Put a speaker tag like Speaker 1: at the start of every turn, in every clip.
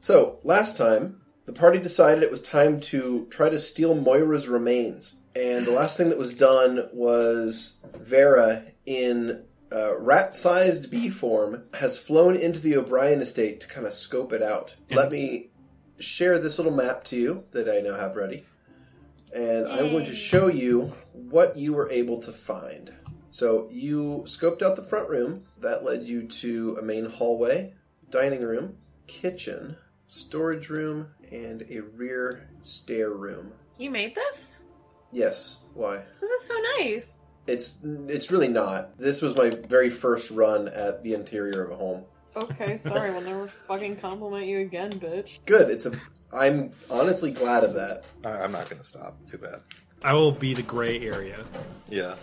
Speaker 1: So, last time, the party decided it was time to try to steal Moira's remains. And the last thing that was done was Vera, in uh, rat sized bee form, has flown into the O'Brien estate to kind of scope it out. Let me share this little map to you that I now have ready. And I'm going to show you what you were able to find. So, you scoped out the front room. That led you to a main hallway, dining room, kitchen, storage room, and a rear stair room.
Speaker 2: You made this?
Speaker 1: Yes. Why?
Speaker 2: This is so nice.
Speaker 1: It's it's really not. This was my very first run at the interior of a home.
Speaker 2: Okay, sorry, we'll never fucking compliment you again, bitch.
Speaker 1: Good. It's a. I'm honestly glad of that.
Speaker 3: I, I'm not going to stop. Too bad.
Speaker 4: I will be the gray area.
Speaker 3: Yeah.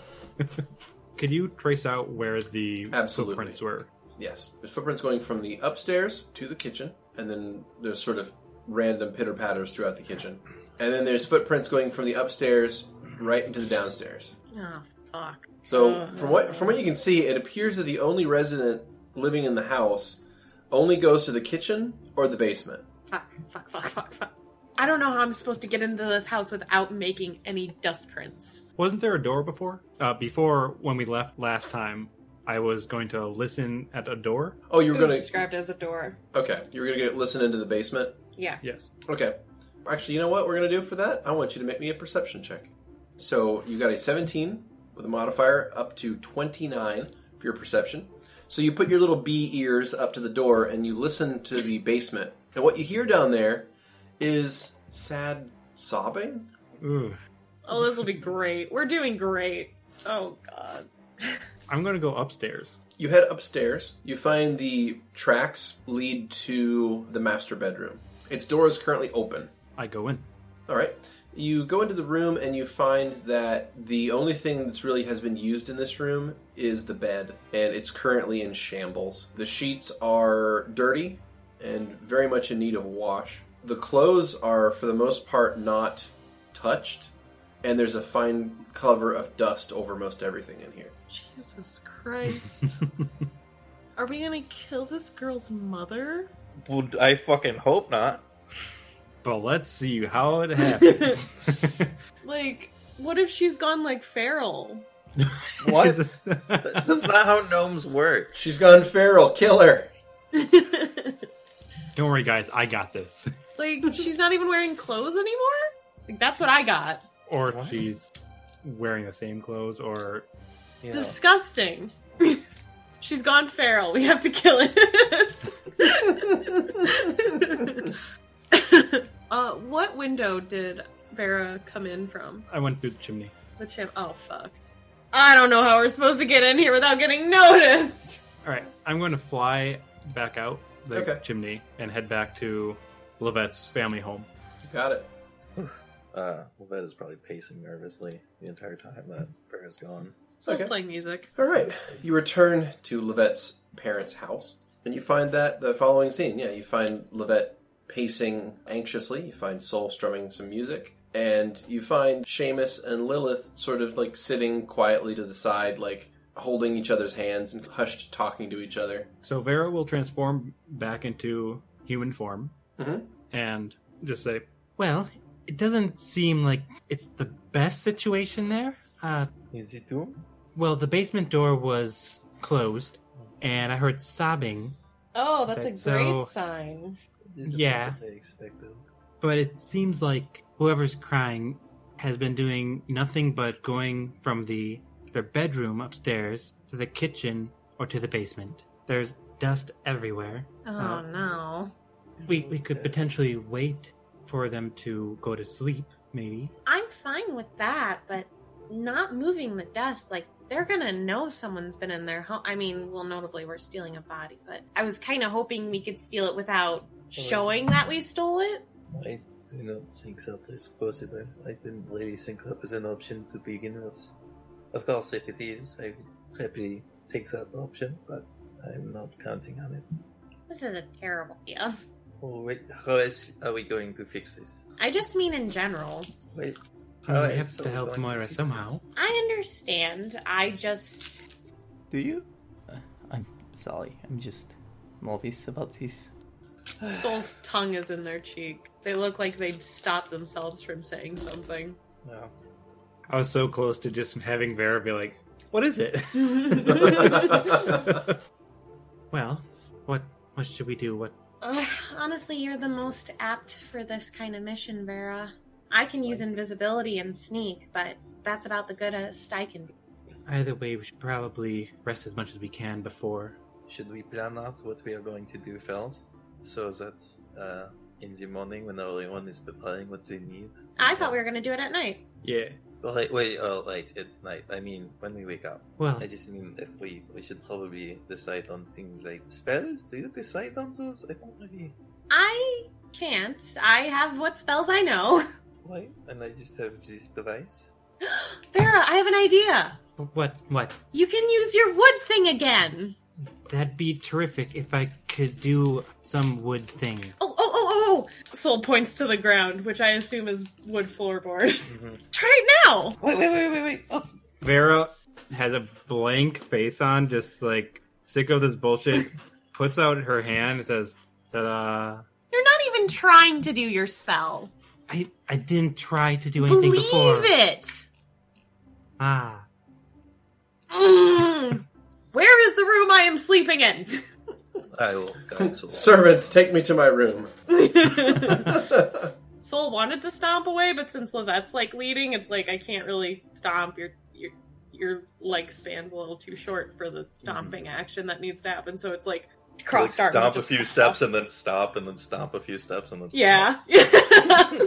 Speaker 4: Could you trace out where the
Speaker 1: Absolutely.
Speaker 4: footprints were?
Speaker 1: Yes. There's footprints going from the upstairs to the kitchen, and then there's sort of random pitter patters throughout the kitchen, and then there's footprints going from the upstairs right into the downstairs.
Speaker 2: Oh, fuck. Oh,
Speaker 1: So from what from what you can see, it appears that the only resident living in the house only goes to the kitchen or the basement.
Speaker 2: Fuck, fuck, fuck, fuck, fuck. I don't know how I'm supposed to get into this house without making any dust prints.
Speaker 4: Wasn't there a door before? Uh, before when we left last time, I was going to listen at a door.
Speaker 1: Oh, you
Speaker 2: It
Speaker 1: were
Speaker 2: was
Speaker 1: gonna
Speaker 2: described as a door.
Speaker 1: okay. You were gonna go listen into the basement.
Speaker 2: Yeah.
Speaker 4: Yes.
Speaker 1: Okay. Actually, you know what we're gonna do for that? I want you to make me a perception check. So you got a 17 with a modifier up to 29 for your perception. So you put your little bee ears up to the door and you listen to the basement. And what you hear down there is sad sobbing.
Speaker 4: Ooh.
Speaker 2: Oh, this will be great. We're doing great. Oh, God.
Speaker 4: I'm going to go upstairs.
Speaker 1: You head upstairs. You find the tracks lead to the master bedroom. Its door is currently open.
Speaker 4: I go in.
Speaker 1: All right. You go into the room and you find that the only thing that's really has been used in this room is the bed, and it's currently in shambles. The sheets are dirty and very much in need of a wash. The clothes are, for the most part, not touched, and there's a fine cover of dust over most everything in here.
Speaker 2: Jesus Christ. Are we gonna kill this girl's mother?
Speaker 3: Well, I fucking hope not.
Speaker 4: but let's see how it happens.
Speaker 2: Like, what if she's gone like feral?
Speaker 3: What? That- That's not how gnomes work.
Speaker 1: She's gone feral. Kill her.
Speaker 2: like,
Speaker 4: Don't worry, guys. I got this.
Speaker 2: she's not even wearing clothes anymore? Like, that's what I got.
Speaker 4: Or
Speaker 3: What?
Speaker 4: she's wearing the same clothes, or
Speaker 3: Yeah.
Speaker 2: Disgusting. she's gone feral. We have to kill it. uh, what window did Vera come in from?
Speaker 4: I went through the chimney.
Speaker 2: The chim. Oh, fuck. I don't know how we're supposed to get in here without getting noticed.
Speaker 4: All right. I'm going to fly back out the
Speaker 1: Okay.
Speaker 4: chimney and head back to Levette's family home.
Speaker 1: Got it.
Speaker 3: Uh, Levette is probably pacing nervously the entire time that Farrah's gone.
Speaker 2: So
Speaker 1: Okay.
Speaker 2: it's playing music.
Speaker 1: All right. You return to Levette's parents' house, and you find that the following scene. Yeah, you find Levette pacing anxiously. You find Sol strumming some music, and you find Seamus and Lilith sort of like sitting quietly to the side, like holding each other's hands and hushed talking to each other.
Speaker 4: So Vera will transform back into human form
Speaker 1: Mhm.
Speaker 4: and just say, Well, it doesn't seem like it's the best situation there. Uh,
Speaker 3: Is he too?
Speaker 4: well, the basement door was closed and I heard sobbing,
Speaker 2: Oh, that's a
Speaker 4: Okay,
Speaker 2: great
Speaker 4: so-
Speaker 2: sign.
Speaker 4: Yeah. but it seems like whoever's crying has been doing nothing but going from the their bedroom upstairs to the kitchen or to the basement. There's dust everywhere.
Speaker 2: Oh,
Speaker 4: Uh,
Speaker 2: no.
Speaker 4: We we could potentially wait for them to go to sleep, maybe.
Speaker 2: I'm fine with that, but not moving the dust, like they're gonna know someone's been in their home. I mean, well, notably we're stealing a body, but I was kind of hoping we could steal it without showing that we stole it.
Speaker 3: I do not think that is possible. I didn't really think that was an option to begin with. Of course, if it is, I would happily take that option, but I'm not counting on it.
Speaker 2: This is a terrible deal.
Speaker 3: Oh, wait, how else are we going to fix this?
Speaker 2: I just mean in general.
Speaker 3: Wait,
Speaker 4: Oh,
Speaker 3: how
Speaker 4: we have
Speaker 3: else are
Speaker 4: to help
Speaker 3: going
Speaker 4: Moira
Speaker 3: fix this?
Speaker 4: somehow.
Speaker 2: I understand. I just
Speaker 5: Do you? Uh, I'm sorry. I'm just nervous about this.
Speaker 2: Soul's tongue is in their cheek. They look like they'd stopped themselves from saying something.
Speaker 6: No. I was so close to just having Vera be like, "What is it?" well, what what should we do? What
Speaker 2: Ugh, honestly, you're the most apt for this kind of mission, Vera. I can use invisibility and sneak, but that's about the goodest I can do.
Speaker 6: either way, we should probably rest as much as we can before.
Speaker 3: Should we plan out what we are going to do first, so that uh, in the morning when everyone is preparing what they need?
Speaker 2: I thought we were going to do it at night.
Speaker 6: Yeah.
Speaker 3: Well, like, wait, oh, like at night. I mean, when we wake up.
Speaker 6: Well,
Speaker 3: I just mean if we we should probably decide on things like spells. Do you decide on those? I don't really
Speaker 2: I can't. I have what spells I know.
Speaker 3: like, and I just have this device.
Speaker 2: Vera, I have an idea.
Speaker 6: what what?
Speaker 2: You can use your wood thing again.
Speaker 6: That'd be terrific if I could do some wood thing.
Speaker 2: Oh, oh, oh, oh, oh! Soul points to the ground, which I assume is wood floorboard.
Speaker 3: Mhm.
Speaker 2: Try it now!
Speaker 3: Wait, wait, wait, wait, wait! Oh,
Speaker 4: Vera has a blank face on, just like sick of this bullshit. puts out her hand and says, "Ta-da!"
Speaker 2: You're not even trying to do your spell.
Speaker 6: I I didn't try to do anything
Speaker 2: Believe
Speaker 6: before.
Speaker 2: it!
Speaker 6: Ah,
Speaker 2: Mm. Where is the room I am sleeping in?
Speaker 3: I will counsel.
Speaker 1: Servants, take me to my room.
Speaker 2: Soul wanted to stomp away, but since Levette's like leading, it's like I can't really stomp. Your your your leg span's a little too short for the stomping action that needs to happen. So it's like
Speaker 3: Like,
Speaker 2: crossed arms.
Speaker 3: stomp a
Speaker 2: just-
Speaker 3: few steps and then stop and then stomp a few steps and then stop.
Speaker 2: Yeah.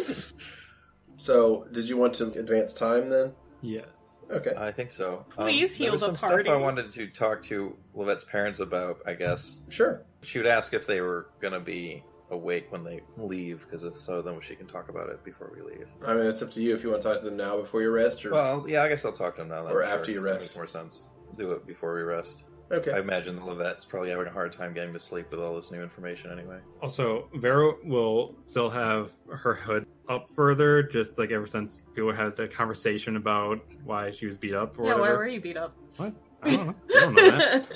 Speaker 1: so, did you want to advance time then?
Speaker 4: Yeah.
Speaker 1: Okay.
Speaker 3: I think so. Um,
Speaker 2: Please
Speaker 3: there
Speaker 2: heal
Speaker 3: was
Speaker 2: the
Speaker 3: some
Speaker 2: party.
Speaker 3: Stuff I wanted to talk to Levette's parents about. I guess
Speaker 1: Sure.
Speaker 3: she would ask if they were gonna be awake when they leave, because if so, then she can talk about it before we leave.
Speaker 1: I mean, it's up to you if you want to talk to them now before you rest or.
Speaker 3: Well, yeah, I guess I'll talk to him now. then,
Speaker 1: Or
Speaker 3: sure,
Speaker 1: after you
Speaker 3: 'cause that
Speaker 1: rest.
Speaker 3: makes more sense. Do it before we rest.
Speaker 1: okay.
Speaker 3: I imagine the Levette's probably having a hard time getting to sleep with all this new information, anyway.
Speaker 4: Also, Vera will still have her hood up further, just like ever since people had the conversation about why she was beat up or
Speaker 2: yeah, why
Speaker 4: whatever.
Speaker 2: were you beat up?
Speaker 4: I don't know. I don't know that.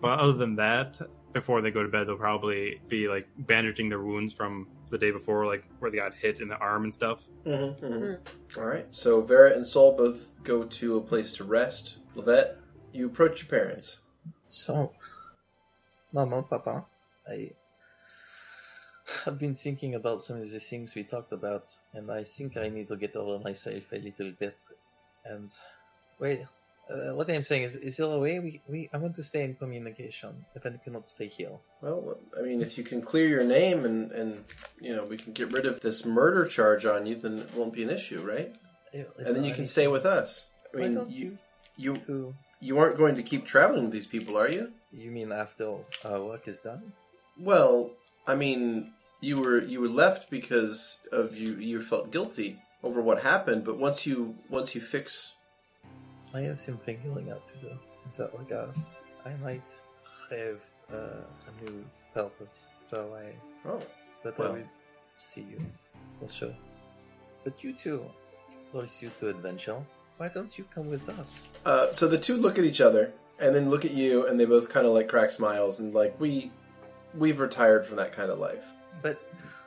Speaker 4: but other than that, before they go to bed, they'll probably be like bandaging their wounds from the day before, like where they got hit in the arm and stuff.
Speaker 1: Mhm, mhm. All right. So Vera and Sol both go to a place to rest. Levette, you approach your parents.
Speaker 3: So, Mama, Papa, I have been thinking about some of the things we talked about, and I think I need to get over myself a little bit. And wait, uh, what I'm saying is, is there a way we, we I want to stay in communication if I cannot stay here?
Speaker 1: Well, I mean, if you can clear your name and and you know we can get rid of this murder charge on you, then it won't be an issue, right?
Speaker 3: Uh, Is
Speaker 1: and
Speaker 3: there
Speaker 1: then you can
Speaker 3: any-
Speaker 1: stay with us. I
Speaker 3: Why
Speaker 1: mean,
Speaker 3: don't
Speaker 1: you you
Speaker 3: to
Speaker 1: you aren't going to keep traveling with these people, are you?
Speaker 3: you mean after our work is done?
Speaker 1: Well, I mean, you were you were left because of you you felt guilty over what happened, but once you once you fix
Speaker 3: I have something healing out to do. Is that like a? I might have uh, a new purpose, so I
Speaker 1: oh
Speaker 3: But
Speaker 1: Well.
Speaker 3: I will see you for sure. But you two, force you to adventure. Why don't you come with us?
Speaker 1: Uh, so the two look at each other and then look at you, and they both kind of like crack smiles and like we we've retired from that kind of life.
Speaker 3: But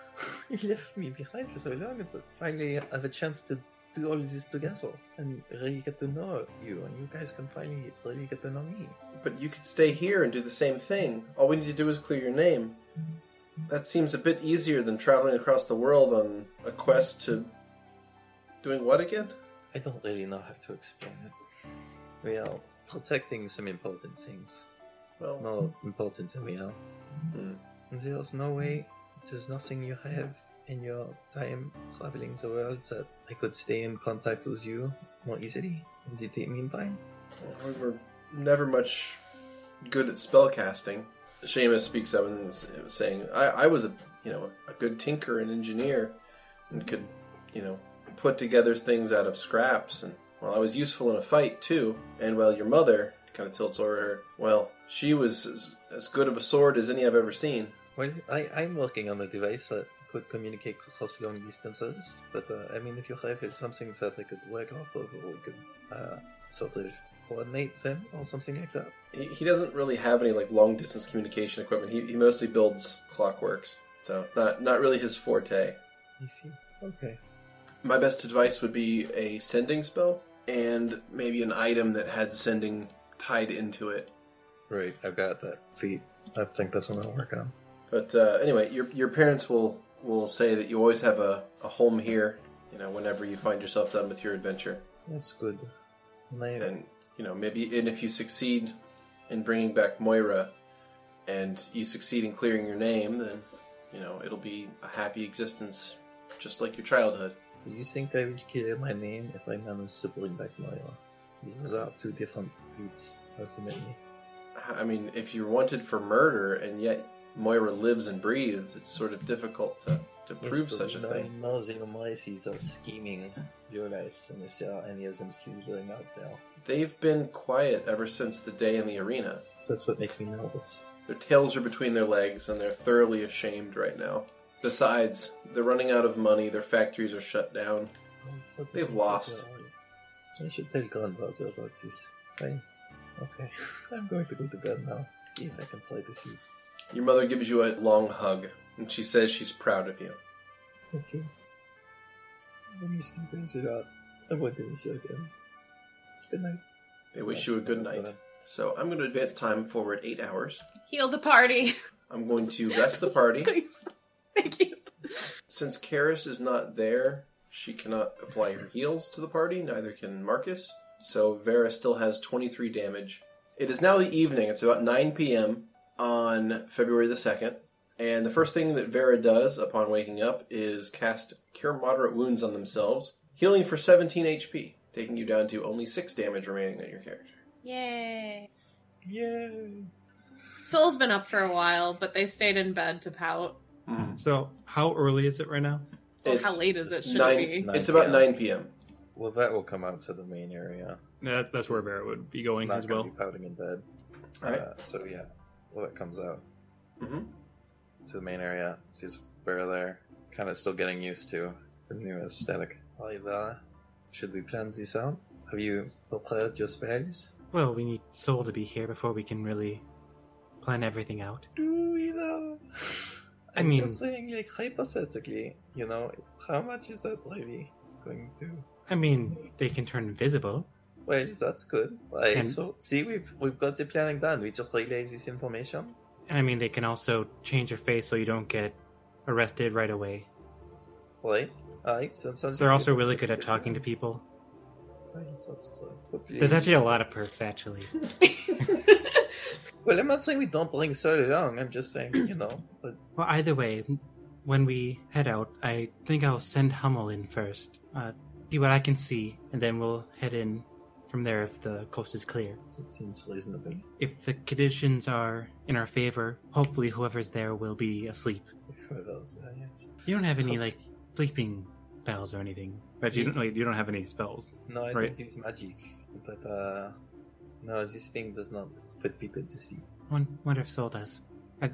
Speaker 3: you left me behind for so long, and so finally I have a chance to do all this together and really get to know you, and you guys can finally really get to know me.
Speaker 1: But you could stay here and do the same thing. All we need to do is clear your name. That seems a bit easier than traveling across the world on a quest to doing what again?
Speaker 3: I don't really know how to explain it. We are protecting some important things.
Speaker 1: Well,
Speaker 3: more important than we are.
Speaker 1: Hmm.
Speaker 3: There's no way, there's nothing you have in your time traveling the world that I could stay in contact with you more easily in the meantime.
Speaker 1: we were never much good at spellcasting. Seamus speaks up and is saying, I, I was a you know a good tinker and engineer, and could you know put together things out of scraps, and well, I was useful in a fight too. And well, your mother kind of tilts over her. Well, she was as, as good of a sword as any I've ever seen.
Speaker 3: Well, I, I'm working on a device that could communicate across long distances, but uh, I mean, if you have uh, something that I could work off of, or we could uh, sort of coordinate them or something like that.
Speaker 1: He, he doesn't really have any like long distance communication equipment. He, he mostly builds clockworks. So it's not not really his forte.
Speaker 3: I see. Okay.
Speaker 1: My best advice would be a sending spell and maybe an item that had sending tied into it.
Speaker 3: Right, I've got that feat. I think that's what I'm working on.
Speaker 1: But uh, anyway, your your parents will will say that you always have a, a home here. You know, whenever you find yourself done with your adventure,
Speaker 3: That's good. And I-
Speaker 1: and you know maybe and if you succeed in bringing back Moira, and you succeed in clearing your name, then you know it'll be a happy existence, just like your childhood.
Speaker 3: Do you think I would clear my name if I managed to bring back Moira? These are two different feats, ultimately.
Speaker 1: I mean, if you're wanted for murder and yet Moira lives and breathes, it's sort of difficult to, to prove
Speaker 3: Yes,
Speaker 1: such a
Speaker 3: but
Speaker 1: thing.
Speaker 3: No nosy Moises are scheming your lives, and if there are any of them still going out there,
Speaker 1: They've been quiet ever since the day in the arena.
Speaker 3: that's what makes me nervous.
Speaker 1: Their tails are between their legs and they're thoroughly ashamed right now. Besides, they're running out of money, their factories are shut down.
Speaker 3: Well, it's not
Speaker 1: They've
Speaker 3: difficult,
Speaker 1: lost.
Speaker 3: don't worry. I should tell Grandmaster about this. Fine. Okay, I'm going to go to bed now. See if I can play this week.
Speaker 1: Your mother gives you a long hug and she says she's proud of you.
Speaker 3: Okay. Let me see this out. I want to miss you again. Good night.
Speaker 1: They wish you a good night. So I'm going to advance time forward eight hours.
Speaker 2: Heal the party,
Speaker 1: I'm going to rest the party.
Speaker 2: please. Thank you.
Speaker 1: Since Karis is not there, she cannot apply her heals to the party, neither can Marcus. So Vera still has 23 damage. It is now the evening, it's about 9 p.m. on February the 2nd, and the first thing that Vera does upon waking up is cast Cure Moderate Wounds on themselves, healing for 17 HP, taking you down to only 6 damage remaining on your character.
Speaker 2: Yay.
Speaker 3: Yay!
Speaker 2: Soul's been up for a while, but they stayed in bed to pout.
Speaker 3: Hmm. Mm.
Speaker 4: So, how early is it right now?
Speaker 2: Well,
Speaker 1: It's
Speaker 2: how late is it?
Speaker 1: it's
Speaker 2: Should
Speaker 1: nine-
Speaker 2: it be?
Speaker 3: nine
Speaker 1: It's about
Speaker 3: PM.
Speaker 1: 9 p.m.
Speaker 3: Well, that will come out to the main area.
Speaker 7: Yeah, that, that's where Barrett would be going
Speaker 3: Not
Speaker 7: as
Speaker 3: gonna
Speaker 7: well.
Speaker 3: be pouting in bed.
Speaker 1: All right.
Speaker 3: Uh, so yeah, well, that comes out
Speaker 1: Mm-hmm.
Speaker 3: to the main area. Sees where they're kind of still getting used to the new aesthetic. Oliver, should we plan this out? Have you prepared your spells?
Speaker 4: Well, we need Soul to be here before we can really plan everything out.
Speaker 3: Do we though?
Speaker 4: I
Speaker 3: I'm
Speaker 4: mean-
Speaker 3: just saying, like hypothetically, you know, how much is that lady going to?
Speaker 4: I mean, they can turn invisible.
Speaker 3: Well, that's good. Right.
Speaker 4: And-
Speaker 3: so see, we've we've got the planning done. We just relay this information.
Speaker 4: And I mean, they can also change your face so you don't get arrested right away.
Speaker 3: Right. Alright, so that sounds
Speaker 4: They're
Speaker 3: good.
Speaker 4: also really good at talking to people.
Speaker 3: Right, that's true. Hopefully-
Speaker 4: There's actually a lot of perks, actually.
Speaker 3: Well, I'm not saying we don't bring soda along. I'm just saying, you know, but
Speaker 4: Well, either way, when we head out, I think I'll send Hummel in first, uh, see what I can see, and then we'll head in from there if the coast is clear.
Speaker 3: it seems reasonable.
Speaker 4: If the conditions are in our favor, hopefully whoever's there will be asleep.
Speaker 3: What else? Uh, yes.
Speaker 4: You don't have any like sleeping bells or anything.
Speaker 7: But you don't, like, you don't have any spells.
Speaker 3: No, I
Speaker 7: Right.
Speaker 3: don't use magic, but uh, no, this thing does not put people to sleep.
Speaker 4: Won- Wonder if Soul does. Are,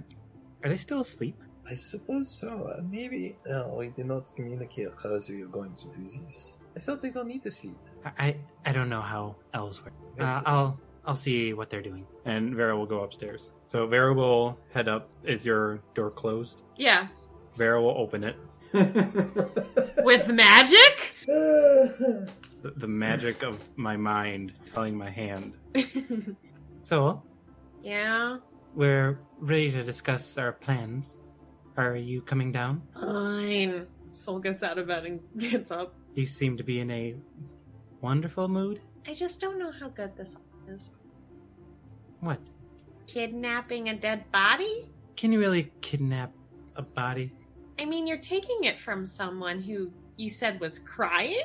Speaker 4: are they still asleep?
Speaker 3: I suppose so. Uh, maybe uh, we did not communicate how we are going to do this. I thought they don't need to sleep.
Speaker 4: I I, I don't know how elves work. Uh, I'll I'll see what they're doing.
Speaker 7: And Vera will go upstairs. So Vera will head up. Is your door closed?
Speaker 2: yeah.
Speaker 7: Vera will open it.
Speaker 1: Mm-hmm.
Speaker 2: With magic?
Speaker 7: The, the magic of my mind telling my hand.
Speaker 4: Soul,
Speaker 2: yeah.
Speaker 4: We're ready to discuss our plans. Are you coming down?
Speaker 2: Fine. Soul gets out of bed and gets up.
Speaker 4: You seem to be in a wonderful mood.
Speaker 2: I just don't know how good this is.
Speaker 4: What?
Speaker 2: Kidnapping a dead body?
Speaker 4: Can you really kidnap a body?
Speaker 2: I mean, you're taking it from someone who you said was crying?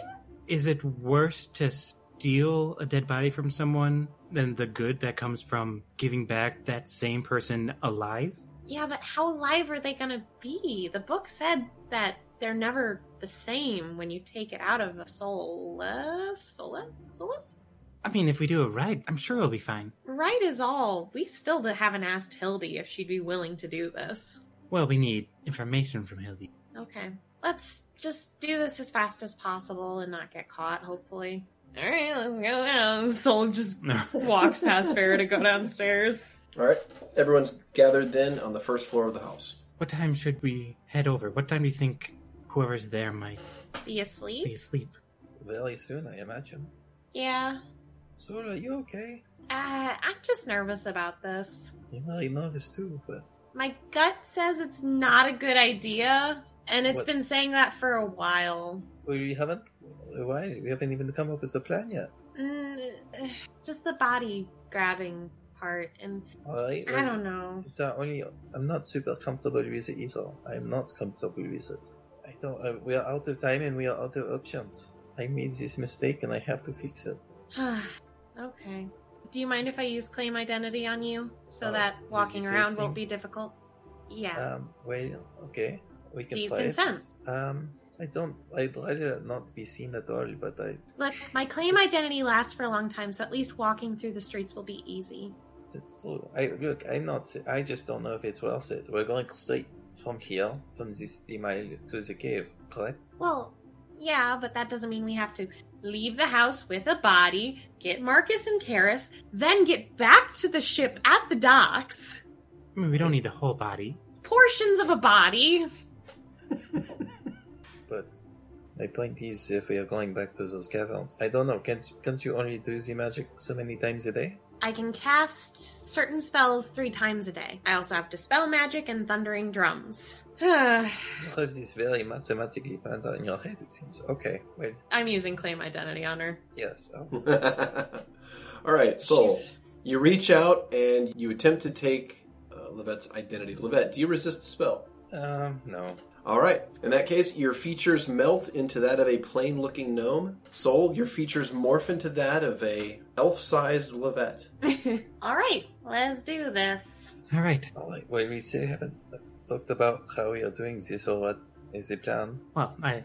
Speaker 4: Is it worse to steal a dead body from someone than the good that comes from giving back that same person alive?
Speaker 2: Yeah, but how alive are they gonna be? The book said that they're never the same when you take it out of a soulless, soulless, soulless.
Speaker 4: I mean, if we do it right, I'm sure it'll be fine.
Speaker 2: Right is all. We still haven't asked Hildy if she'd be willing to do this.
Speaker 4: Well, we need information from Hildy.
Speaker 2: Okay. Let's just do this as fast as possible and not get caught, hopefully. All right, let's go now. Soul just walks past Farrah to go downstairs.
Speaker 1: All right. Everyone's gathered then on the first floor of the house.
Speaker 4: What time should we
Speaker 6: head over. What time do you think whoever's there might
Speaker 2: Be
Speaker 6: be
Speaker 2: asleep?
Speaker 6: asleep?
Speaker 3: Very soon, I imagine.
Speaker 2: Yeah.
Speaker 3: Sora, you okay?
Speaker 2: Uh, I'm just nervous about this.
Speaker 3: You know, you know this too, but
Speaker 2: My gut says it's not a good idea, and it's
Speaker 3: What?
Speaker 2: been saying that for a while.
Speaker 3: we haven't. Why? We haven't even come up with a plan yet.
Speaker 2: Mm, eh, just the body grabbing part, and
Speaker 3: All right.
Speaker 2: I don't know.
Speaker 3: It's our only. I'm not super comfortable with it either. I'm not comfortable with it. I don't. I, we are out of time and we are out of options. I made this mistake and I have to fix it.
Speaker 2: okay. Do you mind if I use claim identity on you so
Speaker 3: Uh,
Speaker 2: that
Speaker 3: is
Speaker 2: walking
Speaker 3: it
Speaker 2: around
Speaker 3: facing?
Speaker 2: won't be difficult? Yeah.
Speaker 3: Um. Well. Okay. We can.
Speaker 2: Do you
Speaker 3: try it.
Speaker 2: consent?
Speaker 3: Um. I don't. I'd rather not be seen at all, but I.
Speaker 2: Look, my claim identity lasts for a long time, so at least walking through the streets will be easy.
Speaker 3: That's true. I look. I'm not. I just don't know if it's worth it. We're going straight from here, from this denial to the cave, correct?
Speaker 2: Well, yeah, but that doesn't mean we have to leave the house with a body, get Marcus and Karis, then get back to the ship at the docks.
Speaker 6: I mean, we don't need the whole body.
Speaker 2: Portions of a body.
Speaker 3: But my point is, if we are going back to those caverns, I don't know. Can't can't you only do the magic so many times a day?
Speaker 2: I can cast certain spells three times a day. I also have dispel magic and thundering drums. I'm
Speaker 3: You have this very mathematically planned out in your head. It seems okay. Well,
Speaker 2: using claim identity on her.
Speaker 3: yes. I'll,
Speaker 1: All right, so
Speaker 2: She's-
Speaker 1: you reach out and you attempt to take uh, Livette's identity. Livette, do you resist the spell?
Speaker 3: um. No.
Speaker 1: All right. In that case, your features melt into that of a plain-looking gnome. Soul, your features morph into that of a elf-sized Livette.
Speaker 2: All right, let's do this.
Speaker 6: All right.
Speaker 3: All right. Well, we still haven't talked about how we are doing this or what is the plan.
Speaker 6: Well, I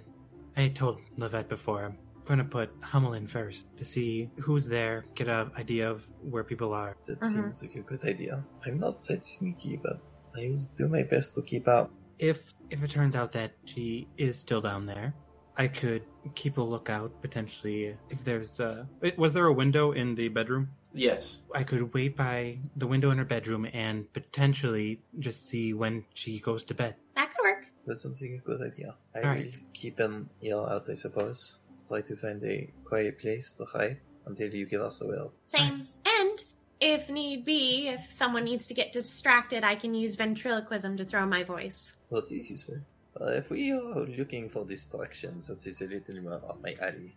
Speaker 6: I told Levette before I'm going to put Hummel in first to see who's there, get an idea of where people are.
Speaker 3: That
Speaker 2: Mhm.
Speaker 3: seems like a good idea. I'm not that sneaky, but I will do my best to keep out.
Speaker 6: If if it turns out that she is still down there, I could keep a lookout potentially if there's a
Speaker 4: Wait, Was there a window in the bedroom?
Speaker 1: Yes.
Speaker 6: I could wait by the window in her bedroom and potentially just see when she goes to bed.
Speaker 2: That could work.
Speaker 3: That sounds like a good idea. I will
Speaker 6: Alright.
Speaker 3: keep an ear out, I suppose. Try to find a quiet place to hide until you give us a word.
Speaker 2: Same. And if need be, if someone needs to get distracted, I can use ventriloquism to throw my voice.
Speaker 3: That is useful. Uh, if we are looking for distractions, that is a little more up my alley.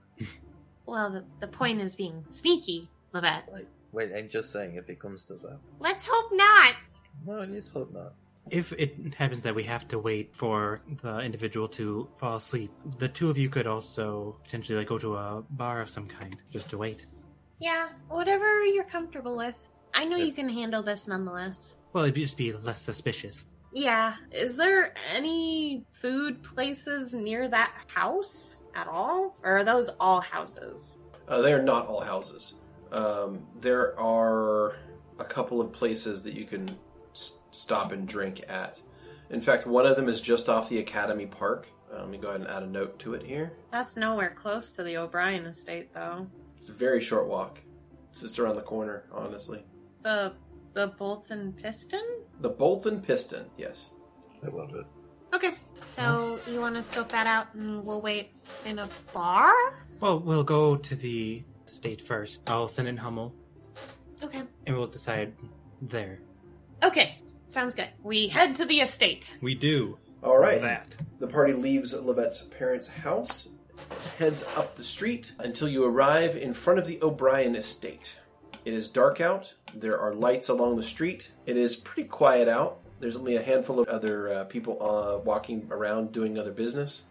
Speaker 2: Well, the, the point is being sneaky, Levette.
Speaker 3: Like, well, I'm just saying if it comes to that.
Speaker 2: Let's hope not.
Speaker 3: No, let's hope not.
Speaker 6: If it happens that we have to wait for the individual to fall asleep, the two of you could also potentially like go to a bar of some kind just to wait.
Speaker 2: Yeah, whatever you're comfortable with. I know you can handle this nonetheless.
Speaker 6: Well, it'd just be less suspicious.
Speaker 2: Yeah, is there any food places near that house at all? Or are those all houses?
Speaker 1: Uh, they are not all houses. Um, there are a couple of places that you can s- stop and drink at. In fact, one of them is just off the Academy Park. Uh, let me go ahead and add a note to it here.
Speaker 2: That's nowhere close to the O'Brien estate, though.
Speaker 1: It's a very short walk. It's just around the corner, honestly.
Speaker 2: The the Bolton Piston?
Speaker 1: The Bolton Piston, yes.
Speaker 3: I love it.
Speaker 2: Okay. So you want to scope that out, and we'll wait in a bar.
Speaker 6: Well, we'll go to the state first. I'll send in Hummel,
Speaker 2: Okay.
Speaker 6: and we'll decide there.
Speaker 2: Okay. Sounds good. We head to the estate.
Speaker 4: We do
Speaker 1: All right.
Speaker 4: that.
Speaker 1: The party leaves Livette's parents' house, heads up the street until you arrive in front of the O'Brien estate. It is dark out. There are lights along the street. It is pretty quiet out. There's only a handful of other uh, people uh, walking around doing other business,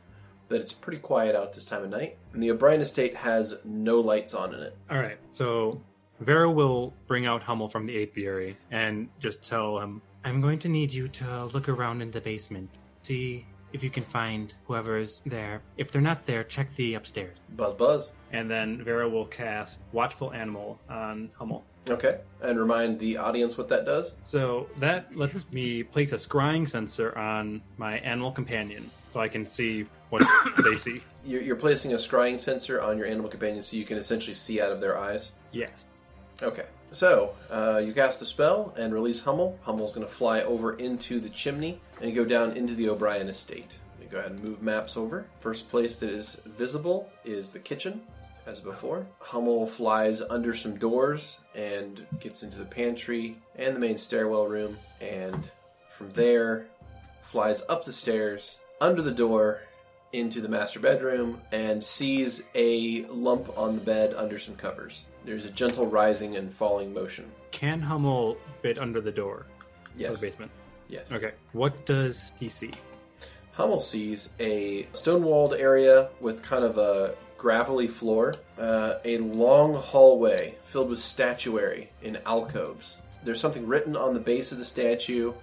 Speaker 1: but it's pretty quiet out this time of night. And the O'Brien estate has no lights on in it.
Speaker 4: All right. So Vera will bring out Hummel from the apiary and just tell him
Speaker 6: I'm going to need you to look around in the basement, see if you can find whoever's there. If they're not there, check the upstairs.
Speaker 1: Buzz, buzz.
Speaker 4: and then Vera will cast Watchful Animal on Hummel.
Speaker 1: Okay. And remind the audience what that does.
Speaker 4: So that lets me place a scrying sensor on my animal companion so I can see what they see.
Speaker 1: You're, you're placing a scrying sensor on your animal companion so you can essentially see out of their eyes.
Speaker 4: Yes.
Speaker 1: Okay. So, uh, you cast the spell and release Hummel. Hummel's going to fly over into the chimney and go down into the O'Brien estate. We go ahead and move maps over. First place that is visible is the kitchen, as before. Hummel flies under some doors and gets into the pantry and the main stairwell room, and from there, flies up the stairs, under the door, into the master bedroom and sees a lump on the bed under some covers. There's a gentle rising and falling motion.
Speaker 4: Can Hummel fit under the door of
Speaker 1: Yes.
Speaker 4: the basement?
Speaker 1: Yes.
Speaker 4: Okay. What does he see?
Speaker 1: Hummel sees a stone walled area with kind of a gravelly floor, uh, a long hallway filled with statuary in alcoves. There's something written on the base of the statue,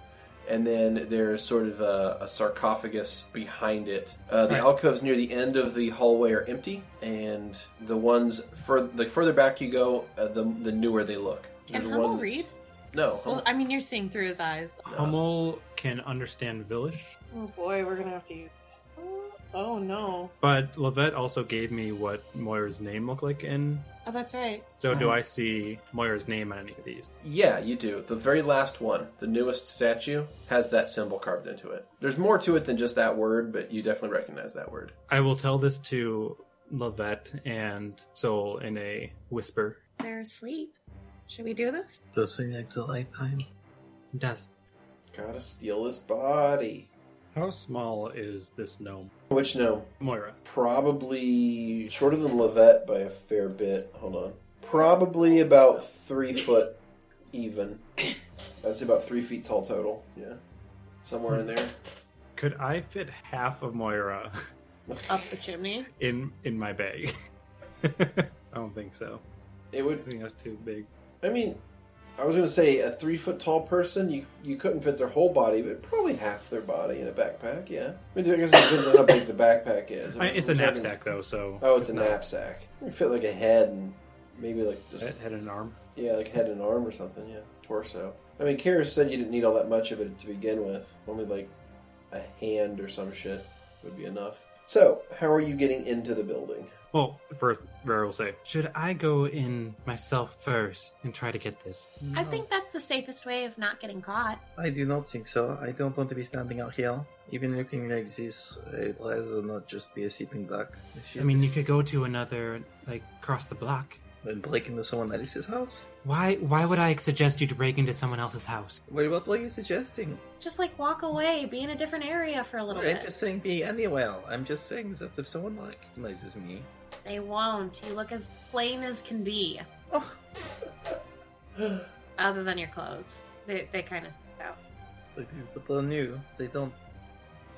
Speaker 1: and then there's sort of a, a sarcophagus behind it. Uh, the
Speaker 6: Right.
Speaker 1: alcoves near the end of the hallway are empty, and the ones fur- the further back you go, uh, the, the newer they look.
Speaker 2: Can
Speaker 1: There's
Speaker 2: Hummel
Speaker 1: one that's-
Speaker 2: read?
Speaker 1: No. Hummel-
Speaker 2: Well, I mean, you're seeing through his eyes.
Speaker 6: Hummel can understand Village,
Speaker 2: Oh boy, we're gonna have to use. Oh no.
Speaker 4: But Lavette also gave me what Moira's name looked like in.
Speaker 2: Oh, that's right.
Speaker 4: So do
Speaker 1: Mhm.
Speaker 4: I see Moira's name on any of these?
Speaker 1: Yeah, you do. The very last one, the newest statue, has that symbol carved into it. There's more to it than just that word, but you definitely recognize that word.
Speaker 4: I will tell this to Lavette and Soul in a whisper.
Speaker 2: They're asleep. Should we do this?
Speaker 3: Does it like the light time?
Speaker 6: does.
Speaker 1: Gotta steal his body.
Speaker 4: How small is this gnome?
Speaker 1: Which no,
Speaker 4: Moira.
Speaker 1: probably shorter than Levette by a fair bit. Hold on, probably about three foot even. I'd say about three feet tall total. Yeah, somewhere in there.
Speaker 4: Could I fit half of Moira
Speaker 2: Up the chimney.
Speaker 4: in in my bag? I don't think so.
Speaker 1: It
Speaker 4: I
Speaker 1: would.
Speaker 4: think that's too big.
Speaker 1: I mean, I was gonna say a three foot tall person, you you couldn't fit their whole body, but probably half their body in a backpack. Yeah, I, mean, I guess it depends on how big the backpack is.
Speaker 4: I, it's a
Speaker 1: We're talking-
Speaker 4: knapsack though, so
Speaker 1: Oh, it's, a
Speaker 4: not-
Speaker 1: knapsack. You can fit like a head and maybe like just
Speaker 4: Head and arm.
Speaker 1: yeah, like head and arm or something. Yeah, torso. I mean, Kara said you didn't need all that much of it to begin with. Only like a hand or some shit would be enough. So, how are you getting into the building?
Speaker 4: Well, first, Vera will say,
Speaker 6: Should I go in myself first and try to get this?
Speaker 2: I
Speaker 3: No.
Speaker 2: think that's the safest way of not getting caught.
Speaker 3: I do not think so. I don't want to be standing out here. Even looking like this, I'd rather not just be a sitting duck. If she's
Speaker 6: I mean, you could go to another, like, across the block.
Speaker 3: and break into someone else's house.
Speaker 6: Why? Why would I suggest you to break into someone else's house?
Speaker 3: Well, what were you suggesting?
Speaker 2: Just like walk away, be in a different area for a little
Speaker 3: I'm
Speaker 2: bit.
Speaker 3: just saying be anywhere. I'm just saying that if someone recognizes me,
Speaker 2: They won't. You look as plain as can be, other than your clothes. They they kind of out.
Speaker 3: they do, but they're new. They don't.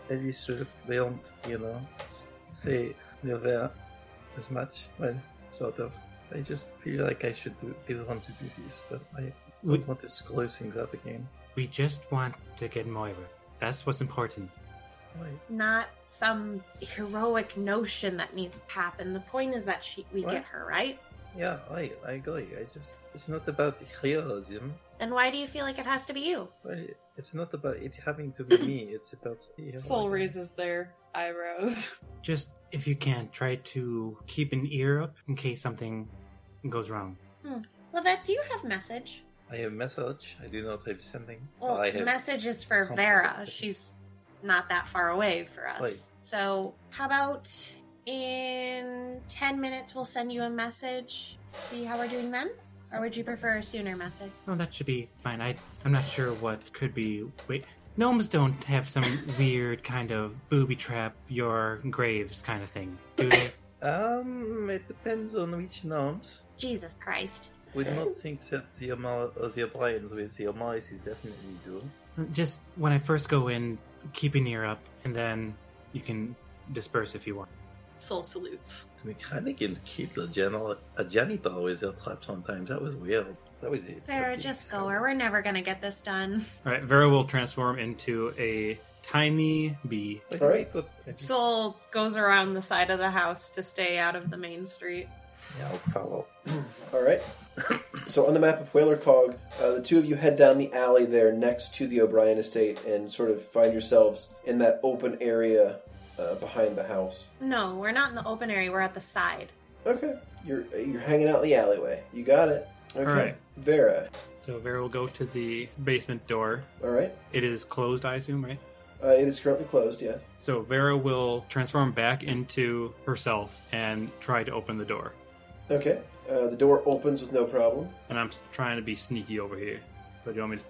Speaker 3: At least sort of, they don't, you know, s- say they're there as much. Well, sort of. I just feel like I should do, be the one to do this, but I
Speaker 6: Would-
Speaker 3: don't want to screw things up again.
Speaker 6: We just want to get Moira. That's what's important.
Speaker 3: Why?
Speaker 2: Not some heroic notion that needs to happen. The point is that she we
Speaker 3: What?
Speaker 2: get her right.
Speaker 3: Yeah, I I agree. I just it's not about heroism.
Speaker 2: Then why do you feel like it has to be you?
Speaker 3: Well, It's not about it having to be me. It's about you know, like-
Speaker 2: their eyebrows.
Speaker 6: Just if you can, try to keep an ear up in case something goes wrong.
Speaker 2: Lavette, do you have message?
Speaker 3: I have message. I do not have sending.
Speaker 2: Well,
Speaker 3: I have
Speaker 2: message is for
Speaker 3: comfort.
Speaker 2: Vera. She's not that far away for us.
Speaker 3: Right.
Speaker 2: So, how about in 10 minutes we'll send you a message? See how we're doing then? Or would you prefer a sooner message?
Speaker 6: No, Oh, that should be fine. I I'm not sure what could be. Wait, gnomes don't have some weird kind of booby trap your graves kind of thing, do they?
Speaker 3: um. It depends on which gnomes.
Speaker 2: Jesus Christ.
Speaker 3: Would not think that the Amal or the O'Briens with the Amaris is definitely do.
Speaker 6: just when I first go in, keep an ear up, and then you can disperse if you want.
Speaker 2: Soul salutes.
Speaker 3: The mechanic and keep the general a janitor with their trap sometimes. That was weird. That was it.
Speaker 2: Vera, just go, or we're never gonna get this done.
Speaker 4: All right, Vera will transform into a tiny bee.
Speaker 1: All right.
Speaker 2: Soul goes around the side of the house to stay out of the main street.
Speaker 3: Yeah, I'll follow.
Speaker 1: All right. So on the map of Whaler Cog, uh, the two of you head down the alley there next to the O'Brien estate and sort of find yourselves in that open area uh, behind the house.
Speaker 2: No, we're not in the open area, we're at the side.
Speaker 1: Okay. You're you're hanging out in the alleyway. You got it. Okay.
Speaker 8: right.
Speaker 1: Vera.
Speaker 4: So Vera will go to the basement door.
Speaker 1: All right.
Speaker 4: It is closed, I assume, right?
Speaker 1: Uh, it is currently closed. Yes.
Speaker 4: So Vera will transform back into herself and try to open the door.
Speaker 1: Okay. Uh, the door opens with no problem.
Speaker 4: And I'm trying to be sneaky over here. So do you want me to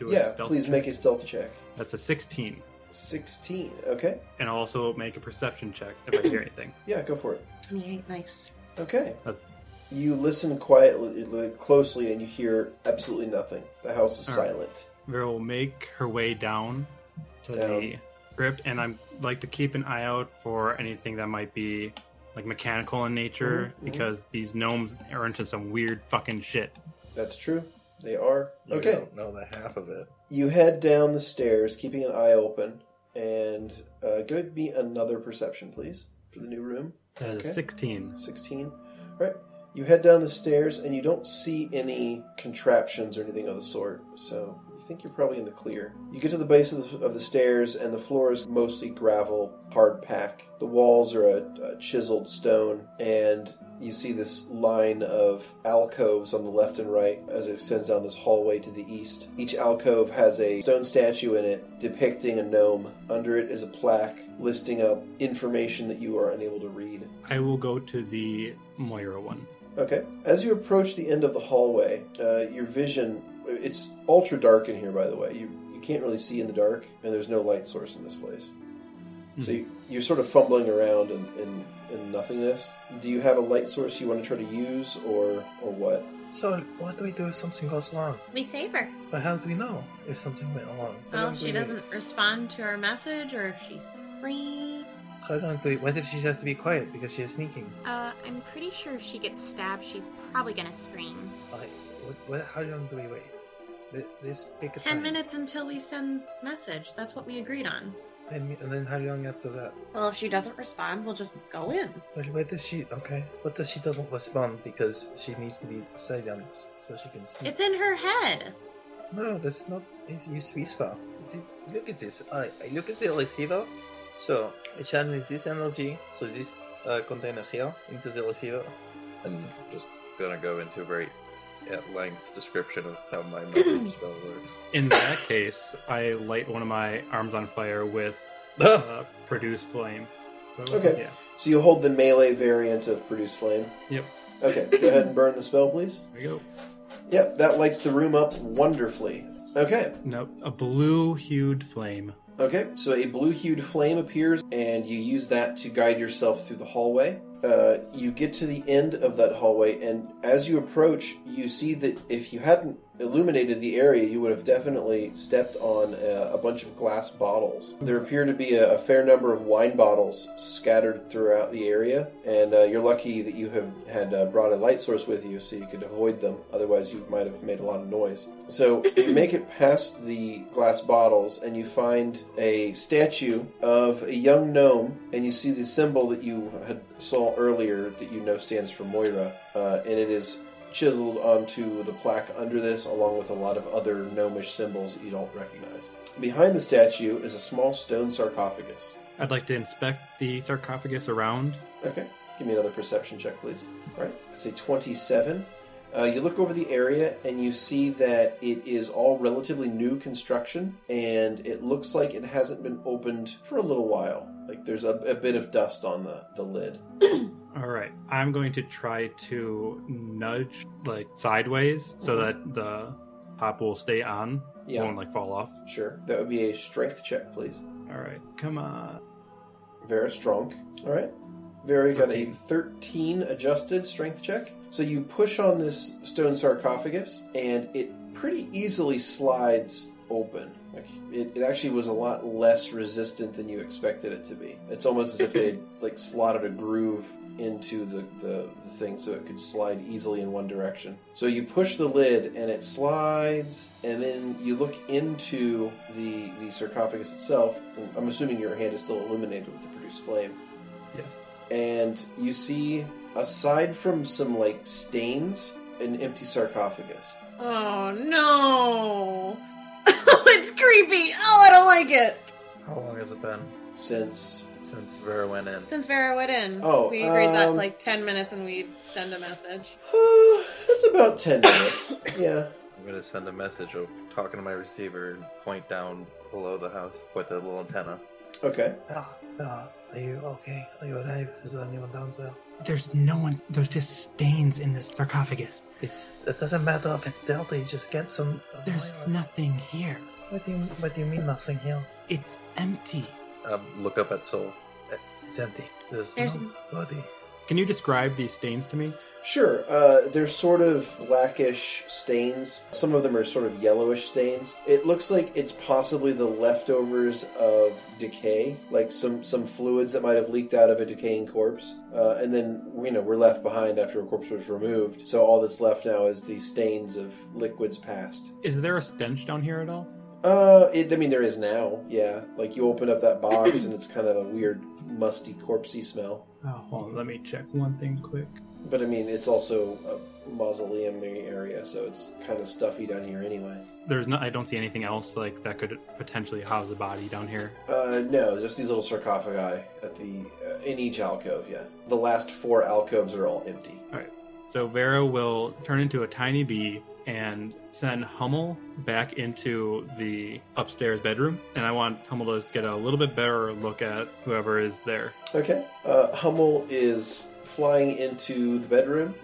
Speaker 4: do a
Speaker 1: yeah.
Speaker 4: stealth?
Speaker 1: Please
Speaker 4: check?
Speaker 1: make a stealth check.
Speaker 4: That's a 16.
Speaker 1: Sixteen. Okay.
Speaker 4: And I'll also make a perception check if I hear anything.
Speaker 1: Yeah. Go for it.
Speaker 2: 28, nice.
Speaker 1: Okay.
Speaker 4: Uh,
Speaker 1: You listen quietly, li- closely, and you hear absolutely nothing. The house is
Speaker 4: All right.
Speaker 1: silent.
Speaker 4: Vera will make her way down to the
Speaker 1: Down.
Speaker 4: crypt, and I'm like to keep an eye out for anything that might be like mechanical in nature,
Speaker 1: Mhm, mhm.
Speaker 4: because these gnomes are into some weird fucking shit.
Speaker 1: That's true. They are.
Speaker 3: You
Speaker 1: okay.
Speaker 3: don't know the half of it.
Speaker 1: You head down the stairs, keeping an eye open, and uh, give me another perception, please, for the new room.
Speaker 4: That is a
Speaker 1: Okay.
Speaker 4: 16.
Speaker 1: 16. All right. You head down the stairs, and you don't see any contraptions or anything of the sort, so you think you're probably in the clear. You get to the base of the, of the stairs, and the floor is mostly gravel, hard pack. The walls are a, a chiseled stone, and you see this line of alcoves on the left and right as it extends down this hallway to the east. Each alcove has a stone statue in it depicting a gnome. Under it is a plaque listing out information that you are unable to read.
Speaker 4: I will go to the Moira one.
Speaker 1: Okay. As you approach the end of the hallway, uh, your vision. It's ultra dark in here, by the way. You, you can't really see in the dark, and there's no light source in this place. So
Speaker 4: Mhm.
Speaker 1: you, you're sort of fumbling around in, in, in nothingness. Do you have a light source you want to try to use, or, or what?
Speaker 3: So, what do we do if something goes wrong?
Speaker 2: We save her.
Speaker 3: But how do we know if something went wrong? How
Speaker 2: Well,
Speaker 3: long
Speaker 2: if
Speaker 3: do
Speaker 2: Oh, she
Speaker 3: we-
Speaker 2: doesn't respond to our message or if she's free.
Speaker 3: How long do we? What if she has to be quiet because she is sneaking?
Speaker 9: Uh, I'm pretty sure if she gets stabbed, she's probably gonna scream.
Speaker 3: Like, what, what, how long do we wait? Let, let's pick a
Speaker 2: 10
Speaker 3: time.
Speaker 2: minutes until we send message. That's what we agreed on.
Speaker 3: Ten mi- and then how long after that?
Speaker 2: Well, if she doesn't respond, we'll just go in.
Speaker 3: But what if she? Okay. What if she doesn't respond because she needs to be silenced so she can sneak?
Speaker 2: It's in her head.
Speaker 3: No, that's not. It's use sweet spell. It's, look at this. I, I look at the receiver. So I channel this energy, so this uh, container here into the receiver. And just gonna go into a very at length description of how my magic spell works.
Speaker 4: In that case, I light one of my arms on fire with uh, produce flame. What was it?
Speaker 1: Okay.
Speaker 4: Yeah.
Speaker 1: So you hold the melee variant of Produce Flame.
Speaker 4: Yep.
Speaker 1: Okay, go ahead and burn the spell, please.
Speaker 4: There you go.
Speaker 1: Yep, that lights the room up wonderfully. Okay.
Speaker 4: No, a blue hued flame.
Speaker 1: Okay, so a blue hued flame appears, and you use that to guide yourself through the hallway. Uh, you get to the end of that hallway, and as you approach, you see that if you hadn't illuminated the area, you would have definitely stepped on uh, a, a bunch of glass bottles. There appear to be a, a fair number of wine bottles scattered throughout the area, and uh, you're lucky that you have had uh, brought a light source with you so you could avoid them. Otherwise, you might have made a lot of noise. So you make it past the glass bottles, and you find a statue of a young gnome, and you see the symbol that you had saw earlier that you know stands for Moira, uh, and it is chiseled onto the plaque under this, along with a lot of other gnomish symbols that you don't recognize. Behind the statue is a small stone sarcophagus.
Speaker 4: I'd like to inspect the sarcophagus around.
Speaker 1: Okay. Give me another perception check, please. All right. I say 27. Uh, you look over the area and you see that it is all relatively new construction and it looks like it hasn't been opened for a little while. Like there's a, a bit of dust on the, the lid.
Speaker 4: All right, I'm going to try to nudge like sideways so that the top will stay on,
Speaker 1: Yeah.
Speaker 4: won't like fall off.
Speaker 1: Sure. That would be a strength check, please.
Speaker 4: All right, come on.
Speaker 1: Vera strong. All right. Vera got a
Speaker 4: Thirteen.
Speaker 1: 13 adjusted strength check. So you push on this stone sarcophagus, and it pretty easily slides open. Like it, it actually was a lot less resistant than you expected it to be. It's almost as if they like slotted a groove into the, the, the thing so it could slide easily in one direction. So you push the lid and it slides, and then you look into the the sarcophagus itself. I'm assuming your hand is still illuminated with the produced flame
Speaker 4: Yes.
Speaker 1: and you see, aside from some like stains, an empty sarcophagus.
Speaker 2: Oh, no. it's creepy. Oh, I don't like it.
Speaker 3: How long has it been?
Speaker 1: Since
Speaker 3: Since Vera went in.
Speaker 2: Since Vera went in,
Speaker 1: Oh,
Speaker 2: we agreed that
Speaker 1: um,
Speaker 2: like 10 minutes and we'd send a message.
Speaker 1: that's about ten minutes. yeah.
Speaker 3: I'm gonna send a message of talking to my receiver and point down below the house with a little antenna.
Speaker 1: Okay.
Speaker 3: Ah, ah, are you okay? Are you alive? Is there anyone down there?
Speaker 6: There's no one. There's just stains in this sarcophagus.
Speaker 3: It's it doesn't matter if it's Delta. You just get some. uh,
Speaker 6: There's nothing here.
Speaker 3: What do you What do you mean nothing here?
Speaker 6: It's empty.
Speaker 3: Um, look up at Soul. It's empty. There's,
Speaker 2: There's-
Speaker 3: nobody.
Speaker 4: Can you describe these stains to me?
Speaker 1: Sure. Uh, they're sort of blackish stains. Some of them are sort of yellowish stains. It looks like it's possibly the leftovers of decay, like some some fluids that might have leaked out of a decaying corpse, uh, and then you know we're left behind after a corpse was removed. So all that's left now is the stains of liquids past.
Speaker 4: Is there a stench down here at all?
Speaker 1: Uh, it, I mean, there is now. Yeah, like you open up that box and it's kind of a weird, musty, corpsey smell.
Speaker 4: Oh, hold on, let me check one thing quick.
Speaker 1: But I mean, it's also a mausoleum area, so it's kind of stuffy down here anyway.
Speaker 4: There's no. I don't see anything else like that could potentially house a body down here.
Speaker 1: Uh, no, just these little sarcophagi at the uh, in each alcove. Yeah, the last four alcoves are all empty.
Speaker 4: So Vera will turn into a tiny bee and send Hummel back into the upstairs bedroom. And I want Hummel to get a little bit better look at whoever is there.
Speaker 1: Okay. Uh, Hummel is flying into the bedroom.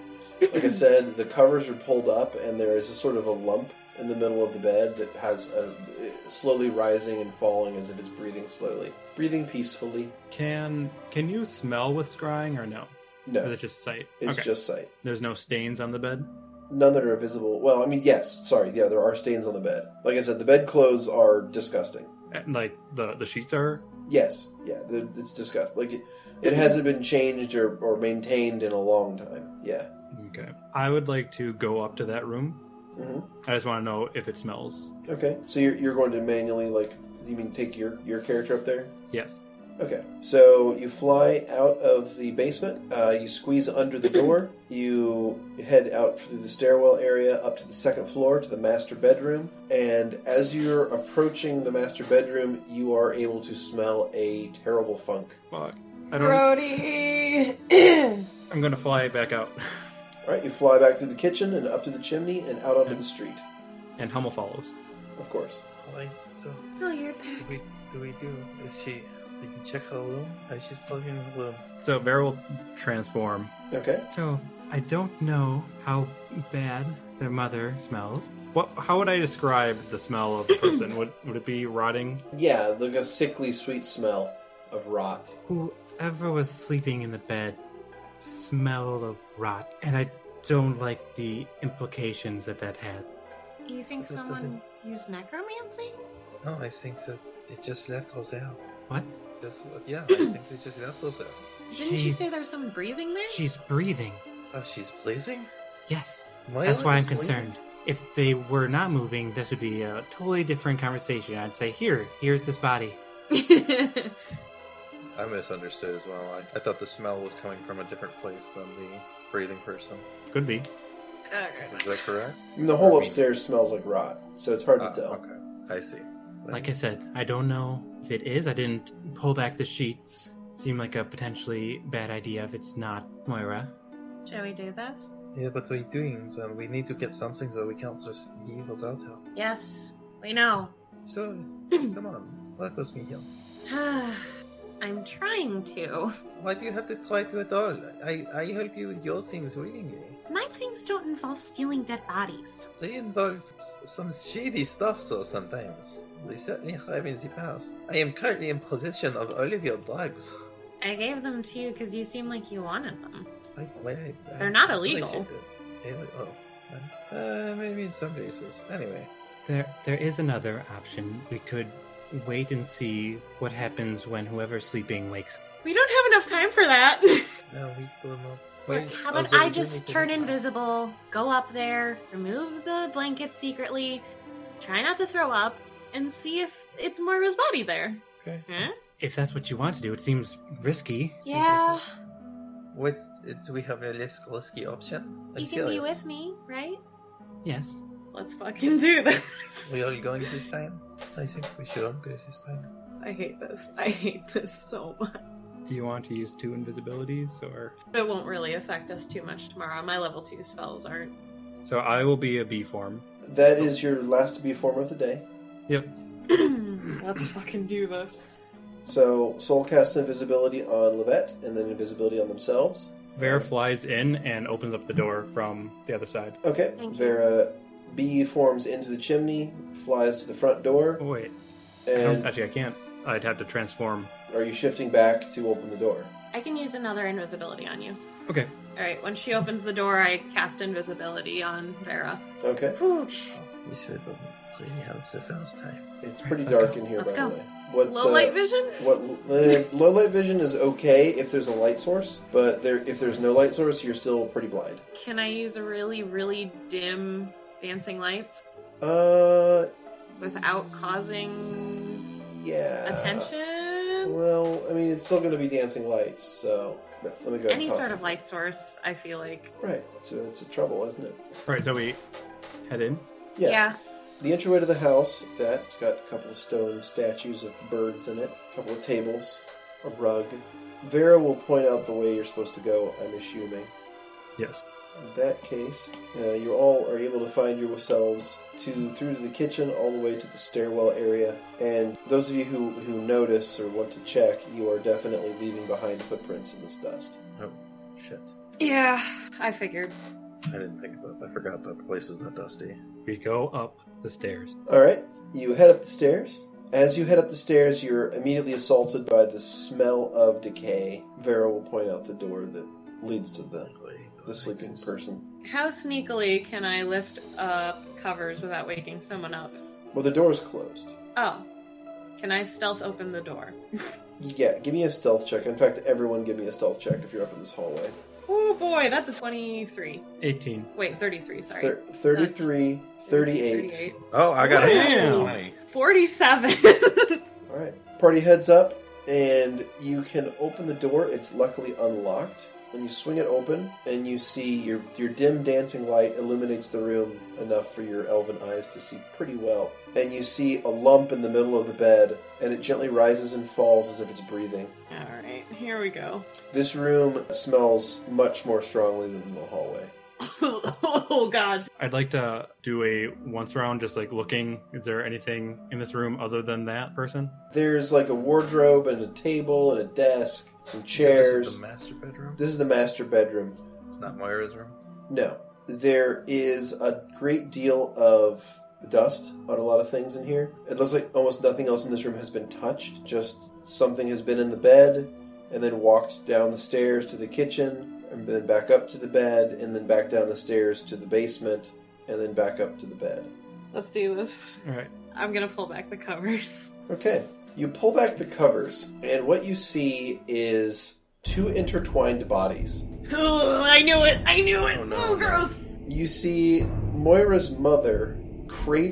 Speaker 1: Like I said, the covers are pulled up, and there is a sort of a lump in the middle of the bed that has a slowly rising and falling as if it's breathing slowly, breathing peacefully.
Speaker 4: Can can you smell with scrying or no? Or is
Speaker 1: No,
Speaker 4: it just sight?
Speaker 1: it's
Speaker 4: okay.
Speaker 1: just sight.
Speaker 4: There's no stains on the bed.
Speaker 1: None that are visible. Well, I mean, yes. Sorry, yeah, there are stains on the bed. Like I said, the bedclothes are disgusting.
Speaker 4: And, Like the the sheets are.
Speaker 1: Yes, yeah, the, it's disgusting. Like it, it hasn't been changed or, or maintained in a long time. Yeah.
Speaker 4: Okay. I would like to go up to that room.
Speaker 1: hmm
Speaker 4: I just want to know if it smells.
Speaker 1: Okay. So you're, you're going to manually like you mean take your your character up there?
Speaker 4: Yes.
Speaker 1: Okay. So you fly out of the basement. Uh, you squeeze under the door. You head out through the stairwell area up to the second floor to the master bedroom. And as you're approaching the master bedroom, you are able to smell a terrible funk.
Speaker 4: Fuck. I don't.
Speaker 2: Brody!
Speaker 4: I'm gonna fly back out,
Speaker 1: All right. You fly back through the kitchen and up to the chimney and out onto the street.
Speaker 4: and Hummel follows.
Speaker 1: Of course.
Speaker 3: Alright, so
Speaker 2: oh, you're
Speaker 3: what
Speaker 2: back.
Speaker 3: we do we do? Is she? Did you check her room? Uh, she's probably in the room.
Speaker 4: So Vera will transform.
Speaker 1: Okay.
Speaker 6: So I don't know how bad their mother smells.
Speaker 4: What? How would I describe the smell of the person? would Would it be rotting?
Speaker 1: Yeah, like a sickly sweet smell of rot.
Speaker 6: Whoever was sleeping in the bed smelled of rot, and I don't like the implications that that had.
Speaker 10: You think
Speaker 3: That
Speaker 10: someone?
Speaker 3: doesn't-
Speaker 2: Use necromancy?
Speaker 3: No, I think that it just left her there.
Speaker 6: What?
Speaker 3: That's what- yeah, I think they just left her there.
Speaker 2: Didn't you
Speaker 6: She's-
Speaker 2: say there's some breathing there?
Speaker 6: She's breathing.
Speaker 3: Oh, she's blazing.
Speaker 6: Yes,
Speaker 3: My
Speaker 6: that's
Speaker 3: leg
Speaker 6: why
Speaker 3: is
Speaker 6: I'm
Speaker 3: blazing?
Speaker 6: concerned. If they were not moving, this would be a totally different conversation. I'd say, here, here's this body.
Speaker 3: I misunderstood as well. I, I thought the smell was coming from a different place than the breathing person.
Speaker 4: Could be.
Speaker 3: Is that correct?
Speaker 1: And the whole
Speaker 3: I mean-
Speaker 1: upstairs smells like rot, so it's hard to
Speaker 3: Ah,
Speaker 1: tell.
Speaker 3: okay, I see.
Speaker 6: Like I said, I don't know if it is. I didn't pull back the sheets. Seemed like a potentially bad idea if it's not Moira.
Speaker 2: Shall we do this?
Speaker 3: Yeah, but we're doing, and we need to get something so we can't just leave without her.
Speaker 2: Yes, we know.
Speaker 3: So, come on, let us me here.
Speaker 2: I'm trying to.
Speaker 3: Why do you have to try to at all? I, I help you with your things willingly.
Speaker 2: My things don't involve stealing dead bodies.
Speaker 3: They involve s- some shady stuff, so sometimes. They certainly have in the past. I am currently in possession of all of your drugs.
Speaker 2: I gave them to you because you seem like you wanted them.
Speaker 3: I, well, I,
Speaker 2: They're not
Speaker 3: I- I
Speaker 2: illegal.
Speaker 3: should do- Ill- oh, uh, maybe in some cases. Anyway,
Speaker 6: There, there is another option. We could wait and see what happens when whoever's sleeping wakes.
Speaker 2: We don't have enough time for that.
Speaker 3: no, we do not.
Speaker 2: Look,
Speaker 3: Wait,
Speaker 2: how about
Speaker 3: also, we
Speaker 2: I
Speaker 3: do need
Speaker 2: just
Speaker 3: to
Speaker 2: turn
Speaker 3: look-
Speaker 2: invisible, go up there, remove the blanket secretly, try not to throw up, and see if it's Moira's body there.
Speaker 3: Okay.
Speaker 2: Huh?
Speaker 6: If that's what you want to do, it seems risky.
Speaker 3: Seems
Speaker 2: Yeah,
Speaker 3: What uh, do we have a less risky option? I'm
Speaker 2: you can be
Speaker 3: serious.
Speaker 2: with me, right?
Speaker 6: Yes.
Speaker 2: Let's fucking do
Speaker 3: We
Speaker 2: this.
Speaker 3: all going this time? I think we should all go this time.
Speaker 2: I hate this. I hate this so much.
Speaker 4: Do you want to use two invisibilities or?
Speaker 2: It won't really affect us too much tomorrow. My level two spells aren't.
Speaker 4: So I will be a B form.
Speaker 1: That is your last to be form of the day.
Speaker 11: Let's fucking do this.
Speaker 1: So Soul casts invisibility on Levette and then invisibility on themselves.
Speaker 4: Vera flies in and opens up the door from the other side.
Speaker 1: Okay.
Speaker 10: Thank you.
Speaker 1: Vera B forms into the chimney, flies to the front door,
Speaker 4: Oh, wait, I don't,
Speaker 1: and
Speaker 4: actually I can't. I'd have to transform.
Speaker 1: are you shifting back to open the door?
Speaker 2: I can use another invisibility on you.
Speaker 4: Okay.
Speaker 2: All right. When she opens the door, I cast invisibility on Vera.
Speaker 1: Okay.
Speaker 2: Whew,
Speaker 3: Oh, You should have really helps the first time.
Speaker 1: It's pretty
Speaker 4: Let's
Speaker 1: dark in here,
Speaker 2: Let's
Speaker 1: by
Speaker 2: go.
Speaker 1: the way. What,
Speaker 2: low
Speaker 1: uh,
Speaker 2: light vision.
Speaker 1: What uh, low light vision is okay if there's a light source, but there if there's no light source, you're still pretty blind.
Speaker 2: Can I use a really, really dim dancing lights
Speaker 1: Uh,
Speaker 2: without causing
Speaker 1: yeah.
Speaker 2: attention?
Speaker 1: Well, I mean, it's still going to be dancing lights, so no, let me go.
Speaker 2: Any
Speaker 1: and toss
Speaker 2: sort
Speaker 1: it.
Speaker 2: of light source, I feel like.
Speaker 1: Right. So it's a trouble, isn't it?
Speaker 4: All right, so we head in.
Speaker 1: Yeah. The entryway to the house, that's got a couple of stone statues of birds in it, a couple of tables, a rug. Vera will point out the way you're supposed to go, I'm assuming.
Speaker 4: Yes.
Speaker 1: In that case, uh, you all are able to find yourselves to through to the kitchen, all the way to the stairwell area. And those of you who, who notice or want to check, you are definitely leaving behind footprints in this dust.
Speaker 3: Oh, shit.
Speaker 2: Yeah, I figured.
Speaker 3: I didn't think about I forgot that the place was that dusty.
Speaker 4: We go up the stairs.
Speaker 1: All right, you head up the stairs. As you head up the stairs, you're immediately assaulted by the smell of decay. Vera will point out the door that leads to the,
Speaker 3: Luckily,
Speaker 1: the sleeping
Speaker 3: lights-
Speaker 1: person.
Speaker 2: How sneakily can I lift up covers without waking someone up?
Speaker 1: Well, the door is closed.
Speaker 2: Oh, can I stealth open the door?
Speaker 1: Yeah, give me a stealth check. In fact, everyone give me a stealth check if you're up in this hallway.
Speaker 2: Oh boy, that's a 23.
Speaker 4: 18.
Speaker 2: Wait, 33, sorry.
Speaker 1: Thir- 33, 38.
Speaker 2: 38.
Speaker 3: Oh, I got
Speaker 4: Damn.
Speaker 3: a 20.
Speaker 2: 47.
Speaker 1: All right. Party heads up, and you can open the door. It's luckily unlocked. And you swing it open, and you see your your dim dancing light illuminates the room enough for your elven eyes to see pretty well. And you see a lump in the middle of the bed, and it gently rises and falls as if it's breathing.
Speaker 2: All right, here we go.
Speaker 1: This room smells much more strongly than the hallway.
Speaker 2: oh god.
Speaker 4: I'd like to do a once round, just like looking. Is there anything in this room other than that person?
Speaker 1: There's like a wardrobe and a table and a desk, some
Speaker 3: This is
Speaker 1: chairs.
Speaker 3: the master bedroom.
Speaker 1: This is the master bedroom.
Speaker 3: It's not Moira's room.
Speaker 1: No. There is a great deal of dust on a lot of things in here. It looks like almost nothing else in this room has been touched. Just something has been in the bed and then walked down the stairs to the kitchen and then back up to the bed and then back down the stairs to the basement and then back up to the bed.
Speaker 2: Let's do this.
Speaker 4: All right.
Speaker 2: I'm gonna pull back the covers.
Speaker 1: Okay. You pull back the covers and what you see is two intertwined bodies.
Speaker 2: Oh, I knew it. I knew it.
Speaker 3: Oh,
Speaker 2: Oh,
Speaker 3: no.
Speaker 2: gross.
Speaker 1: You see Moira's mother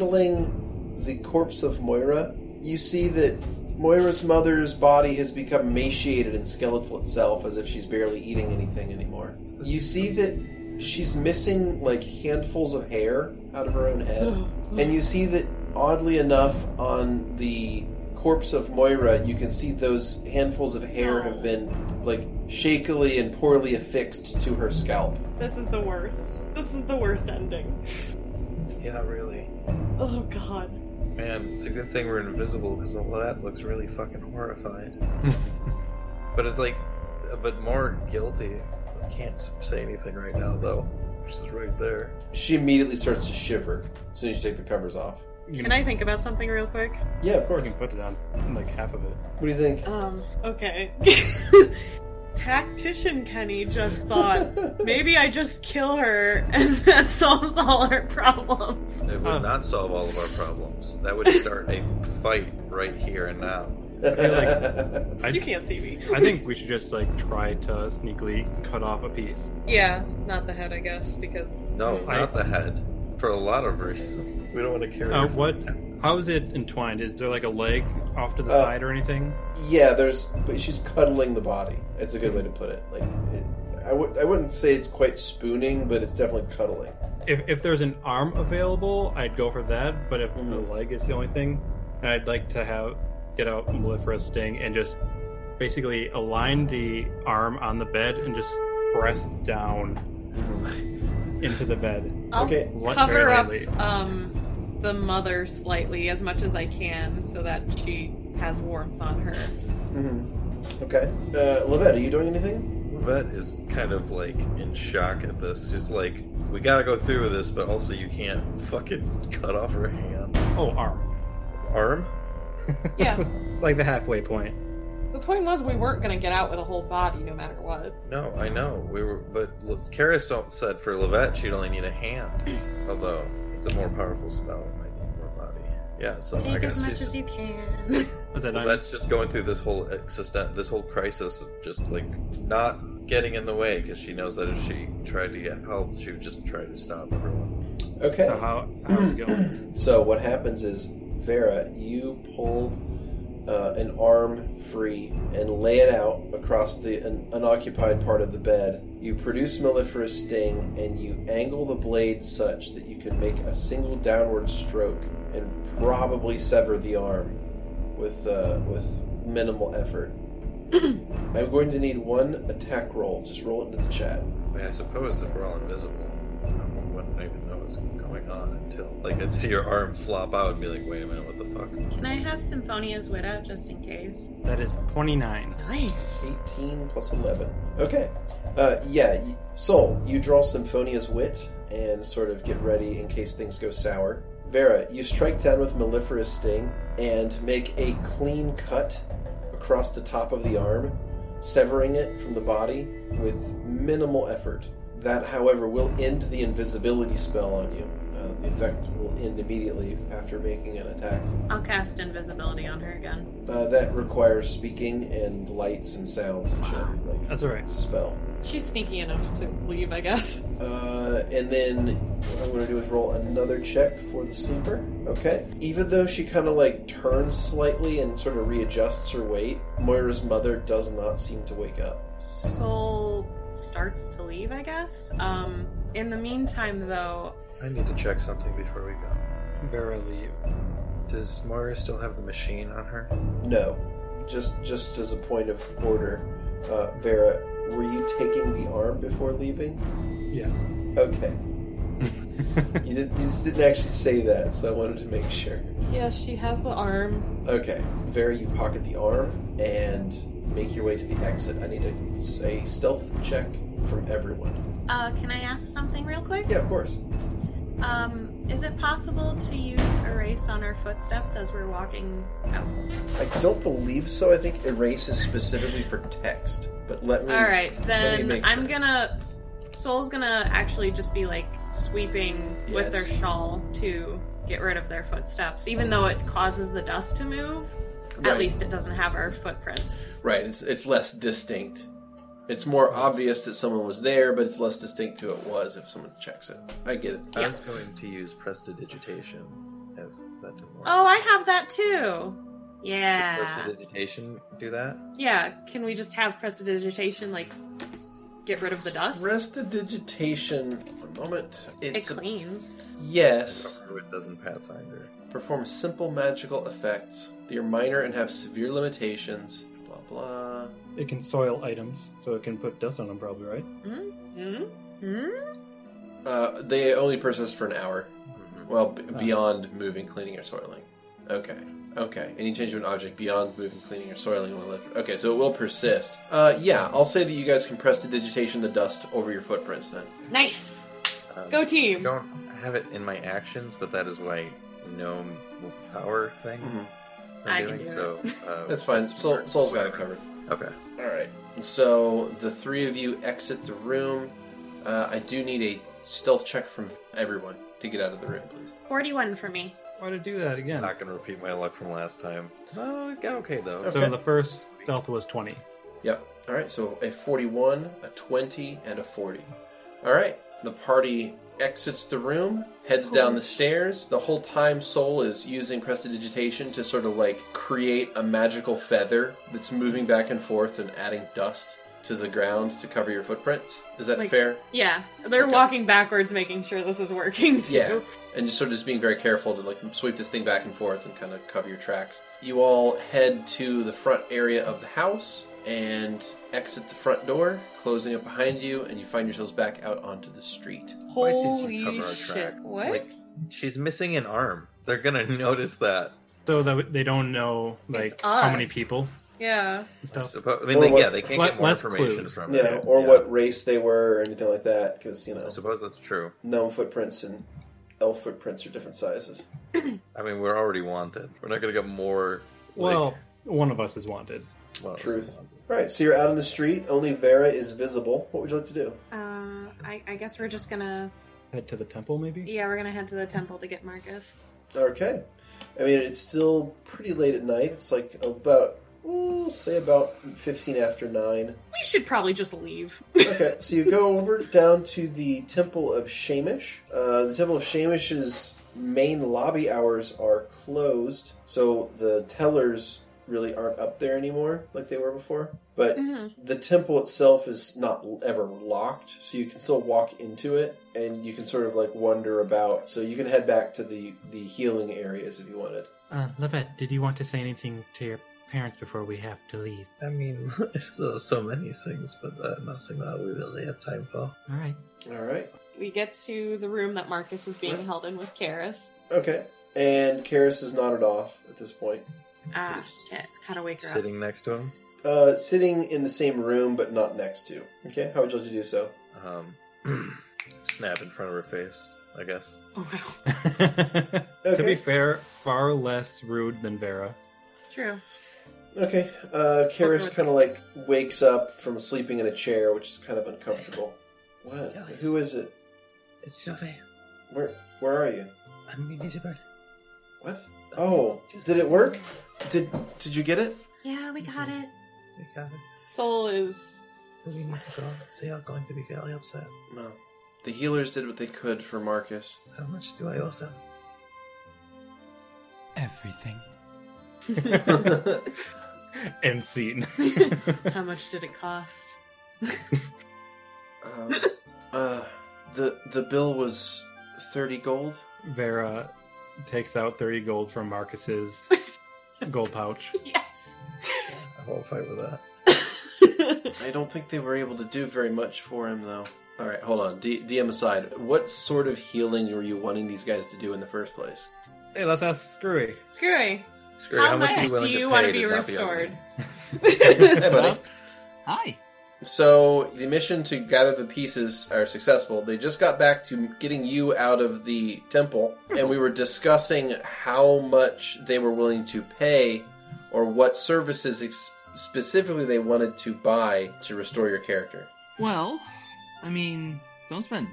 Speaker 1: cradling the corpse of Moira. You see that Moira's mother's body has become emaciated and skeletal itself, as if she's barely eating anything anymore. You see that she's missing like handfuls of hair out of her own
Speaker 11: Oh,
Speaker 1: head. And you see that, oddly enough, on the corpse of Moira, you can see those handfuls of hair have been like shakily and poorly affixed to her scalp.
Speaker 11: This is the worst. This is the worst ending.
Speaker 3: Yeah, really.
Speaker 11: Oh god.
Speaker 3: Man, it's a good thing we're invisible because all of that looks really fucking horrified. but it's like, but more guilty. I can't say anything right now though. She's right there.
Speaker 1: She immediately starts to shiver as soon as you take the covers off.
Speaker 4: You
Speaker 2: Can I think about something real quick?
Speaker 1: Yeah, of
Speaker 4: I
Speaker 1: course.
Speaker 4: can put it on like half of it.
Speaker 1: What do you think?
Speaker 11: Um, okay. Tactician Kenny just thought, maybe I just kill her and that solves all our problems.
Speaker 3: It would
Speaker 4: Huh.
Speaker 3: not solve all of our problems. That would start a fight right here and now.
Speaker 1: like...
Speaker 11: You
Speaker 4: I,
Speaker 11: can't see me.
Speaker 4: I think we should just like try to sneakily cut off a piece.
Speaker 2: Yeah, not the head, I guess, because
Speaker 3: No,
Speaker 4: I-
Speaker 3: not the head. For a lot of reasons. We don't want to carry.
Speaker 4: Uh,
Speaker 3: her.
Speaker 4: what? How is it entwined? Is there like a leg off to the
Speaker 1: Uh,
Speaker 4: side or anything?
Speaker 1: Yeah, there's. But she's cuddling the body. It's a good way to put it. Like, it, I would. I wouldn't say it's quite spooning, but it's definitely cuddling.
Speaker 4: If, if there's an arm available, I'd go for that. But if
Speaker 3: Mm-hmm.
Speaker 4: the
Speaker 1: Mhm.
Speaker 4: leg is the only thing, I'd like to have get out Mellifera's sting and just basically align the arm on the bed and just press down
Speaker 1: Mm-hmm.
Speaker 4: into the bed.
Speaker 11: I'll
Speaker 1: Okay.
Speaker 4: What
Speaker 11: cover
Speaker 4: very
Speaker 11: up
Speaker 4: lightly.
Speaker 11: um, the mother slightly as much as I can so that she has warmth on her.
Speaker 1: Mm-hmm. Okay. Uh, Levette, are you doing anything?
Speaker 3: Levette is kind of like in shock at this. Just like, we gotta go through with this, but also you can't fucking cut off her hand.
Speaker 4: Oh, arm.
Speaker 3: Arm?
Speaker 11: Yeah.
Speaker 4: Like the halfway point.
Speaker 11: the point was we weren't going to get out with a whole body no matter what.
Speaker 3: No, I know. We were, but L- Karis don't- said for Levette she'd only need a hand. Although, it's a more powerful spell, it might need more body. Yeah, so I
Speaker 2: Take
Speaker 3: guess
Speaker 2: as much
Speaker 3: she's-
Speaker 2: as you can.
Speaker 4: Was that
Speaker 3: Well,
Speaker 4: nine?
Speaker 3: that's just going through this whole existen this whole crisis of just like not getting in the way because she knows that if she tried to get help, she would just try to stop everyone.
Speaker 1: Okay.
Speaker 4: So how, how's it going?
Speaker 1: So what happens is, Vera, you pull uh, an arm free and lay it out across the un- unoccupied part of the bed. You produce Melliferous Sting and you angle the blade such that you can make a single downward stroke and probably sever the arm with uh, with minimal effort. I'm going to need one attack roll. Just roll it into the chat.
Speaker 3: I mean, I suppose if we're all invisible, I wouldn't even know what's going on until like I'd see her arm flop out and be like, "Wait a minute, what the fuck?"
Speaker 2: can I have Symphonia's Widow just in case?
Speaker 4: That is 29.
Speaker 2: Nice.
Speaker 1: 18 plus 11. Okay. Uh, yeah, y- Sol, you draw Symphonia's Wit and sort of get ready in case things go sour. Vera, you strike down with Melliferous Sting and make a clean cut across the top of the arm, severing it from the body with minimal effort. That, however, will end the invisibility spell on you. Uh, the effect will end immediately after making an attack.
Speaker 2: I'll cast invisibility on her again.
Speaker 1: Uh, that requires speaking and lights and sounds and shit. Like,
Speaker 4: That's alright.
Speaker 1: it's a spell.
Speaker 11: She's sneaky enough to leave, I guess.
Speaker 1: Uh, and then what I'm going to do is roll another check for the sleeper. Okay. Even though she kind of like turns slightly and sort of readjusts her weight, Moira's mother does not seem to wake up.
Speaker 11: Soul starts to leave, I guess. Um, in the meantime, though,
Speaker 3: I need to check something before we go.
Speaker 4: Verily.
Speaker 3: Does Moira still have the machine on her?
Speaker 1: No. Just just as a point of order, uh, Vera, were you taking the arm before leaving?
Speaker 4: Yes.
Speaker 1: Okay. you, didn't, you just didn't actually say that, so I wanted to make sure.
Speaker 11: yeah, she has the arm.
Speaker 1: Okay, Vera, you pocket the arm and make your way to the exit. I need a, a stealth check from everyone.
Speaker 2: Uh, can I ask something real quick?
Speaker 1: Yeah, of course.
Speaker 2: Um, is it possible to use erase on our footsteps as we're walking out?
Speaker 1: I don't believe so. I think erase is specifically for text. But let me.
Speaker 11: All right,
Speaker 1: let me
Speaker 11: then
Speaker 1: make
Speaker 11: I'm
Speaker 1: sure.
Speaker 11: gonna. Soul's gonna actually just be like sweeping with their
Speaker 1: Yes.
Speaker 11: shawl to get rid of their footsteps, even though it causes the dust to move.
Speaker 1: Right.
Speaker 11: At least it doesn't have our footprints.
Speaker 1: Right. It's it's less distinct. It's more obvious that someone was there, but it's less distinct who it was if someone checks it. I get it.
Speaker 3: I
Speaker 11: Yeah.
Speaker 3: was going to use prestidigitation. If that didn't work.
Speaker 11: Oh, I have that too.
Speaker 3: Does
Speaker 2: Yeah.
Speaker 3: prestidigitation do that?
Speaker 11: Yeah, can we just have prestidigitation like s- get rid of the dust?
Speaker 1: Restidigitation. One moment.
Speaker 11: It
Speaker 1: It's
Speaker 11: cleans.
Speaker 1: yes.
Speaker 3: Or it doesn't Pathfinder.
Speaker 1: perform simple magical effects. They are minor and have severe limitations. Blah blah.
Speaker 4: It can soil items, so it can put dust on them, probably, right?
Speaker 11: Hmm?
Speaker 1: Uh, they only persist for an hour.
Speaker 3: Mm-hmm.
Speaker 1: Well, b- beyond moving, cleaning, or soiling. Okay. Okay. Any change to an object beyond moving, cleaning, or soiling will lift. Okay, so it will persist. Uh, yeah, I'll say that you guys can press the digitation the dust over your footprints then.
Speaker 11: Nice.
Speaker 3: Um,
Speaker 11: Go team.
Speaker 3: don't have it in my actions, but that is my gnome power thing.
Speaker 1: Mhm.
Speaker 3: I'm
Speaker 11: I can
Speaker 3: doing,
Speaker 11: do
Speaker 3: so uh,
Speaker 1: That's fine. Soul,
Speaker 3: smart.
Speaker 1: Soul's got it covered.
Speaker 3: Okay.
Speaker 1: All right. So the three of you exit the room. Uh, I do need a stealth check from everyone to get out of the room, please.
Speaker 2: 41 for me.
Speaker 4: Why to do that
Speaker 3: I'm
Speaker 4: again?
Speaker 3: not gonna repeat my luck from last time. No, it got okay though.
Speaker 1: Okay.
Speaker 4: So the first stealth was 20.
Speaker 1: Yep. All right. So a 41, a 20, and a 40. All right. The party exits the room, heads down the stairs. The whole time, Soul is using prestidigitation to sort of like create a magical feather that's moving back and forth and adding dust to the ground to cover your footprints. Is that
Speaker 11: Like-
Speaker 1: fair?
Speaker 11: Yeah, they're
Speaker 1: Okay.
Speaker 11: walking backwards, making sure this is working too.
Speaker 1: Yeah. And just sort of just being very careful to like sweep this thing back and forth and kind of cover your tracks. You all head to the front area of the house. and exit the front door, closing it behind you, and you find yourselves back out onto the street.
Speaker 3: Why did you
Speaker 2: Holy
Speaker 1: cover our
Speaker 2: shit.
Speaker 1: track?
Speaker 2: What?
Speaker 3: Like, she's missing an arm. They're gonna notice that.
Speaker 4: So that they don't know like
Speaker 2: It's
Speaker 4: how many
Speaker 2: us.
Speaker 4: people
Speaker 2: yeah.
Speaker 4: and
Speaker 3: I
Speaker 4: stuff.
Speaker 3: suppo- I mean,
Speaker 1: Or
Speaker 3: they,
Speaker 1: what-
Speaker 3: yeah, they can't
Speaker 4: what-
Speaker 3: get more
Speaker 4: less
Speaker 3: information
Speaker 4: clues.
Speaker 3: from
Speaker 1: Yeah,
Speaker 3: it.
Speaker 1: or what race they were, or anything like that, because you know,
Speaker 3: I suppose that's true.
Speaker 1: gnome footprints and elf footprints are different sizes.
Speaker 3: I mean, we're already wanted. We're not gonna get more. like,
Speaker 4: Well, one of us is wanted.
Speaker 3: well,
Speaker 1: Truth. All right, so you're out on the street. Only Vera is visible. What would you like to do?
Speaker 2: Uh, I, I guess we're just gonna.
Speaker 4: Head to the temple, maybe.
Speaker 2: Yeah, we're gonna head to the temple to get Marcus.
Speaker 1: Okay, I mean it's still pretty late at night. It's like about ooh, say about fifteen after nine.
Speaker 2: We should probably just leave.
Speaker 1: okay, so you go over down to the Temple of Shamish. Uh, the Temple of Shamish's main lobby hours are closed, so the tellers really aren't up there anymore like they were before. But
Speaker 2: Mhm.
Speaker 1: the temple itself is not l- ever locked, so you can still walk into it and you can sort of like wander about. So you can head back to the the healing areas if you wanted.
Speaker 12: Uh, Levette, did you want to say anything to your parents before we have to leave?
Speaker 3: I mean, there's so many things, but uh, nothing that we really have time for.
Speaker 12: All right.
Speaker 1: All right.
Speaker 2: We get to the room that Marcus is being held in with Karis.
Speaker 1: Okay. And Karis is nodded off at this point.
Speaker 2: Ah, shit. How to wake her up.
Speaker 3: Sitting next to him.
Speaker 1: Uh, sitting in the same room but not next to. Okay, how would you like to do so?
Speaker 3: Um, snap in front of her face, I guess.
Speaker 2: Oh, wow.
Speaker 4: To be
Speaker 1: Okay,
Speaker 4: fair, far less rude than Vera.
Speaker 2: True.
Speaker 1: okay. Uh, Karis
Speaker 2: Fucking
Speaker 1: kind of like wakes up from sleeping in a chair, which is kind of uncomfortable. What?
Speaker 3: Karis.
Speaker 1: Who is it?
Speaker 3: It's your way.
Speaker 1: Where? Where are you?
Speaker 3: I'm invisible.
Speaker 1: What? Oh, did it work? Did Did you get it?
Speaker 13: Yeah, we got
Speaker 3: Mm-hmm.
Speaker 13: it.
Speaker 3: We got it.
Speaker 2: Soul is.
Speaker 3: We need to go. They are going to be very upset.
Speaker 1: No. The healers did what they could for Marcus.
Speaker 3: How much do I owe them?
Speaker 14: Everything.
Speaker 4: End scene.
Speaker 2: How much did it cost?
Speaker 1: Um, uh, the the bill was thirty gold.
Speaker 4: Vera takes out thirty gold from Marcus's gold pouch.
Speaker 2: Yes.
Speaker 3: I won't fight with that.
Speaker 1: I don't think they were able to do very much for him, though. All right, hold on. D- DM aside, what sort of healing were you wanting these guys to do in the first place?
Speaker 4: Hey, let's ask Screwy.
Speaker 2: Screwy.
Speaker 3: Screw it,
Speaker 2: How,
Speaker 3: much,
Speaker 2: much,
Speaker 3: are you
Speaker 2: do
Speaker 3: willing
Speaker 2: you
Speaker 3: to
Speaker 2: want
Speaker 3: pay
Speaker 2: to be
Speaker 3: not
Speaker 2: restored?
Speaker 3: ugly?
Speaker 1: Hey, buddy.
Speaker 14: Hi.
Speaker 1: So the mission to gather the pieces are successful. They just got back to getting you out of the temple, and we were discussing how much they were willing to pay, or what services ex- specifically they wanted to buy to restore your character.
Speaker 14: Well, I mean, don't spend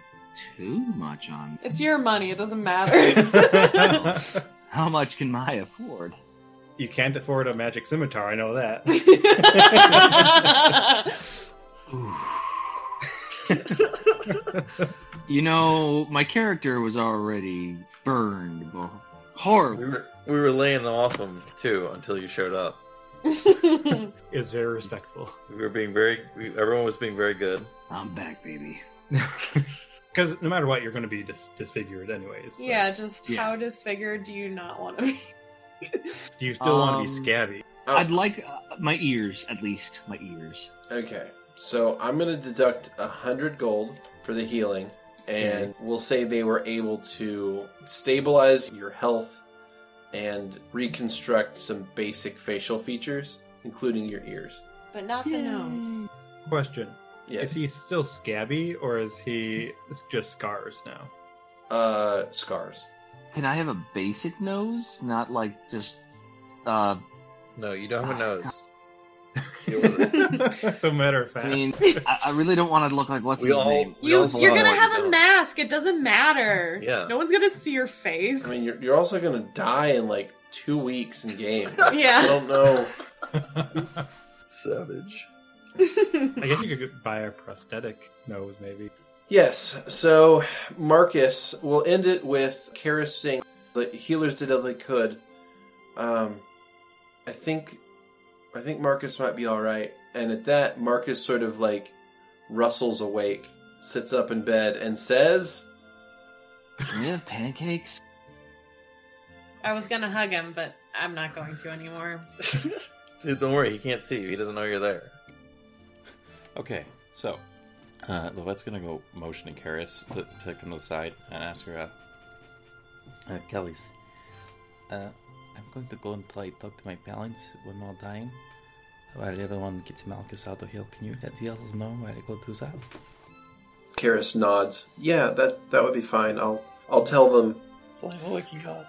Speaker 14: too much on.
Speaker 2: it's your money. It doesn't matter.
Speaker 14: How much can Maya afford?
Speaker 4: you can't afford a magic scimitar. I know that.
Speaker 14: Ooh. you know, my character was already burned. bo-
Speaker 3: We
Speaker 14: Horrible.
Speaker 3: were we were laying off him too until you showed up.
Speaker 4: It was very respectful.
Speaker 3: We were being very. We, everyone was being very good.
Speaker 14: I'm back, baby.
Speaker 4: Because no matter what, you're going to be dis- disfigured anyways. so.
Speaker 2: yeah, just
Speaker 14: Yeah.
Speaker 2: how disfigured do you not want to be?
Speaker 4: Do you still want to
Speaker 14: Um,
Speaker 4: be scabby?
Speaker 1: Oh,
Speaker 14: I'd like uh, my ears, at least my ears.
Speaker 1: Okay, so I'm going to deduct a hundred gold for the healing, and
Speaker 4: Mhm.
Speaker 1: we'll say they were able to stabilize your health and reconstruct some basic facial features, including your ears.
Speaker 2: But not the nose.
Speaker 4: Question: Is
Speaker 1: Yes,
Speaker 4: he still scabby, or is he just scars now?
Speaker 1: uh, scars.
Speaker 14: Can I have a basic nose? Not like just. Uh,
Speaker 3: No, you don't have a
Speaker 14: Oh,
Speaker 3: nose. Deal with it.
Speaker 4: so matter of fact,
Speaker 14: I mean, I, I really don't want to look like what's
Speaker 3: We
Speaker 14: his
Speaker 3: all.
Speaker 14: name.
Speaker 3: we
Speaker 2: You,
Speaker 3: all
Speaker 2: you're
Speaker 3: belong
Speaker 2: gonna
Speaker 3: where
Speaker 2: have
Speaker 3: we
Speaker 2: a
Speaker 3: don't.
Speaker 2: mask. It doesn't matter.
Speaker 3: Yeah.
Speaker 2: No one's gonna see your face.
Speaker 1: I mean, you're, you're also going to die in like two weeks in game. I
Speaker 2: yeah.
Speaker 1: don't know.
Speaker 4: I
Speaker 3: Savage.
Speaker 4: guess you could buy a prosthetic nose, maybe.
Speaker 1: Yes, so Marcus, we'll end it with Karis saying the healers did all they could. Um, I think, I think Marcus might be all right. And at that, Marcus sort of like rustles awake, sits up in bed, and says,
Speaker 14: Can we have pancakes?
Speaker 2: I was gonna hug him, but I'm not going to anymore.
Speaker 3: Dude, don't worry. He can't see you. He doesn't know you're there.
Speaker 15: Okay, so uh, Levette's gonna go motion to Karis to, to come to the side and ask her, uh, uh, Kelly's. Uh, I'm going to go and try talk to my parents one more time. While everyone gets Malchus out of here, can you let the others know while I go do that?
Speaker 1: Karis nods. Yeah, that that would be fine. I'll I'll tell them,
Speaker 3: Slime Awakening God.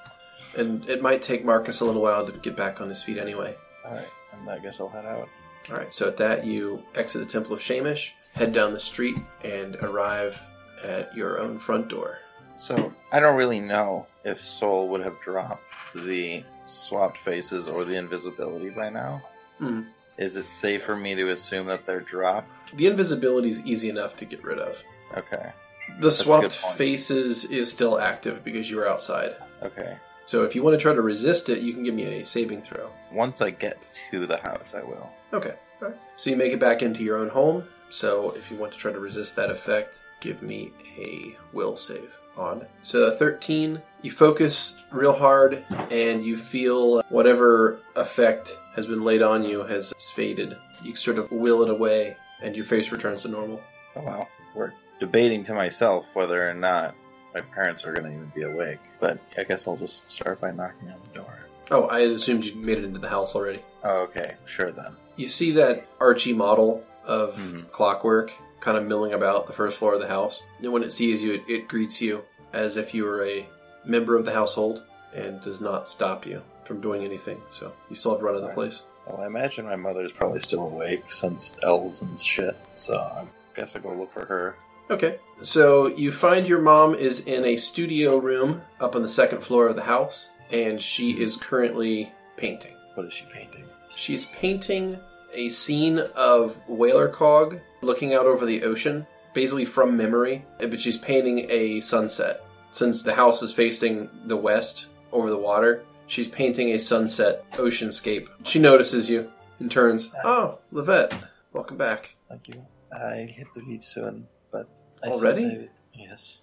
Speaker 1: and it might take Marcus a little while to get back on his feet anyway.
Speaker 3: Alright, and I guess I'll head out.
Speaker 1: All right, so at that, you exit the Temple of Shamish, head down the street, and arrive at your own front door.
Speaker 3: So, I don't really know if Soul would have dropped the swapped faces or the invisibility by now.
Speaker 1: Hmm.
Speaker 3: Is it safe for me to assume that they're dropped?
Speaker 1: The invisibility is easy enough to get rid of.
Speaker 3: Okay,
Speaker 1: The
Speaker 3: That's a
Speaker 1: swapped
Speaker 3: good point.
Speaker 1: faces is still active because you were outside.
Speaker 3: okay.
Speaker 1: So if you want to try to resist it, you can give me a saving throw.
Speaker 3: Once I get to the house, I will.
Speaker 1: Okay. All right. So you make it back into your own home. So if you want to try to resist that effect, give me a will save on. So a 13, you focus real hard and you feel whatever effect has been laid on you has faded. You sort of will it away and your face returns to normal.
Speaker 3: Oh wow. We're debating to myself whether or not my parents are gonna even be awake. But I guess I'll just start by knocking on the door.
Speaker 1: Oh, I assumed you made it into the house already.
Speaker 3: Oh, okay, sure then.
Speaker 1: You see that Archie model of
Speaker 3: Mhm.
Speaker 1: clockwork kind of milling about the first floor of the house. And when it sees you, it, it greets you as if you were a member of the household and does not stop you from doing anything. So you still have run of the
Speaker 3: Right.
Speaker 1: place.
Speaker 3: Well, I imagine my mother's probably still awake since elves and shit, so I guess I'll go look for her.
Speaker 1: Okay. So you find your mom is in a studio room up on the second floor of the house, and she is currently painting.
Speaker 3: What is she painting?
Speaker 1: She's painting a scene of Whaler Cog looking out over the ocean, basically from memory, but she's painting a sunset. Since the house is facing the west over the water, she's painting a sunset oceanscape. She notices you and turns. Oh, Levette, welcome back.
Speaker 3: Thank you. I have to leave soon, but I
Speaker 1: Already?
Speaker 3: think I will- yes,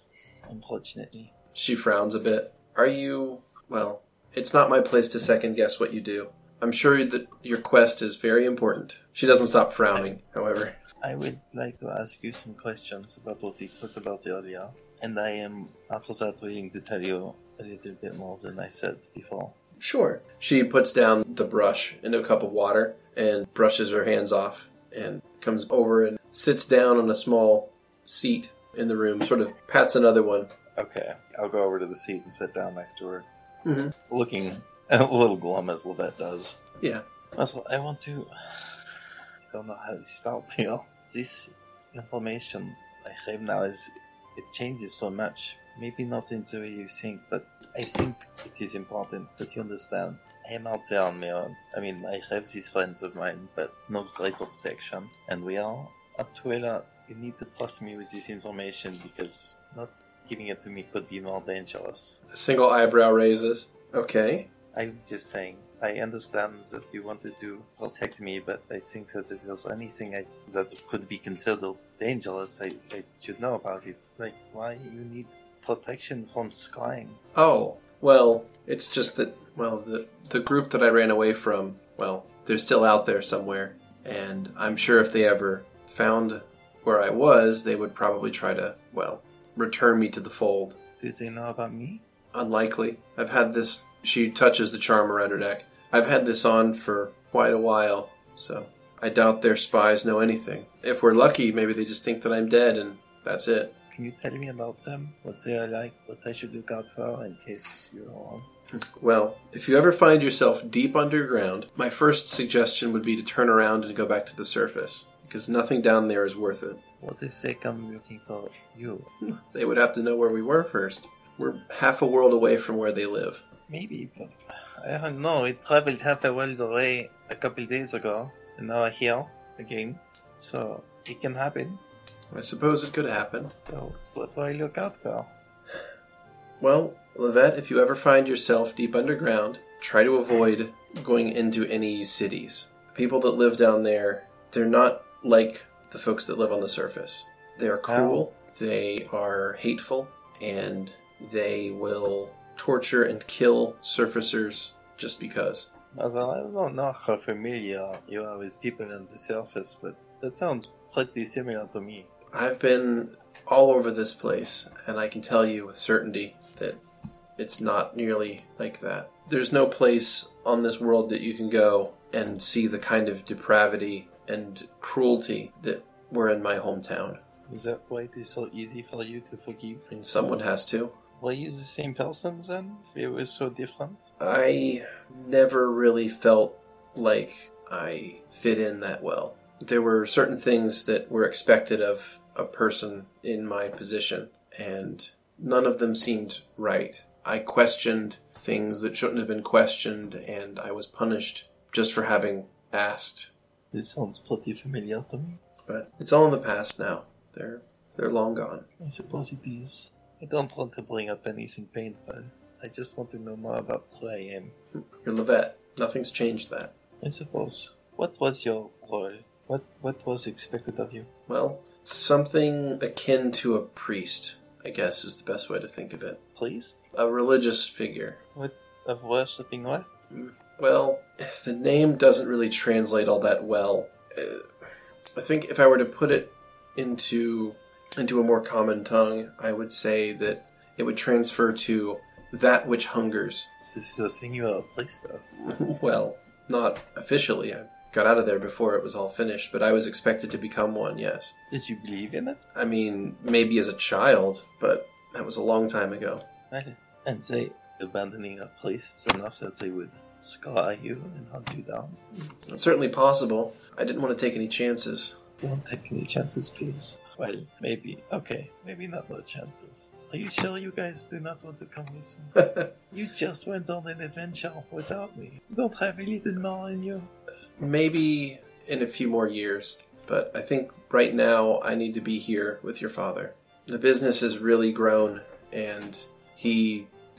Speaker 3: unfortunately.
Speaker 1: She frowns a bit. Are you. Well, it's not my place to second guess what you do. I'm sure that your quest is very important. She doesn't stop frowning, however.
Speaker 3: I would like to ask you some questions about what we talked about earlier, and I am after that willing to tell you a little bit more than I said before.
Speaker 1: Sure. She puts down the brush into a cup of water and brushes her hands off and comes over and sits down on a small seat in the room, sort of pats another one.
Speaker 3: Okay, I'll go over to the seat and sit down next to her,
Speaker 1: Mhm.
Speaker 3: looking a little glum as Levette does.
Speaker 1: Yeah.
Speaker 3: Also, I want to. I don't know how to start here. This information I have now is. It changes so much. Maybe not in the way you think, but I think it is important that you understand. I am out there on my own. I mean, I have these friends of mine, but no great protection. And we are up to a lot. You need to trust me with this information because not giving it to me could be more dangerous.
Speaker 1: A single eyebrow raises. Okay.
Speaker 3: I'm just saying, I understand that you wanted to protect me, but I think that if there's anything I, that could be considered dangerous, I, I should know about it. Like, why you need protection from scrying?
Speaker 1: Oh, well, it's just that, well, the, the group that I ran away from, well, they're still out there somewhere. And I'm sure if they ever found where I was, they would probably try to, well, return me to the fold.
Speaker 3: Do they know about me?
Speaker 1: unlikely. I've had this. She touches the charm around her neck. I've had this on for quite a while, so I doubt their spies know anything. If we're lucky, maybe they just think that I'm dead and that's it.
Speaker 3: Can you tell me about them? What they are like? What I should look out for in case you're on?
Speaker 1: Well, if you ever find yourself deep underground, my first suggestion would be to turn around and go back to the surface, because nothing down there is worth it.
Speaker 3: What if they come looking for you?
Speaker 1: They would have to know where we were first. We're half a world away from where they live.
Speaker 3: Maybe, but I don't know. I traveled half a world away a couple days ago, and now I'm here again. So it can happen.
Speaker 1: I suppose it could happen.
Speaker 3: So what do I look out for?
Speaker 1: Well, Levette, if you ever find yourself deep underground, try to avoid going into any cities. The people that live down there, they're not like the folks that live on the surface. They are cruel, they are hateful, and they will torture and kill surfacers just because.
Speaker 3: Although I don't know how familiar you are with people on the surface, but That sounds pretty similar to me.
Speaker 1: I've been all over this place, and I can tell you with certainty that it's not nearly like that. There's no place on this world that you can go and see the kind of depravity and cruelty that were in my hometown.
Speaker 3: Is that why it is so easy for you to forgive?
Speaker 1: And someone has to.
Speaker 3: Were you the same person then? If it was so different?
Speaker 1: I never really felt like I fit in that well. There were certain things that were expected of a person in my position, and none of them seemed right. I questioned things that shouldn't have been questioned, and I was punished just for having asked.
Speaker 3: This sounds pretty familiar to me.
Speaker 1: But it's all in the past now. They're they're long gone.
Speaker 3: I suppose it is. I don't want to bring up anything painful. I just want to know more about who I am.
Speaker 1: You're Levette. Nothing's changed that.
Speaker 3: I suppose. What was your role? What what was expected of you?
Speaker 1: Well, something akin to a priest, I guess, is the best way to think of it.
Speaker 3: Please?
Speaker 1: A religious figure.
Speaker 3: What of worshipping what?
Speaker 1: Well, the name doesn't really translate all that well. Uh, I think if I were to put it into into a more common tongue, I would say that it would transfer to that which hungers.
Speaker 3: This is a singular place though.
Speaker 1: well, not officially. I got out of there before it was all finished, but I was expected to become one, yes.
Speaker 3: Did you believe in it?
Speaker 1: I mean, maybe as a child, but that was a long time ago.
Speaker 3: I- And say abandoning a place enough that they would scar you and hunt you down.
Speaker 1: It's certainly possible. I didn't want to take any chances.
Speaker 3: Don't take any chances, please. Well, maybe. Okay, maybe not no chances. Are you sure you guys do not want to come with me? You just went on an adventure without me. You don't have a little more in you.
Speaker 1: Maybe in a few more years, but I think right now I need to be here with your father. The business has really grown, and he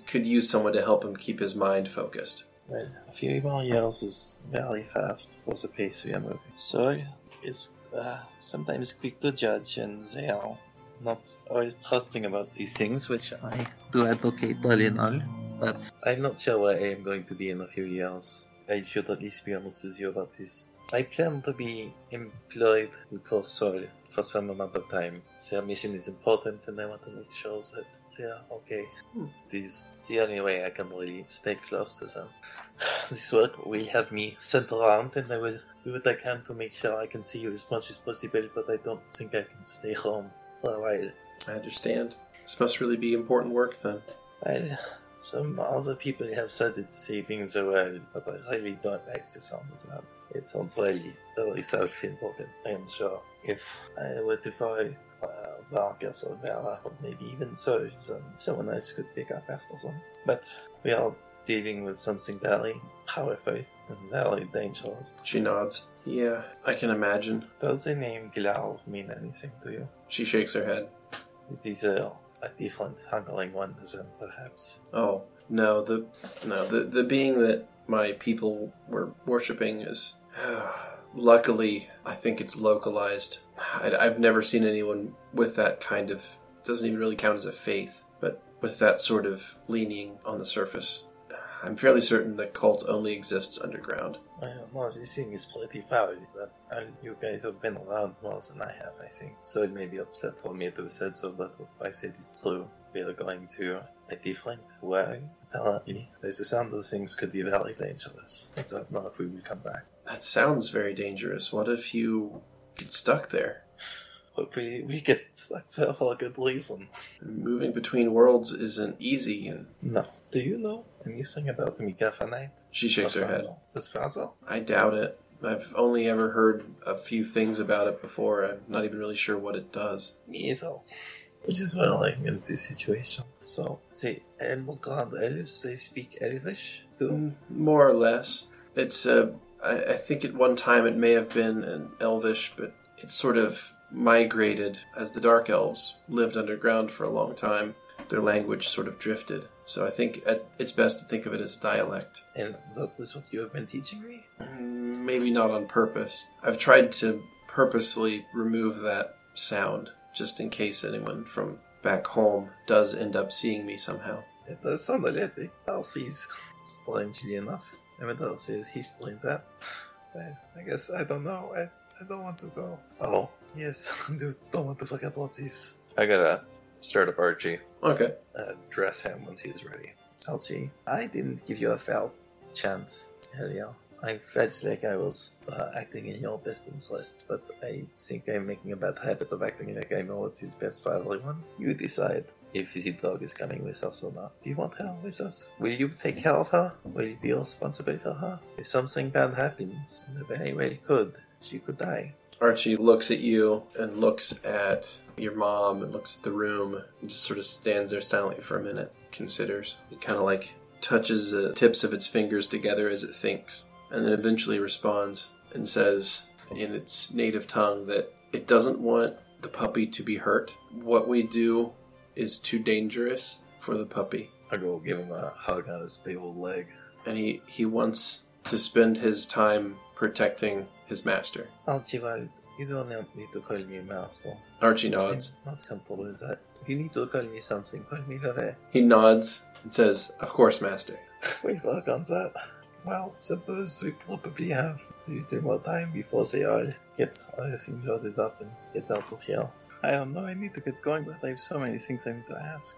Speaker 1: could use someone to help him keep his mind focused.
Speaker 3: Well, a few more years is very fast for the pace we are moving. So, it's uh, sometimes quick to judge, and they are not always trusting about these things, which I do advocate all in all. But I'm not sure where I am going to be in a few years. I should at least be honest with you about this. I plan to be employed in Corsol for some amount of time. Their mission is important, and I want to make sure that they are okay. Hmm. This is the only way I can really stay close to them. This work will have me sent around, and I will do what I can to make sure I can see you as much as possible, but I don't think I can stay home for a while.
Speaker 1: I understand. This must really be important work then.
Speaker 3: Well, some other people have said it's saving the world, but I really don't like the sound of that. It sounds really very self-important, I am sure. If I were to follow uh, Vargas or Vera, or maybe even so, then someone else could pick up after them. But we are dealing with something very powerful and very dangerous.
Speaker 1: She nods. Yeah, I can imagine.
Speaker 3: Does the name Glau mean anything to you?
Speaker 1: She shakes her head.
Speaker 3: It is a, a different handling one than perhaps.
Speaker 1: Oh no, the no the the being that my people were worshiping is. luckily, I think it's localized. I, I've never seen anyone with that kind of doesn't even really count as a faith, but with that sort of leaning on the surface. I'm fairly certain the cult only exists underground.
Speaker 3: I don't know, this thing is pretty foul, but uh, you guys have been around more than I have, I think. So it may be upset for me to have said so, but what I said is true. We are going to a different world, apparently. As the sound of things could be very dangerous. I don't know if we will come back.
Speaker 1: That sounds very dangerous. What if you get stuck there?
Speaker 3: Hopefully we get stuck there for a good reason.
Speaker 1: Moving between worlds isn't easy, and
Speaker 3: No. Do you know anything about Mikafanite?
Speaker 1: she shakes her head.
Speaker 3: This Fazo?
Speaker 1: I doubt it. I've only ever heard a few things about it before. I'm not even really sure what it does.
Speaker 3: Neither. Which is what I like in this situation. So, the Elmgrand Elves, they speak Elvish too?
Speaker 1: Mm, More or less. It's a. I, I think at one time it may have been an elvish, but it sort of migrated as the dark elves lived underground for a long time. Their language sort of drifted. So I think at, it's best to think of it as a dialect.
Speaker 3: And that is what you have been teaching me?
Speaker 1: Mm, Maybe not on purpose. I've tried to purposefully remove that sound just in case anyone from back home does end up seeing me somehow.
Speaker 3: It eh? does sound a little Elsie's, strangely enough. I mean, Elsie is history in that. Well, I guess I don't know. I, I don't want to go. Oh, yes, I do, don't want to forget all these. I gotta start up Archie.
Speaker 1: Okay.
Speaker 3: Uh, dress him once he's ready. Archie, I didn't give you a foul chance earlier. I felt like I was uh, acting in your best interest, but I think I'm making a bad habit of acting like I know what is best for everyone. You decide if the dog is coming with us or not. Do you want her with us? Will you take care of her? Will you be responsible for her? If something bad happens, and it very well could, she could die.
Speaker 1: Archie looks at you and looks at your mom and looks at the room and just sort of stands there silently for a minute, considers. It kind of like touches the tips of its fingers together as it thinks, and then eventually responds and says in its native tongue that it doesn't want the puppy to be hurt. What we do is too dangerous for the puppy.
Speaker 3: I go give him a hug on his big old leg.
Speaker 1: And he, he wants to spend his time protecting his master.
Speaker 3: Archibald, you don't need to call me master.
Speaker 1: Archie nods.
Speaker 3: I'm not comfortable with that. If you need to call me something, call me Lorette.
Speaker 1: He nods and says, Of course, master.
Speaker 3: We work on that. Well, suppose we probably have a little more time before they all get everything loaded up and get out of here. I don't know, I need to get going, but I have so many things I need to ask.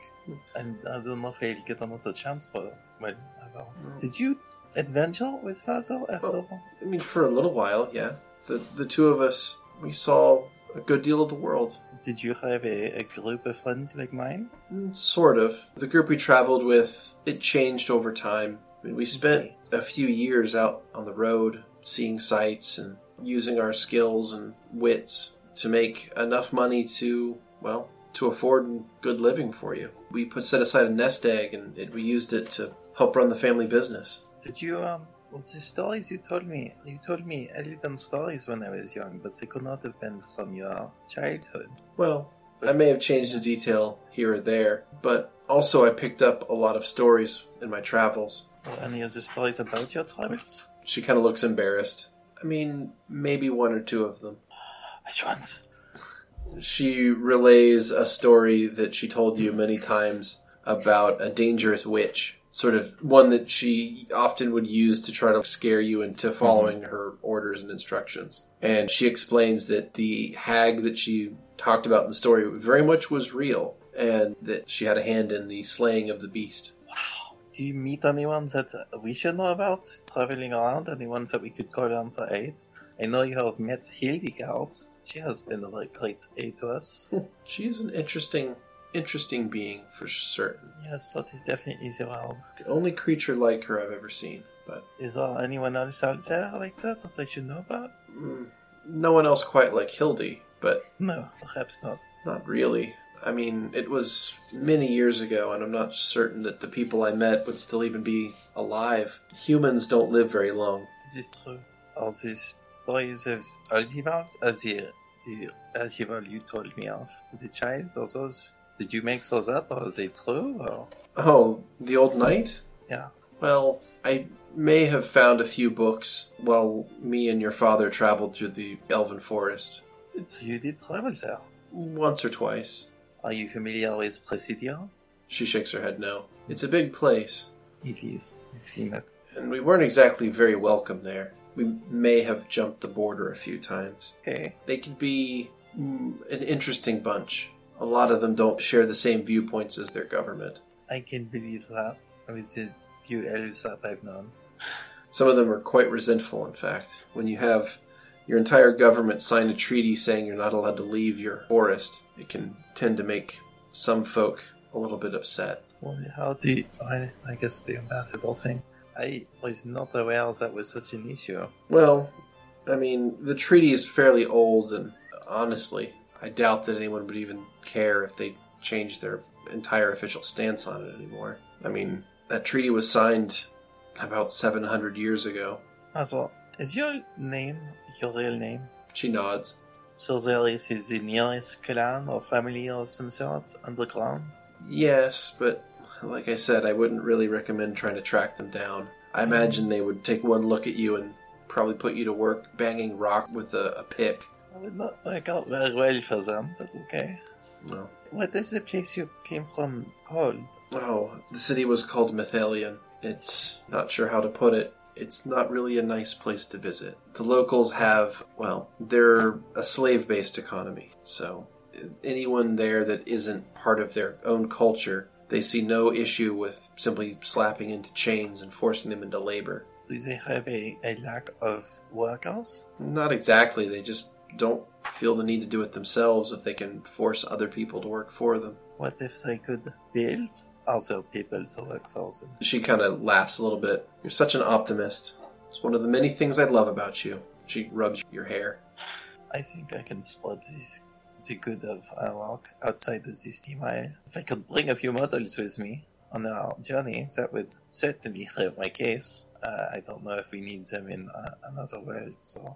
Speaker 3: And I don't know if I'll get another chance for well, I don't know. Did you adventure with Fazo after
Speaker 1: Well, I mean, for a little while, yeah. The, the two of us, we saw a good deal of the world.
Speaker 3: Did you have a, a group of friends like mine?
Speaker 1: Mm, Sort of. The group we traveled with, it changed over time. I mean, we spent a few years out on the road, seeing sights and using our skills and wits to make enough money to, well, to afford good living for you. We put set aside a nest egg and it, we used it to help run the family business.
Speaker 3: Did you, um, well, the stories you told me, you told me elephant stories when I was young, but they could not have been from your childhood.
Speaker 1: Well, I may have changed a detail here or there, but also I picked up a lot of stories in my travels.
Speaker 3: Were any of the stories about your travels?
Speaker 1: She kind of looks embarrassed. I mean, maybe one or two of them.
Speaker 3: Which ones?
Speaker 1: She relays a story that she told you many times about a dangerous witch, sort of one that she often would use to try to scare you into following her orders and instructions. And she explains that the hag that she talked about in the story very much was real, and that she had a hand in the slaying of the beast.
Speaker 3: Do you meet anyone that we should know about traveling around? Anyone that we could call on for aid? I know you have met Hildegard. She has been a very great aid to us.
Speaker 1: She is an interesting, interesting being for certain.
Speaker 3: yes, that is definitely the world.
Speaker 1: The only creature like her I've ever seen, but
Speaker 3: Is there anyone else out there like that that I should know about?
Speaker 1: mm, no one else quite like Hildy, but
Speaker 3: No, perhaps not.
Speaker 1: Not really. I mean, it was many years ago, and I'm not certain that the people I met would still even be alive. Humans don't live very long.
Speaker 3: It is true. All these stories of Aldival, uh, the, the Aldival you told me of, the child, are those, did you make those up or are they true? Or,
Speaker 1: Oh, the old knight?
Speaker 3: yeah.
Speaker 1: Well, I may have found a few books while me and your father traveled through the elven forest.
Speaker 3: So you did travel there.
Speaker 1: Once or twice.
Speaker 3: Are you familiar with Presidio?
Speaker 1: She shakes her head no. It's a big place,
Speaker 3: It is. I've seen that.
Speaker 1: and we weren't exactly very welcome there. We may have jumped the border a few times.
Speaker 3: Okay.
Speaker 1: they could be mm, an interesting bunch. A lot of them don't share the same viewpoints as their government.
Speaker 3: I can believe that. I mean, it's a few elves that I've known.
Speaker 1: Some of them are quite resentful, in fact. When you have your entire government sign a treaty saying you're not allowed to leave your forest, it can tend to make some folk a little bit upset.
Speaker 3: Well, how do you... I, I guess the ambassador thing. I was not aware that was such an issue.
Speaker 1: Well, I mean, the treaty is fairly old, and honestly, I doubt that anyone would even care if they changed their entire official stance on it anymore. I mean, that treaty was signed about 700 years ago.
Speaker 3: Also, is your name your real name?
Speaker 1: She nods.
Speaker 3: So there is the nearest clan or family or some sort underground?
Speaker 1: Yes, but like I said, I wouldn't really recommend trying to track them down. I imagine they would take one look at you and probably put you to work banging rock with a, a pick.
Speaker 3: I would not work out very well for them, but okay.
Speaker 1: Well,
Speaker 3: What is the place you came from called?
Speaker 1: Oh, the city was called Methalion. It's not sure how to put it. It's not really a nice place to visit. The locals have, well, they're a slave based economy. So anyone there that isn't part of their own culture, they see no issue with simply slapping into chains and forcing them into labor.
Speaker 3: Do they have a, a lack of workers?
Speaker 1: Not exactly. They just don't feel the need to do it themselves if they can force other people to work for them.
Speaker 3: What if they could build also people to work for them?
Speaker 1: She kind of laughs a little bit. You're such an optimist. It's one of the many things I love about you. She rubs your hair.
Speaker 3: I think I can spot this the good of our work outside of this team. I, if I could bring a few models with me on our journey, that would certainly help my case. Uh, I don't know if we need them in uh, another world, so.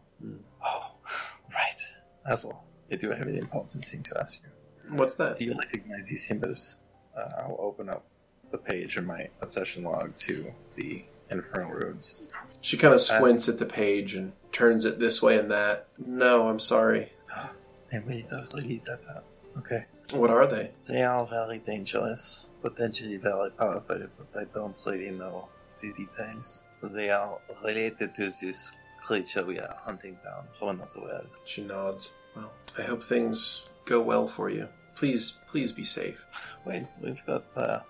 Speaker 3: Oh, right. Hazel, I do have an important thing to ask you.
Speaker 1: What's that?
Speaker 3: Do you recognize these symbols? Uh, I'll open up the page in my obsession log to the Infernal Roads.
Speaker 1: She kind of squints at the page and turns it this way and that. No, I'm sorry.
Speaker 3: I really totally leave that out. Okay.
Speaker 1: What are they?
Speaker 3: They are very dangerous, potentially very powerful, but I don't really know the details. They are related to this creature we are hunting down from another world.
Speaker 1: She nods. Well, I hope things go well for you. Please, please be safe.
Speaker 3: Wait, we've got uh,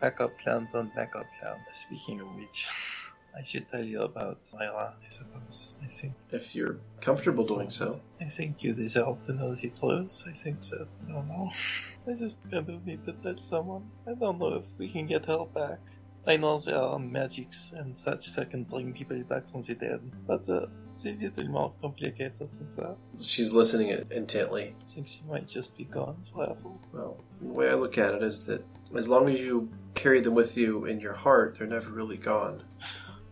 Speaker 3: backup plans on backup plans. Speaking of which, I should tell you about Myra, I suppose. I think
Speaker 1: If you're comfortable doing so.
Speaker 3: I think you deserve to know the truth. I think that I don't know. I just kind of need to tell someone. I don't know if we can get her back. I know there are magics and such that can bring people back from the dead, but uh, it's a little more complicated than that.
Speaker 1: She's listening intently.
Speaker 3: I think she might just be gone forever.
Speaker 1: Well, the way I look at it is that as long as you carry them with you in your heart, they're never really gone.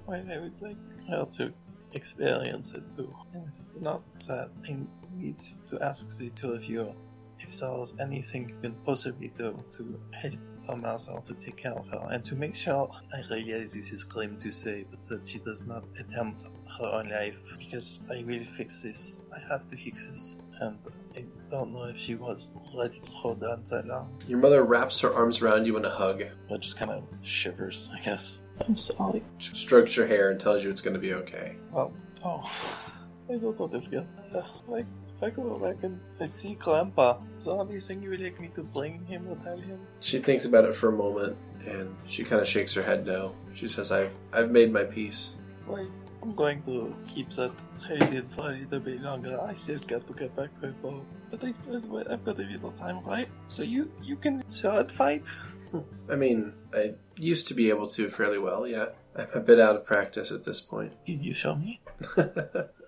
Speaker 3: Why I would like her to experience it too. And if not that, I need to ask the two of you if there's anything you can possibly do to help her mother to take care of her and to make sure I realize this is grim to say, but that she does not attempt her own life because I will fix this. I have to fix this. And I don't know if she was ready to hold on that long,
Speaker 1: Your mother wraps her arms around you in a hug,
Speaker 3: but just kind of shivers, I guess. I'm sorry.
Speaker 1: she strokes your hair, and tells you it's going to be okay.
Speaker 3: Well, oh, I don't know if you uh, like. If I go back and I see Grandpa, is there anything you would like me to bring him or tell him?
Speaker 1: She thinks about it for a moment, and she kind of shakes her head no. She says, "I've I've made my peace."
Speaker 3: Like, I'm going to keep that hidden for a little bit longer. I still got to get back to it, Bob. But I, but I've got a little time, right? So you you can short fight.
Speaker 1: I mean, I used to be able to fairly well. Yeah, I'm a bit out of practice at this point.
Speaker 3: Can you show me?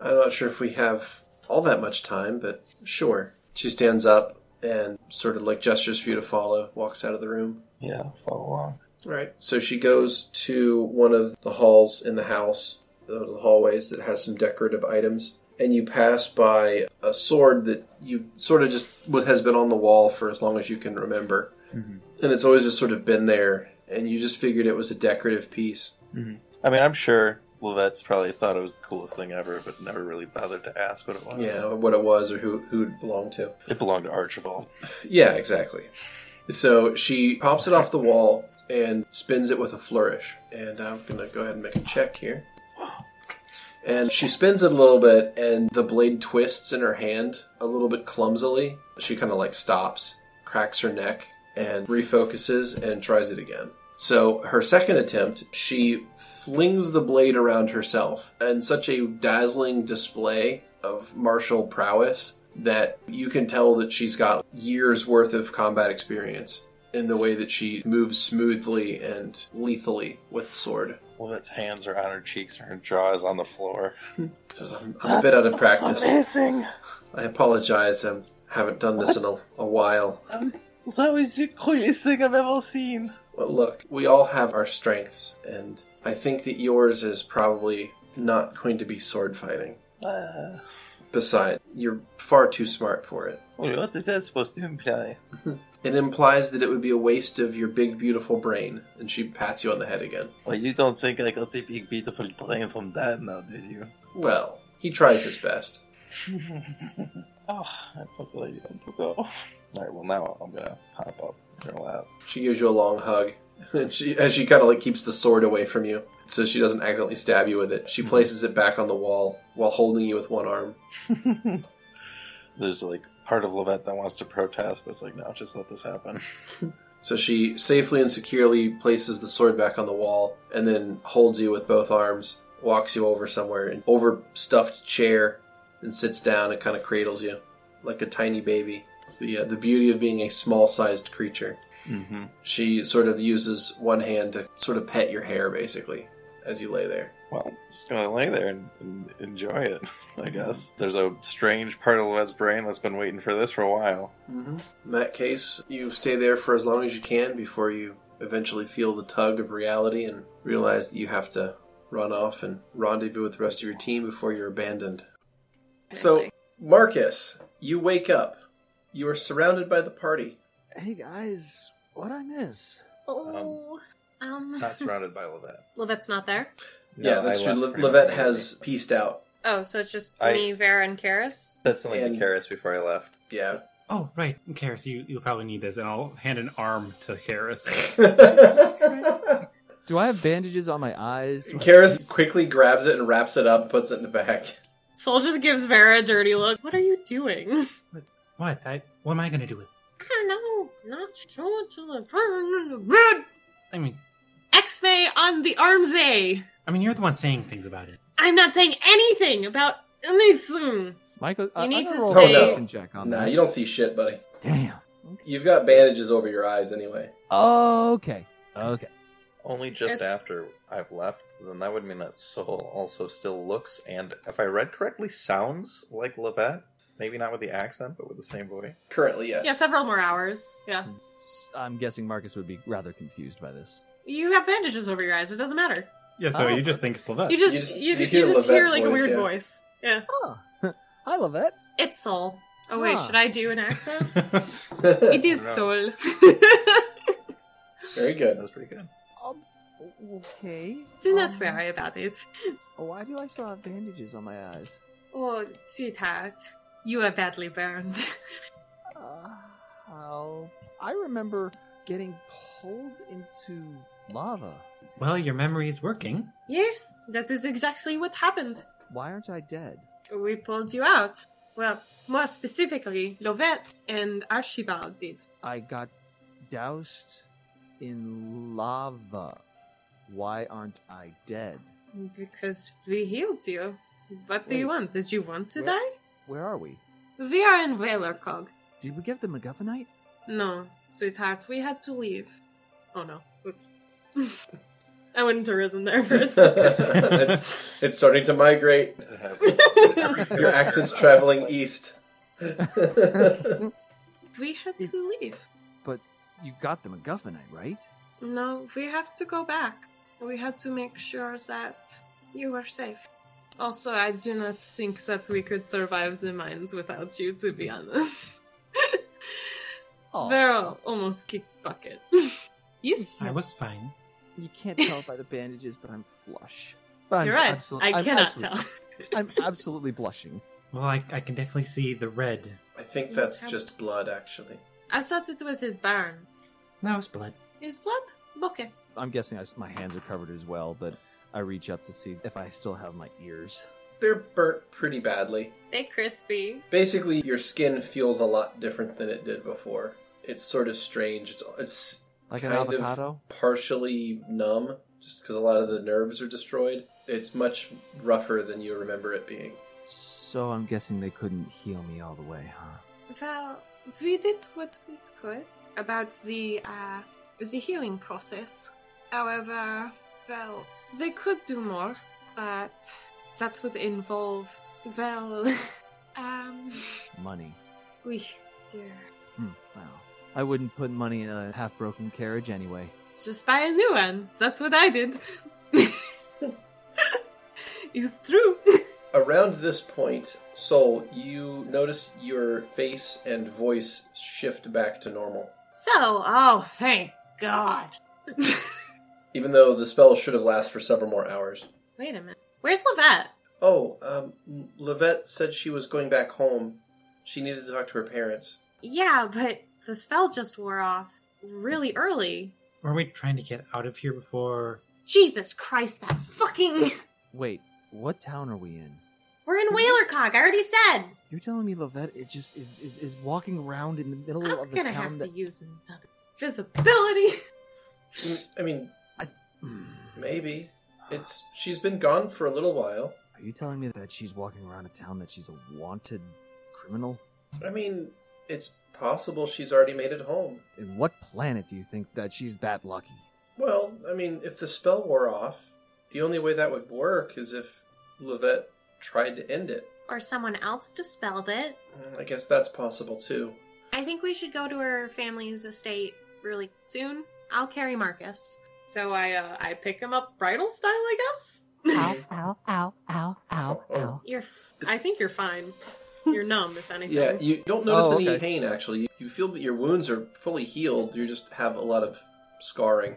Speaker 1: I'm not sure if we have all that much time, but sure. She stands up and sort of like gestures for you to follow, walks out of the room.
Speaker 3: Yeah, follow along.
Speaker 1: All right. So she goes to one of the halls in the house, the little hallways that has some decorative items, and you pass by a sword that you sort of just what has been on the wall for as long as you can remember, and it's always just sort of been there, and you just figured it was a decorative piece.
Speaker 3: I mean, I'm sure Louvette's probably thought it was the coolest thing ever, but never really bothered to ask what it was.
Speaker 1: Yeah, what it was or who who it belonged to.
Speaker 3: It belonged to Archibald.
Speaker 1: Yeah, exactly. So she pops it off the wall and spins it with a flourish. And I'm going to go ahead and make a check here. And she spins it a little bit, and the blade twists in her hand a little bit clumsily. She kind of like stops, cracks her neck, and refocuses and tries it again. So her second attempt, she flings the blade around herself in such a dazzling display of martial prowess that you can tell that she's got years worth of combat experience in the way that she moves smoothly and lethally with the sword.
Speaker 3: Louvette's hands are on her cheeks and her jaw is on the floor.
Speaker 1: She says, I'm, I'm a bit out of practice.
Speaker 3: Amazing!
Speaker 1: I apologize. I haven't done this in a, a while.
Speaker 3: That was, that was the coolest thing I've ever seen.
Speaker 1: Well, look, we all have our strengths, and I think that yours is probably not going to be sword fighting.
Speaker 3: Uh,
Speaker 1: Besides, you're far too smart for it.
Speaker 16: oh,
Speaker 3: what is that supposed to imply?
Speaker 1: It implies that it would be a waste of your big, beautiful brain, and she pats you on the head again.
Speaker 3: Well, you don't think I got a big, beautiful brain from that now, did you?
Speaker 1: Well, he tries his best.
Speaker 3: oh,
Speaker 16: Ah,
Speaker 3: I don't really want to go. Alright, well, now I'm gonna hop up in her lap.
Speaker 1: She gives you a long hug And she and she kind of like keeps the sword away from you, so she doesn't accidentally stab you with it. She places it back on the wall while holding you with one arm.
Speaker 16: There's like part of Levette that wants to protest, but it's like, no, just let this happen.
Speaker 1: So she safely and securely places the sword back on the wall, and then holds you with both arms, walks you over somewhere, an overstuffed chair, and sits down and kind of cradles you like a tiny baby. It's the uh, the beauty of being a small sized creature.
Speaker 16: Mm-hmm.
Speaker 1: She sort of uses one hand to sort of pet your hair, basically, as you lay there.
Speaker 16: Well, just gonna lay there and, and enjoy it, I guess. There's a strange part of Leve's brain that's been waiting for this for a while.
Speaker 1: Mm-hmm. In that case, you stay there for as long as you can before you eventually feel the tug of reality and realize that you have to run off and rendezvous with the rest of your team before you're abandoned. So, Marcus, you wake up. You are surrounded by the party.
Speaker 14: Hey guys, what I miss?
Speaker 2: Oh, um,
Speaker 16: Not surrounded by Levette.
Speaker 2: Levette's not there.
Speaker 1: yeah, that's true. Le- Levette has pieced out.
Speaker 2: Oh, so it's just
Speaker 16: I-
Speaker 2: me, Vera, and Karis.
Speaker 16: That's something
Speaker 1: And-
Speaker 16: to Karis before I left.
Speaker 1: Yeah.
Speaker 4: Oh, right. Karis, you, you'll probably need this. And I'll hand an arm to Karis.
Speaker 1: Karis
Speaker 14: Do I have bandages on my eyes?
Speaker 1: quickly grabs it and wraps it up and puts it in the bag.
Speaker 11: Soul just gives Vera a dirty look. What are you doing?
Speaker 6: What? I, what am I going to do with
Speaker 2: I don't know. Not sure till the
Speaker 6: I mean,
Speaker 11: X-May on the arms A.
Speaker 6: I mean, you're the one saying things about it.
Speaker 11: I'm not saying anything about anything.
Speaker 14: Michael, you I,
Speaker 11: need
Speaker 14: I'm gonna
Speaker 11: to
Speaker 14: roll a
Speaker 1: say-
Speaker 14: perception check on
Speaker 1: Nah,
Speaker 14: that.
Speaker 1: you don't see shit, buddy.
Speaker 14: Damn.
Speaker 1: You've got bandages over your eyes anyway.
Speaker 14: Okay. Okay.
Speaker 16: Only just
Speaker 2: It's-
Speaker 16: after I've left, then that would mean that Soul also still looks and, if I read correctly, sounds like Levette. Maybe not with the accent, but with the same voice.
Speaker 1: Currently, yes.
Speaker 11: Yeah, several more hours. Yeah.
Speaker 14: S- I'm guessing Marcus would be rather confused by this.
Speaker 11: You have bandages over your eyes. It doesn't matter.
Speaker 4: Yeah, so
Speaker 14: Oh.
Speaker 4: you just think it's Levette.
Speaker 11: You just
Speaker 1: You
Speaker 11: you
Speaker 1: just-
Speaker 11: just,
Speaker 1: you
Speaker 11: you,
Speaker 1: hear
Speaker 11: just hear
Speaker 1: Levette's
Speaker 11: like a
Speaker 1: voice,
Speaker 11: weird
Speaker 1: yeah.
Speaker 11: voice. Yeah.
Speaker 14: Oh, I love it.
Speaker 2: It's Soul. Oh wait,
Speaker 14: Ah.
Speaker 2: should I do an accent? it is Soul.
Speaker 1: Very
Speaker 16: That
Speaker 1: good.
Speaker 16: was pretty good.
Speaker 14: Um, Okay. um,
Speaker 2: Do
Speaker 1: Oh.
Speaker 2: not worry about it.
Speaker 14: Why do I still have bandages on my eyes?
Speaker 2: Oh, sweetheart, you are badly burned.
Speaker 14: Uh, how? I remember getting pulled into lava.
Speaker 6: Well, your memory is working.
Speaker 2: yeah, that is exactly what happened.
Speaker 14: Why aren't I dead?
Speaker 2: We pulled you out. Well, more specifically, Lovette and Archibald did.
Speaker 14: I got doused in lava. Why aren't I dead?
Speaker 2: Because we healed you. What do you
Speaker 14: Wait.
Speaker 2: want? Did you want to
Speaker 14: Where-
Speaker 2: die?
Speaker 14: Where are we?
Speaker 2: We are in Whalercog.
Speaker 14: Did we get the McGovernite?
Speaker 2: No, sweetheart, we had to leave.
Speaker 11: Oh no. Oops. I wouldn't have risen there for a second.
Speaker 1: it's it's starting to migrate.
Speaker 16: It happened.
Speaker 1: Your accent's traveling east.
Speaker 2: We had
Speaker 14: It-
Speaker 2: to leave.
Speaker 14: You got the McGovernite, right?
Speaker 2: No, we have to go back. We had to make sure that you were safe.
Speaker 11: Also, I do not think that we could survive the mines without you, to be honest.
Speaker 14: Oh,
Speaker 11: Vera almost kicked Bucket. yes,
Speaker 6: I was fine.
Speaker 14: you can't tell by the bandages, but I'm flush. But I'm
Speaker 11: you're right.
Speaker 14: absolute-
Speaker 11: I
Speaker 14: I'm
Speaker 11: cannot
Speaker 14: absolute-
Speaker 11: tell.
Speaker 14: I'm absolutely blushing.
Speaker 6: Well, I, I can definitely see the red.
Speaker 1: I think
Speaker 2: Yes,
Speaker 1: that's
Speaker 2: I'm-
Speaker 1: just blood, actually.
Speaker 2: I thought it was his burns.
Speaker 6: No, it's blood.
Speaker 2: His blood? Okay.
Speaker 14: I'm guessing I s my hands are covered as well, but I reach up to see if I still have my ears.
Speaker 1: They're burnt pretty badly.
Speaker 11: They crispy.
Speaker 1: Basically, your skin feels a lot different than it did before. It's sort of strange. It's it's
Speaker 14: Like an
Speaker 1: Kind of.
Speaker 14: avocado?
Speaker 1: partially numb just because a lot of the nerves are destroyed. It's much rougher than you remember it being.
Speaker 14: So I'm guessing they couldn't heal me all the way, huh?
Speaker 2: Well, we did what we could about the uh, the healing process. However, well, they could do more, but that would involve well, um,
Speaker 14: Money.
Speaker 2: we dear.
Speaker 14: Hmm, wow. I wouldn't put money in a half broken carriage anyway.
Speaker 11: Just buy a new one. That's what I did. it's true.
Speaker 1: Around this point, Soul, you notice your face and voice shift back to normal.
Speaker 11: So, oh, thank God.
Speaker 1: Even though the spell should have lasted for several more hours.
Speaker 2: Wait a minute.
Speaker 11: Where's Levette?
Speaker 1: Oh, um, Levette said she was going back home. She needed to talk to her parents.
Speaker 2: Yeah, but the spell just wore off really early.
Speaker 6: Weren't we trying to get out of here before?
Speaker 2: Jesus Christ, that fucking.
Speaker 14: Wait, what town are we in?
Speaker 2: We're in Whalercog. I already said.
Speaker 14: You're telling me Lovette it just is, is, is walking around in the middle
Speaker 2: I'm
Speaker 14: of the
Speaker 2: gonna
Speaker 14: town
Speaker 2: have
Speaker 14: that
Speaker 2: to use another visibility.
Speaker 1: I mean,
Speaker 14: Hmm.
Speaker 1: maybe it's she's been gone for a little while.
Speaker 14: Are you telling me that she's walking around a town that she's a wanted criminal?
Speaker 1: I mean, it's possible she's already made it home.
Speaker 14: In what planet do you think that she's that lucky?
Speaker 1: Well, I mean, if the spell wore off, the only way that would work is if Levette tried to end it.
Speaker 2: Or someone else dispelled it.
Speaker 1: Mm, I guess that's possible too.
Speaker 2: I think we should go to her family's estate really soon. I'll carry Marcus.
Speaker 11: So I uh, I pick him up bridal style, I guess.
Speaker 10: Ow, ow, ow, ow, ow,
Speaker 1: Oh,
Speaker 10: ow.
Speaker 11: You're, I think you're fine. You're numb, if anything.
Speaker 1: Yeah, you don't notice
Speaker 14: Oh,
Speaker 1: any
Speaker 14: okay.
Speaker 1: pain actually. You, you feel that your wounds are fully healed. You just have a lot of scarring.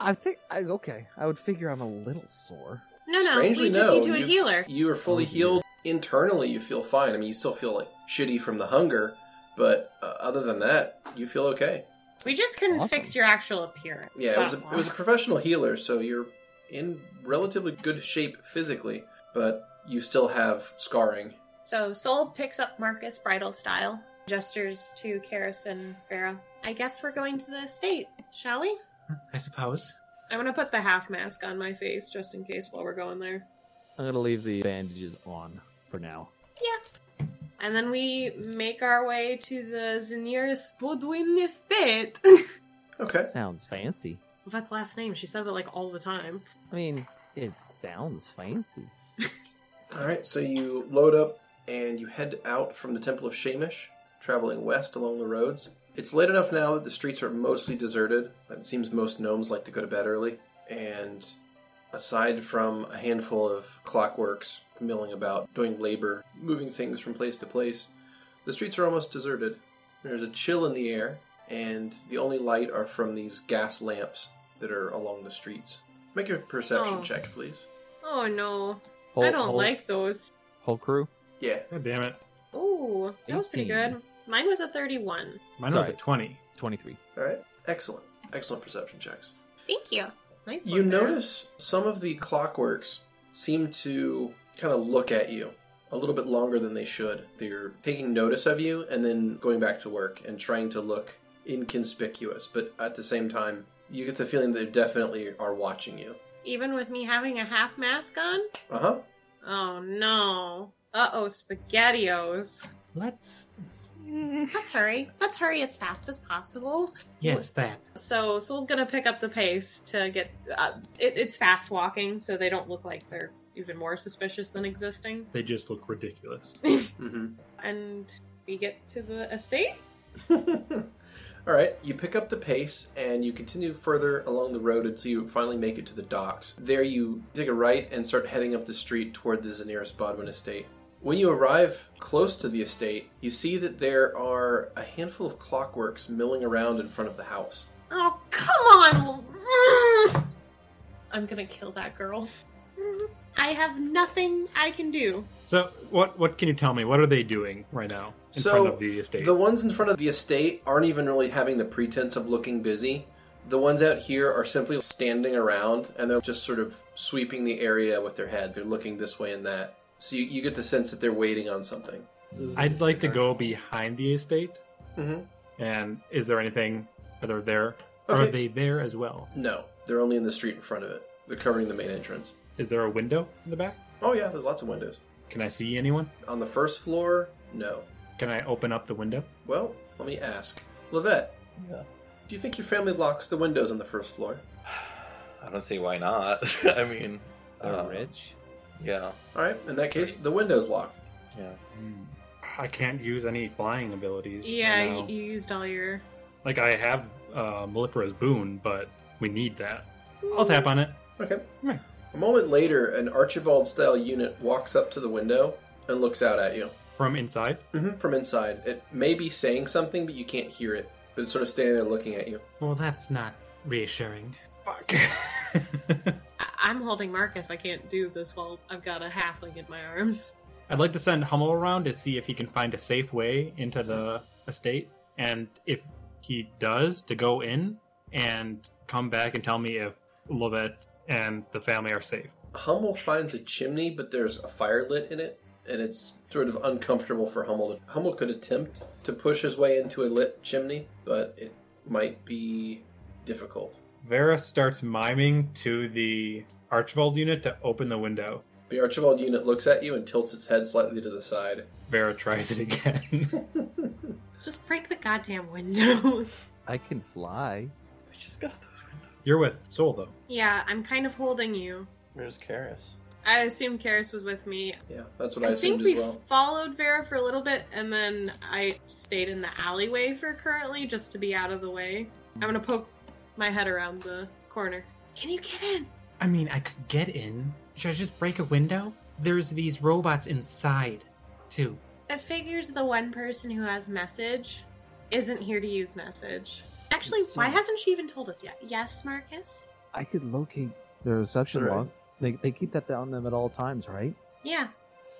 Speaker 14: I think I okay. I would figure I'm a little sore.
Speaker 2: No, no,
Speaker 1: Strangely,
Speaker 2: we took
Speaker 1: no.
Speaker 2: you to a
Speaker 1: you-
Speaker 2: healer.
Speaker 1: You are fully
Speaker 14: Oh,
Speaker 1: healed internally. You feel fine. I mean, you still feel like shitty from the hunger, but uh, other than that, you feel okay.
Speaker 11: We just couldn't
Speaker 1: Awesome.
Speaker 11: fix your actual appearance.
Speaker 1: Yeah, it was,
Speaker 11: that's
Speaker 1: a, it was a
Speaker 11: all.
Speaker 1: professional healer, so you're in relatively good shape physically, but you still have scarring.
Speaker 2: So Sol picks up Marcus bridal style, gestures to Karis and Vera. I guess we're going to the estate, shall we?
Speaker 6: I suppose.
Speaker 11: I'm gonna put the half mask on my face just in case while we're going there.
Speaker 14: I'm gonna leave the bandages on for now.
Speaker 11: And then we make our way to the Zanir's Bodwin estate.
Speaker 1: Okay.
Speaker 14: Sounds fancy.
Speaker 11: Sylvette's last name, she says it like all the time.
Speaker 14: I mean, it sounds fancy.
Speaker 1: All right, so you load up and you head out from the Temple of Shamish, traveling west along the roads. It's late enough now that the streets are mostly deserted. It seems most gnomes like to go to bed early, and aside from a handful of clockworks milling about, doing labor, moving things from place to place, the streets are almost deserted. There's a chill in the air, and the only light are from these gas lamps that are along the streets. Make a perception
Speaker 11: Oh.
Speaker 1: check, please.
Speaker 11: Oh no.
Speaker 14: Hold-
Speaker 11: I don't
Speaker 14: hold.
Speaker 11: like those.
Speaker 14: Whole crew.
Speaker 1: Yeah.
Speaker 4: God damn it.
Speaker 11: Ooh, that was pretty
Speaker 14: 18.
Speaker 11: good. Mine was a 31.
Speaker 4: Mine was
Speaker 14: Sorry.
Speaker 4: at 20.
Speaker 14: 23.
Speaker 1: All right. Excellent. Excellent perception checks.
Speaker 2: Thank you. Nice.
Speaker 1: You
Speaker 2: one, Vera.
Speaker 1: notice some of the clockworks seem to kind of look at you a little bit longer than they should. They're taking notice of you and then going back to work and trying to look inconspicuous, but at the same time, you get the feeling they definitely are watching you.
Speaker 11: Even with me having a half mask on?
Speaker 1: Uh huh.
Speaker 11: Oh no. Uh oh, spaghettios.
Speaker 6: Let's.
Speaker 2: Let's hurry. Let's hurry as fast as possible.
Speaker 6: Yes, that.
Speaker 11: So Soul's gonna pick up the pace to get. Uh, it, it's fast walking, so they don't look like they're even more suspicious than existing.
Speaker 4: They just look ridiculous.
Speaker 1: Mm-hmm.
Speaker 11: And we get to the estate.
Speaker 1: All right, you pick up the pace and you continue further along the road until you finally make it to the docks. There, you take a right and start heading up the street toward the Zaniris Bodwin estate. When you arrive close to the estate, you see that there are a handful of clockworks milling around in front of the house.
Speaker 11: Oh come on! I'm gonna kill that girl.
Speaker 2: Mm-hmm. I have nothing I can do.
Speaker 4: So, what what can you tell me? What are they doing right now in
Speaker 1: So,
Speaker 4: front of the estate?
Speaker 1: The ones in front of the estate aren't even really having the pretense of looking busy. The ones out here are simply standing around and they're just sort of sweeping the area with their head. They're looking this way and that. So you, you get the sense that they're waiting on something.
Speaker 4: I'd like to go behind the estate.
Speaker 1: Mm-hmm.
Speaker 4: And is there anything? Are they there? Are
Speaker 1: Okay.
Speaker 4: they there as well?
Speaker 1: No, they're only in the street in front of it. They're covering the main entrance.
Speaker 4: Is there a window in the back?
Speaker 1: Oh, yeah, there's lots of windows.
Speaker 4: Can I see anyone?
Speaker 1: On the first floor, no.
Speaker 4: Can I open up the window?
Speaker 1: Well, let me ask. Levette,
Speaker 16: Yeah.
Speaker 1: do you think your family locks the windows on the first floor?
Speaker 16: I don't see why not. I mean,
Speaker 14: They're
Speaker 16: uh,
Speaker 14: rich.
Speaker 16: Yeah,
Speaker 1: All right, in that case, the window's locked.
Speaker 16: yeah.
Speaker 4: Hmm. I can't use any flying abilities.
Speaker 11: Yeah,
Speaker 4: right now.
Speaker 11: you, you used all your.
Speaker 4: like I have uh, Malipra's boon, but we need that. I'll tap on it.
Speaker 1: Okay.
Speaker 4: Right.
Speaker 1: A moment later, an Archibald style unit walks up to the window and looks out at you
Speaker 4: from inside.
Speaker 1: hmm from inside. It may be saying something, but you can't hear it. But it's sort of standing there looking at you.
Speaker 6: Well, that's not reassuring.
Speaker 4: Fuck.
Speaker 11: I- I'm holding Marcus. I can't do this while I've got a halfling in my arms.
Speaker 4: I'd like to send Hummel around to see if he can find a safe way into the estate, and if he does, to go in and come back and tell me if Lovett and the family are safe.
Speaker 1: Hummel finds a chimney, but there's a fire lit in it, and it's sort of uncomfortable for Hummel. to- Hummel could attempt to push his way into a lit chimney, but it might be difficult.
Speaker 4: Vera starts miming to the Archibald unit to open the window.
Speaker 1: The Archibald unit looks at you and tilts its head slightly to the side.
Speaker 4: Vera tries it again.
Speaker 2: Just break the goddamn window.
Speaker 14: I can fly.
Speaker 3: I just got those.
Speaker 4: You're with Soul though.
Speaker 2: yeah, I'm kind of holding you.
Speaker 3: Where's Karis?
Speaker 17: I assume Karis was with me.
Speaker 1: Yeah, that's what I,
Speaker 17: I
Speaker 1: assumed
Speaker 17: think
Speaker 1: as
Speaker 17: we
Speaker 1: well.
Speaker 17: followed Vera for a little bit, and then I stayed in the alleyway for currently just to be out of the way. I'm gonna poke my head around the corner. Can you get in?
Speaker 18: I mean, I could get in. Should I just break a window? There's these robots inside, too.
Speaker 2: It figures the one person who has message isn't here to use message. Actually, why hasn't she even told us yet? Yes, Marcus?
Speaker 14: I could locate the reception
Speaker 3: Right.
Speaker 14: log. They, they keep that on them at all times, right?
Speaker 2: Yeah.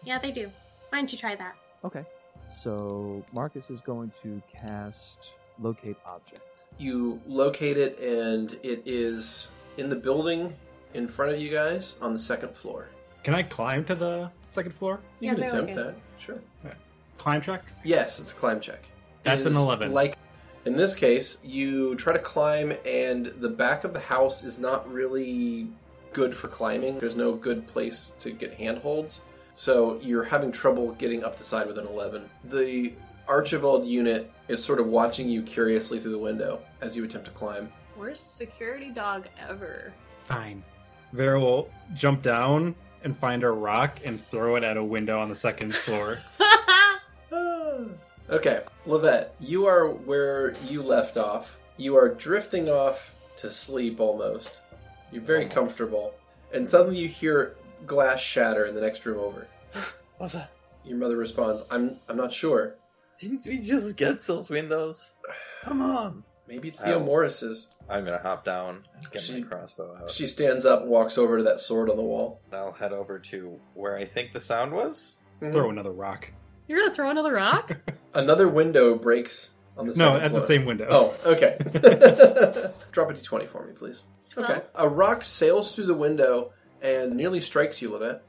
Speaker 2: Yeah, they do. Why don't you try that?
Speaker 14: Okay. So Marcus is going to cast locate object.
Speaker 1: You locate it, and it is in the building in front of you guys on the second floor.
Speaker 4: Can I climb to the second floor?
Speaker 1: You can attempt that, sure.
Speaker 4: Climb check?
Speaker 1: Yes, it's a climb check.
Speaker 4: That's
Speaker 1: It
Speaker 4: an
Speaker 1: is
Speaker 4: 11.
Speaker 1: Like in this case, you try to climb, and the back of the house is not really good for climbing. There's no good place to get handholds, so you're having trouble getting up the side with an 11. The Archibald unit is sort of watching you curiously through the window as you attempt to climb.
Speaker 17: Worst security dog ever.
Speaker 4: Fine. Vera will jump down and find a rock and throw it at a window on the second floor.
Speaker 1: Okay, Levette, you are where you left off. You are drifting off to sleep almost. You're very comfortable. And suddenly you hear glass shatter in the next room over.
Speaker 3: What's that?
Speaker 1: Your mother responds, I'm I'm not sure.
Speaker 3: Didn't we just get those windows? Come on.
Speaker 1: Maybe it's Theo
Speaker 3: Ow.
Speaker 1: Morris's.
Speaker 3: I'm gonna hop down and get
Speaker 1: She-
Speaker 3: my crossbow out.
Speaker 1: She stands up and walks over to that sword on the wall.
Speaker 3: I'll head over to where I think the sound was.
Speaker 4: throw another rock.
Speaker 17: You're gonna throw another rock?
Speaker 1: Another window breaks on the
Speaker 4: No,
Speaker 1: second
Speaker 4: at the
Speaker 1: floor.
Speaker 4: same window.
Speaker 1: Oh, okay. Drop a d20 for me, please. Okay. A rock sails through the window and nearly strikes you, Levette.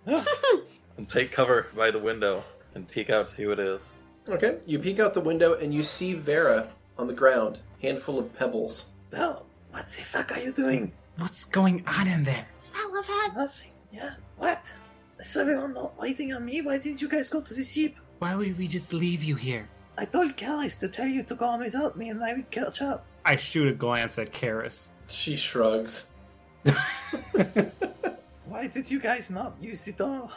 Speaker 3: And take cover by the window and peek out, see what it is.
Speaker 1: Okay. You peek out the window and you see Vera on the ground, handful of pebbles.
Speaker 3: Bell, what the fuck are you doing?
Speaker 18: What's going on in there?
Speaker 19: Is that love hat?
Speaker 3: Nothing. Yeah. What? Is everyone not waiting on me? Why didn't you guys go to the sheep?
Speaker 18: Why would we just leave you here?
Speaker 3: I told Callis to tell you to go on without me and I would catch up.
Speaker 4: I shoot a glance at Karis.
Speaker 1: She shrugs.
Speaker 3: Why did you guys not use the door?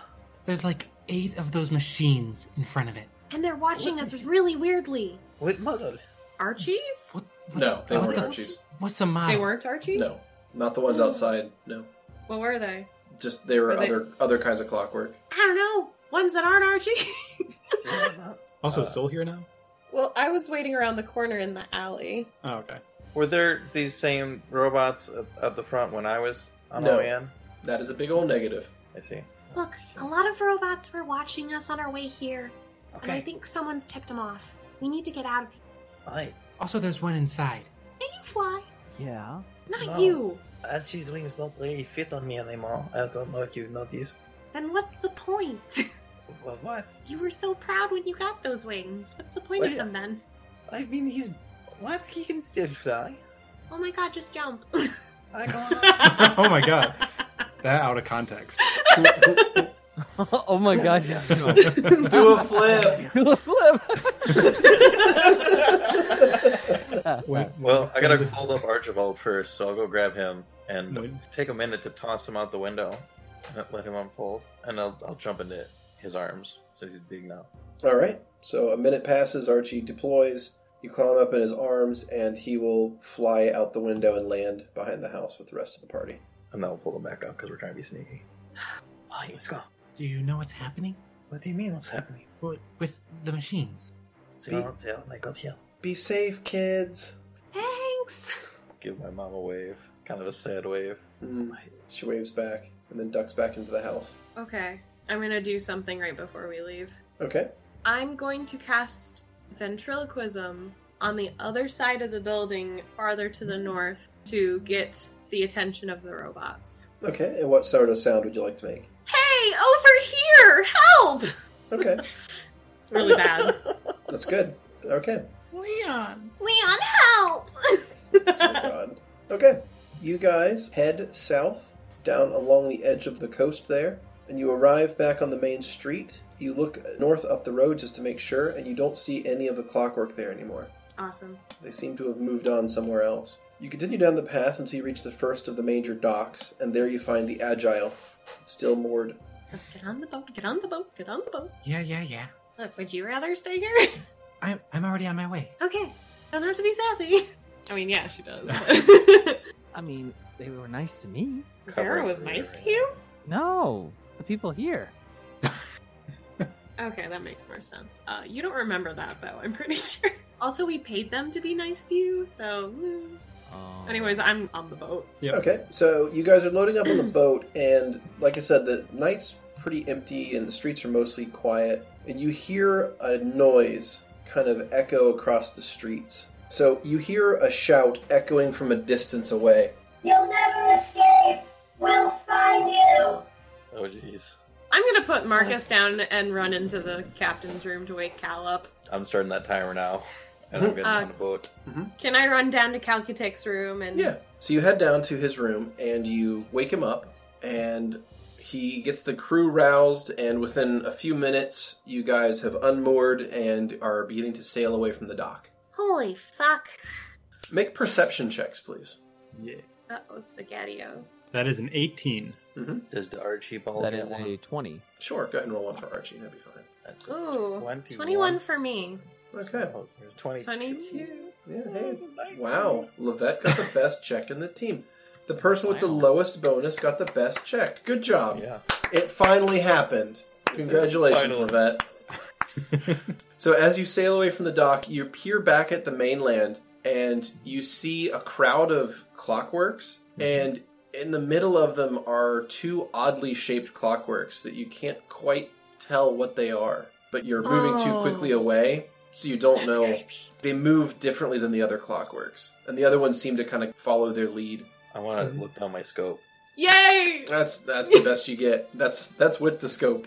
Speaker 18: There's like eight of those machines in front of it.
Speaker 2: And they're watching us really weirdly.
Speaker 3: With mother.
Speaker 17: Archies?
Speaker 1: No, they
Speaker 18: What
Speaker 1: weren't
Speaker 18: the-
Speaker 1: Archies.
Speaker 18: What's the
Speaker 17: They
Speaker 18: matter?
Speaker 17: weren't Archies?
Speaker 1: No, not the ones outside. No,
Speaker 17: What were they?
Speaker 1: just they Hmm. were,
Speaker 17: Were they-
Speaker 1: other other kinds of clockwork.
Speaker 2: I don't know. Ones that aren't Archie.
Speaker 4: Also,
Speaker 3: Uh,
Speaker 4: Soul here now?
Speaker 17: Well, I was waiting around the corner in the alley.
Speaker 4: Oh, okay.
Speaker 3: Were there these same robots at, at the front when I was on
Speaker 1: No.
Speaker 3: my way in?
Speaker 1: That is a big old negative.
Speaker 3: I see.
Speaker 2: Look, a lot of robots were watching us on our way here, and I
Speaker 3: Okay.
Speaker 2: think someone's tipped them off. We need to get out of here.
Speaker 3: Alright.
Speaker 18: Also, there's one inside.
Speaker 2: Can you fly?
Speaker 14: Yeah.
Speaker 2: Not
Speaker 3: No.
Speaker 2: you.
Speaker 3: Archie's wings don't really fit on me anymore. I don't know if you've noticed.
Speaker 2: Then what's the point?
Speaker 3: Well, what?
Speaker 2: you were so proud when you got those wings. What's the point
Speaker 3: Wait.
Speaker 2: of them then?
Speaker 3: I mean, he's. What? He can still fly.
Speaker 2: Oh my god, just jump.
Speaker 3: I
Speaker 4: oh my god. That out of context.
Speaker 14: oh my gosh.
Speaker 1: Do a flip.
Speaker 14: Do a flip.
Speaker 4: Wait,
Speaker 3: Well, I gotta hold up Archibald first, so I'll go grab him and
Speaker 4: Wait.
Speaker 3: take a minute to toss him out the window. and Let him unfold, and I'll, I'll jump into his arms since he's big now.
Speaker 1: All right. So a minute passes. Archie deploys. You climb up in his arms, and he will fly out the window and land behind the house with the rest of the party.
Speaker 3: And then we'll pull him back up because we're trying to be sneaky. Alright, let's go.
Speaker 18: Do you know what's happening?
Speaker 3: What do you mean? What's happening?
Speaker 18: What- With the machines?
Speaker 3: So you don't tell. I got here.
Speaker 1: Be safe, kids.
Speaker 2: Thanks.
Speaker 3: Give my mom a wave, kind of a sad wave.
Speaker 1: Mm. She waves back and then ducks back into the house.
Speaker 17: Okay. I'm gonna do something right before we leave.
Speaker 1: Okay.
Speaker 17: I'm going to cast ventriloquism
Speaker 2: on the other side of the building, farther to the north, to get the attention of the robots.
Speaker 1: Okay, and what sort of sound would you like to make?
Speaker 2: Hey, over here! Help!
Speaker 1: Okay.
Speaker 2: really bad.
Speaker 1: That's good. Okay.
Speaker 20: Leon.
Speaker 21: Leon, help!
Speaker 1: Oh God. Okay. You guys head south down along the edge of the coast there, and you arrive back on the main street. You look north up the road just to make sure, and you don't see any of the clockwork there anymore.
Speaker 2: Awesome.
Speaker 1: They seem to have moved on somewhere else. You continue down the path until you reach the first of the major docks, and there you find the Agile, still moored.
Speaker 20: Let's get on the boat. Get on the boat. Get on the boat.
Speaker 22: Yeah, yeah, yeah.
Speaker 20: Look, would you rather stay here?
Speaker 22: I'm I'm already on my way.
Speaker 20: okay, don't have to be sassy. I mean, yeah, she does.
Speaker 14: I mean, they were nice to me.
Speaker 20: Vera was nice to you.
Speaker 14: No, the people here.
Speaker 2: Okay, that makes more sense. Uh, you don't remember that though, I'm pretty sure. Also, we paid them to be nice to you, so. mm.
Speaker 14: Um,
Speaker 2: Anyways, I'm on the boat.
Speaker 4: Yep.
Speaker 1: Okay, so you guys are loading up on the boat, and like I said, the night's pretty empty and the streets are mostly quiet, and you hear a noise kind of echo across the streets. So you hear a shout echoing from a distance away.
Speaker 23: You'll never escape! We'll find you!
Speaker 3: Oh, jeez.
Speaker 2: I'm gonna put Marcus down and run into the captain's room to wake Cal up.
Speaker 3: I'm starting that timer now, and I'm getting
Speaker 2: Uh,
Speaker 3: on the boat.
Speaker 2: Can I run down to Calcutex room and
Speaker 1: Yeah. So you head down to his room and you wake him up, and he gets the crew roused. And within a few minutes, you guys have unmoored and are beginning to sail away from the dock.
Speaker 20: Holy fuck!
Speaker 1: Make perception checks, please.
Speaker 4: Yeah.
Speaker 2: Uh oh, SpaghettiOs.
Speaker 4: That is an 18.
Speaker 3: Does the Archie ball
Speaker 14: that
Speaker 3: get
Speaker 14: is
Speaker 3: one?
Speaker 14: a twenty.
Speaker 1: Sure, go ahead and roll one for Archie. That'd be fine.
Speaker 3: That's a
Speaker 2: Ooh, 21.
Speaker 3: 21.
Speaker 2: for me.
Speaker 1: Okay.
Speaker 3: Oh, there's 22.
Speaker 2: 22.
Speaker 1: Yeah, hey. Wow. Levette got the best check in the team. The person with the lowest bonus got the best check. Good job.
Speaker 3: Yeah.
Speaker 1: It finally happened. Congratulations,
Speaker 3: Finally.
Speaker 1: Levette. so as you sail away from the dock, you peer back at the mainland and you see a crowd of clockworks and in the middle of them are two oddly shaped clockworks that you can't quite tell what they are, but you're moving too
Speaker 20: Oh.
Speaker 1: quickly away, so you don't
Speaker 20: That's
Speaker 1: know
Speaker 20: creepy.
Speaker 1: they move differently than the other clockworks. And the other ones seem to kind of follow their lead.
Speaker 3: I want
Speaker 1: Mm-hmm.
Speaker 3: to look down my scope.
Speaker 2: Yay!
Speaker 1: That's that's the best you get. That's that's with the scope.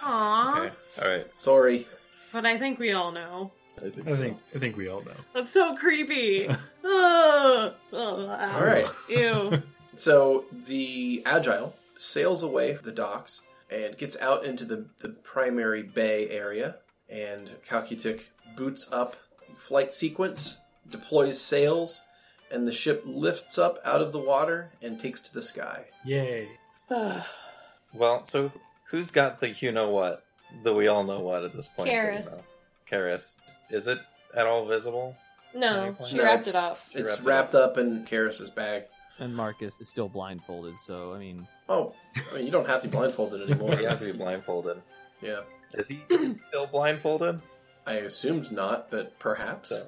Speaker 2: Aww.
Speaker 3: Okay. All right.
Speaker 1: Sorry.
Speaker 2: But I think we all know.
Speaker 3: I think
Speaker 4: I
Speaker 3: so.
Speaker 4: think I think we all know.
Speaker 2: That's so creepy. Ugh. All
Speaker 1: All right.
Speaker 2: Ew.
Speaker 1: So the Agile sails away from the docks and gets out into the, the primary bay area. And Calcutic boots up flight sequence, deploys sails, and the ship lifts up out of the water and takes to the sky.
Speaker 4: Yay.
Speaker 3: Well, so who's got the you know what? The we all know what at this point.
Speaker 2: Karis.
Speaker 3: Karis. Karis. Is it at all visible?
Speaker 2: No, she
Speaker 1: No,
Speaker 2: wrapped
Speaker 1: it's-
Speaker 2: it up.
Speaker 3: She
Speaker 1: it's wrapped
Speaker 3: wrapped
Speaker 1: up in Karis's bag.
Speaker 14: And Marcus is still blindfolded, so I mean,
Speaker 1: Oh, I mean, you don't have to be blindfolded
Speaker 3: Well,
Speaker 1: anymore.
Speaker 3: you have to be blindfolded.
Speaker 1: Yeah.
Speaker 3: Is he still blindfolded?
Speaker 1: I assumed not, but perhaps.
Speaker 3: So,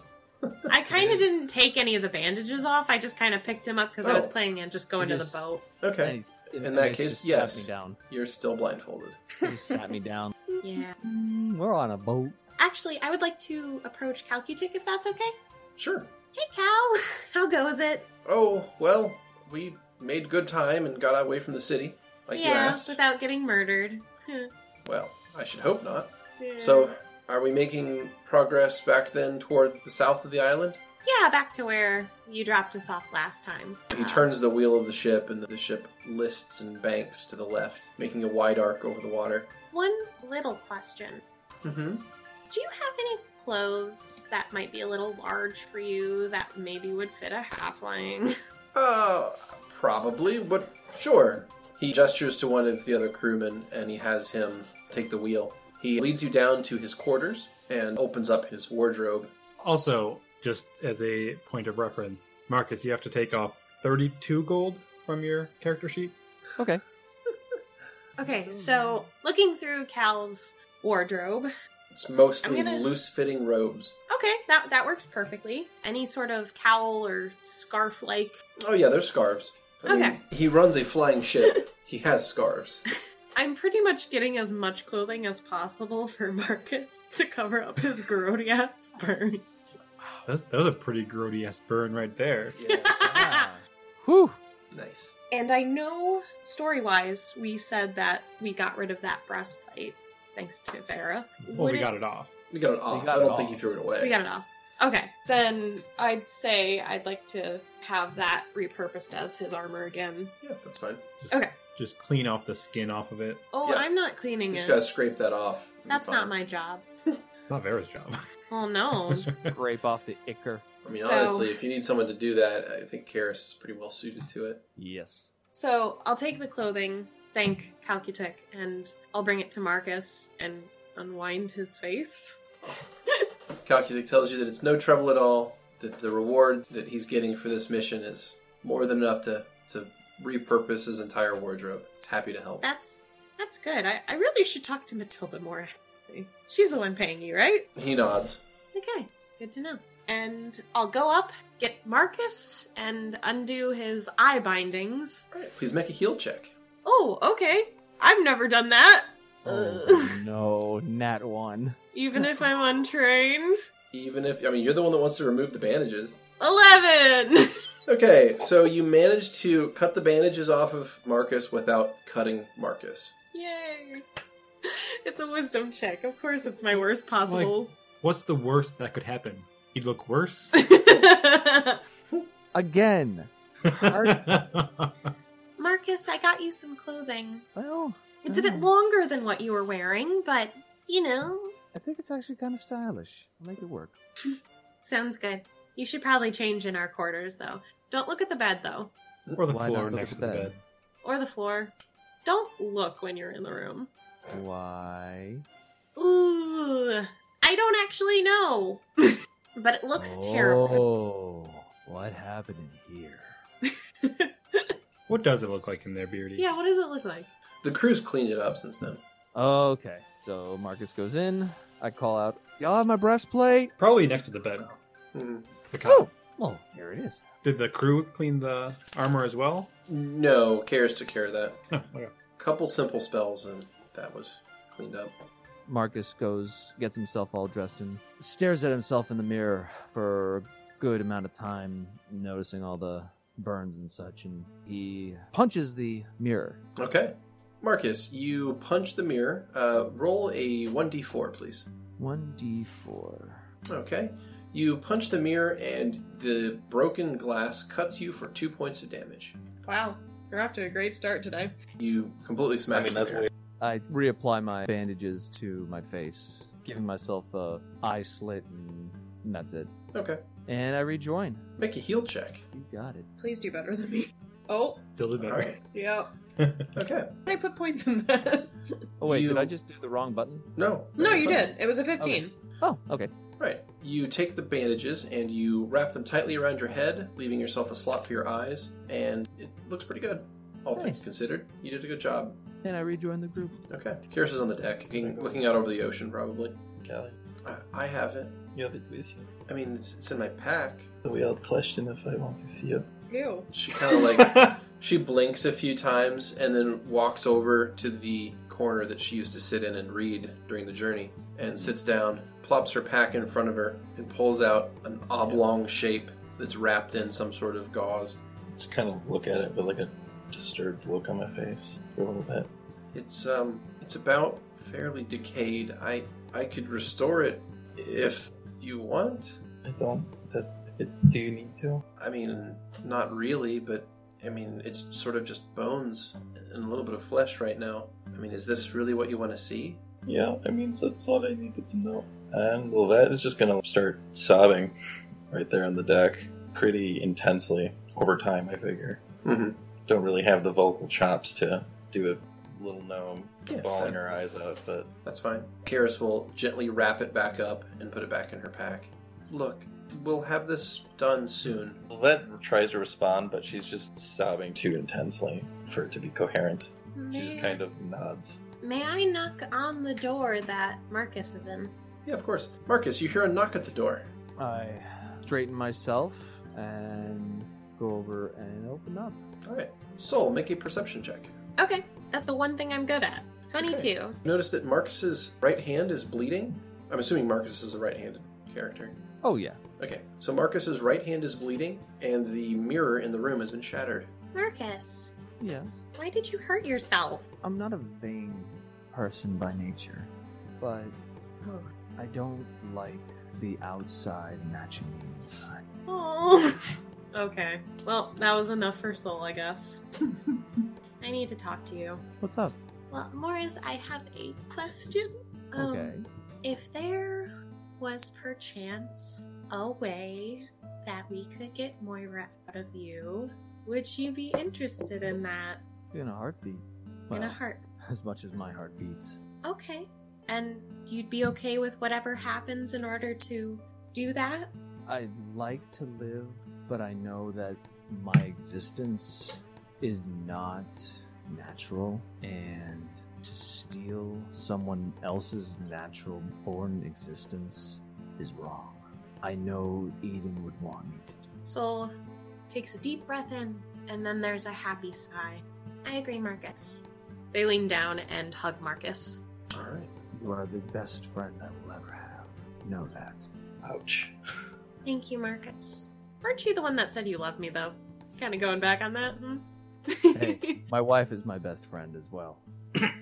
Speaker 2: I kind of didn't take any of the bandages off. I just kind of picked him up because I was
Speaker 1: Oh.
Speaker 2: planning on just going to the
Speaker 1: Yes.
Speaker 2: boat.
Speaker 14: and
Speaker 1: Okay.
Speaker 14: he's,
Speaker 1: In
Speaker 14: and
Speaker 1: that
Speaker 14: he's
Speaker 1: case,
Speaker 14: just
Speaker 1: yes.
Speaker 14: Sat me down.
Speaker 1: You're still blindfolded.
Speaker 14: He just sat me down.
Speaker 20: Yeah.
Speaker 14: Mm, We're on a boat.
Speaker 20: Actually, I would like to approach Calcutic if that's okay.
Speaker 1: Sure.
Speaker 20: Hey, Cal. How goes it?
Speaker 1: Oh, well, we made good time and got away from the city, like you
Speaker 2: yeah,
Speaker 1: asked.
Speaker 2: without getting murdered.
Speaker 1: Well, I should hope not. So, are we making progress back then toward the south of the island?
Speaker 2: Yeah, back to where you dropped us off last time.
Speaker 1: He
Speaker 2: Uh,
Speaker 1: turns the wheel of the ship, and the ship lists and banks to the left, making a wide arc over the water.
Speaker 2: Uh, One little question.
Speaker 1: Mm-hmm.
Speaker 2: Do you have any clothes that might be a little large for you that maybe would fit a halfling?
Speaker 1: Uh, probably, but sure. He gestures to one of the other crewmen and he has him take the wheel. He leads you down to his quarters and opens up his wardrobe.
Speaker 4: Also, just as a point of reference, Marcus, you have to take off 32 gold from your character sheet.
Speaker 14: Okay.
Speaker 2: Okay, so looking through Cal's wardrobe,
Speaker 1: It's mostly
Speaker 2: I'm gonna-
Speaker 1: loose fitting robes.
Speaker 2: okay, that that works perfectly. Any sort of cowl or scarf like
Speaker 1: Oh, yeah, they're scarves.
Speaker 2: Okay.
Speaker 1: he runs a flying ship, he has scarves.
Speaker 2: I'm pretty much getting as much clothing as possible for Marcus to cover up his grody ass burns.
Speaker 4: That's that was a pretty grody ass burn right there. Ah.
Speaker 14: Ah. Whew.
Speaker 1: Nice.
Speaker 2: And I know story wise, we said that we got rid of that breastplate thanks to Vera.
Speaker 4: Well, we got it off.
Speaker 1: We got it off. I
Speaker 14: got it
Speaker 1: don't
Speaker 14: off.
Speaker 1: think you threw it away.
Speaker 2: We got it off. Okay, then I'd say I'd like to have that repurposed as his armor again.
Speaker 1: Yeah, that's fine.
Speaker 2: Okay.
Speaker 4: Just clean off the skin off of it.
Speaker 2: Oh,
Speaker 1: Yeah.
Speaker 2: I'm not cleaning
Speaker 1: You
Speaker 2: it.
Speaker 1: just gotta scrape that off. You'll be
Speaker 2: That's
Speaker 1: fine.
Speaker 2: not my job.
Speaker 4: It's not Vera's job.
Speaker 2: Oh no.
Speaker 14: Scrape off the ichor.
Speaker 1: I mean,
Speaker 2: So-
Speaker 1: honestly, if you need someone to do that, I think Karis is pretty well suited to it.
Speaker 14: Yes.
Speaker 2: So I'll take the clothing, thank Calcutic, and I'll bring it to Marcus and unwind his face.
Speaker 1: Calcutic tells you that it's no trouble at all, that the reward that he's getting for this mission is more than enough to, to repurpose his entire wardrobe. It's happy to help.
Speaker 2: That's that's good. I, I really should talk to Matilda more. actually. She's the one paying you, right?
Speaker 1: He nods.
Speaker 2: Okay, good to know. And I'll go up, get Marcus, and undo his eye bindings.
Speaker 1: Please make a heal check.
Speaker 2: Oh, okay. I've never done that.
Speaker 14: Oh, no, nat one.
Speaker 2: Even if I'm untrained.
Speaker 1: Even if, I mean, you're the one that wants to remove the bandages.
Speaker 2: 11!
Speaker 1: Okay, so you managed to cut the bandages off of Marcus without cutting Marcus.
Speaker 2: Yay! It's a wisdom check. Of course, it's my worst possible.
Speaker 4: What's the worst that could happen? He'd look worse.
Speaker 14: Again.
Speaker 2: Marcus, I got you some clothing.
Speaker 14: Well,
Speaker 2: It's a bit
Speaker 14: uh,
Speaker 2: longer than what you were wearing, but, you know,
Speaker 14: I think it's actually kind of stylish. I'll make it work.
Speaker 2: sounds good. You should probably change in our quarters, though. Don't look at the bed, though.
Speaker 4: or the
Speaker 14: Why not
Speaker 4: floor
Speaker 14: look
Speaker 4: next
Speaker 14: at
Speaker 4: to the
Speaker 14: that?
Speaker 4: bed.
Speaker 2: or the floor. Don't look when you're in the room.
Speaker 14: Why?
Speaker 2: Ooh, I don't actually know, but it looks terrible.
Speaker 14: Oh, what happened in here?
Speaker 4: What does it look like in there, Beardy?
Speaker 2: Yeah, what does it look like?
Speaker 1: The crew's cleaned it up since then.
Speaker 14: Okay, so Marcus goes in. I call out, "Y'all have my breastplate."
Speaker 4: Probably next to the bed.
Speaker 1: Mhm.
Speaker 4: The cot.
Speaker 14: Oh, well, here it is.
Speaker 4: Did the crew clean the armor as well?
Speaker 1: No, Karis took care of that.
Speaker 4: No. Okay.
Speaker 1: Couple simple spells, and that was cleaned up.
Speaker 14: Marcus goes, gets himself all dressed and stares at himself in the mirror for a good amount of time, noticing all the burns and such, and he punches the mirror.
Speaker 1: Okay. Marcus, you punch the mirror. Uh, roll a 1d4, please.
Speaker 14: One d four.
Speaker 1: Okay. You punch the mirror, and the broken glass cuts you for two points of damage.
Speaker 2: Wow, you're off to a great start today.
Speaker 1: You completely smash
Speaker 3: I mean,
Speaker 1: the
Speaker 3: that's
Speaker 1: mirror.
Speaker 3: weird.
Speaker 14: I reapply my bandages to my face, giving myself a eye slit, and, and that's it.
Speaker 1: Okay.
Speaker 14: And I rejoin.
Speaker 1: Make a heal check.
Speaker 14: You got it.
Speaker 2: Please do better than me. Oh,
Speaker 4: Still did
Speaker 1: All
Speaker 4: that.
Speaker 1: right.
Speaker 2: yep.
Speaker 1: Okay.
Speaker 2: I put points in that.
Speaker 14: Oh wait,
Speaker 1: You-
Speaker 14: did I just do the wrong button?
Speaker 1: No.
Speaker 2: no, you did. It was a 15.
Speaker 14: Oh, okay.
Speaker 1: Right. You take the bandages and you wrap them tightly around your head, leaving yourself a slot for your eyes, and it looks pretty good. All things
Speaker 14: Nice.
Speaker 1: considered, you did a good job.
Speaker 14: And I rejoin the group.
Speaker 1: Okay. Karis is on the deck, looking, looking out over the ocean, probably.
Speaker 3: Callie,
Speaker 1: I, I have it.
Speaker 3: you have it with you.
Speaker 1: I mean, it's, it's in my pack.
Speaker 3: The weird question if I want to see it.
Speaker 2: Ew.
Speaker 1: She kind of like she blinks a few times and then walks over to the corner that she used to sit in and read during the journey, and sits down, plops her pack in front of her, and pulls out an oblong shape that's wrapped in some sort of gauze.
Speaker 3: Just kind of look at it with like a disturbed look on my face for a little bit.
Speaker 1: It's um, it's about fairly decayed. I I could restore it if you want.
Speaker 3: I don't. That, it, do you need to?
Speaker 1: I mean, not really, but I mean, it's sort of just bones and a little bit of flesh right now. I mean, is this really what you want to see?
Speaker 3: Yeah, I mean, that's all I needed to know. And Levette is just gonna start sobbing right there on the deck pretty intensely over time, I figure.
Speaker 1: Mhm.
Speaker 3: Don't really have the vocal chops to do a little gnome
Speaker 1: Yeah,
Speaker 3: bawling
Speaker 1: that-
Speaker 3: her eyes out, but
Speaker 1: That's fine. Karis will gently wrap it back up and put it back in her pack. Look, we'll have this done soon.
Speaker 3: Levette tries to respond, but she's just sobbing too intensely for it to be coherent. She just
Speaker 2: May,
Speaker 3: kind of nods.
Speaker 24: May I knock on the door that Marcus is in?
Speaker 1: Yeah, of course. Marcus, you hear a knock at the door.
Speaker 14: I straighten myself and go over and open up.
Speaker 1: All right. Soul, make a perception check.
Speaker 2: Okay, that's the one thing I'm good at. 22.
Speaker 1: Notice that Marcus's right hand is bleeding. I'm assuming Marcus is a right-handed character.
Speaker 14: Oh, yeah.
Speaker 1: Okay, so Marcus's right hand is bleeding, and the mirror in the room has been shattered.
Speaker 2: Marcus,
Speaker 14: Yes.
Speaker 2: why did you hurt yourself?
Speaker 14: I'm not a vain person by nature, but
Speaker 2: Oh.
Speaker 14: I don't like the outside matching the inside.
Speaker 11: Oh. okay. Well, that was enough for Soul, I guess.
Speaker 2: I need to talk to you.
Speaker 14: What's up?
Speaker 2: Well, Morris, I have a question. Um,
Speaker 14: Okay.
Speaker 2: If there was perchance a way that we could get Moira out of you, would you be interested in that
Speaker 14: In a heartbeat.
Speaker 2: in a
Speaker 14: Well,
Speaker 2: heart?
Speaker 14: As much as my heart beats.
Speaker 2: Okay. And you'd be okay with whatever happens in order to do that?
Speaker 14: I'd like to live, but I know that my existence is not natural, and to steal someone else's natural born existence is wrong. I know Eden would want me to.
Speaker 2: Soul takes a deep breath in, and then there's a happy sigh. I agree, Marcus. They lean down and hug Marcus.
Speaker 1: All right.
Speaker 14: You are the best friend I will ever have. Know that.
Speaker 16: Ouch.
Speaker 2: Thank you, Marcus. Aren't you the one that said you love me, though? Kind of going back on that, hmm?
Speaker 14: Hey, my wife is my best friend as well.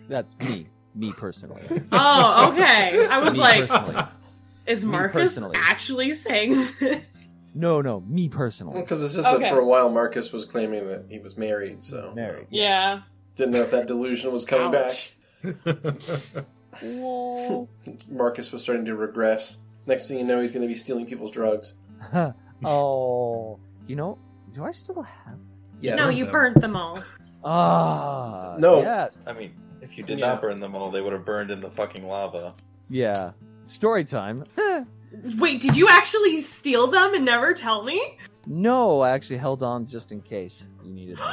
Speaker 14: That's me, me personally.
Speaker 11: Oh, okay. I was
Speaker 14: Me
Speaker 11: like,
Speaker 14: personally.
Speaker 11: is
Speaker 14: Me
Speaker 11: Marcus
Speaker 14: personally.
Speaker 11: actually saying this?
Speaker 14: No, no, me personally.
Speaker 1: Because it's just
Speaker 11: Okay.
Speaker 1: that for a while Marcus was claiming that he was married, so
Speaker 14: married.
Speaker 11: Yeah.
Speaker 1: Didn't know if that delusion was coming
Speaker 11: Ouch.
Speaker 1: back. Marcus was starting to regress. Next thing you know, he's going to be stealing people's drugs.
Speaker 14: oh, you know, do I still have?
Speaker 1: Yes.
Speaker 2: No, you burnt them all.
Speaker 14: Ah,
Speaker 1: No.
Speaker 14: yes.
Speaker 16: I mean, if you did
Speaker 1: Yeah.
Speaker 16: not burn them all, they would have burned in the fucking lava.
Speaker 14: yeah. Story time.
Speaker 11: Wait, did you actually steal them and never tell me?
Speaker 14: No, I actually held on just in case you needed. Them.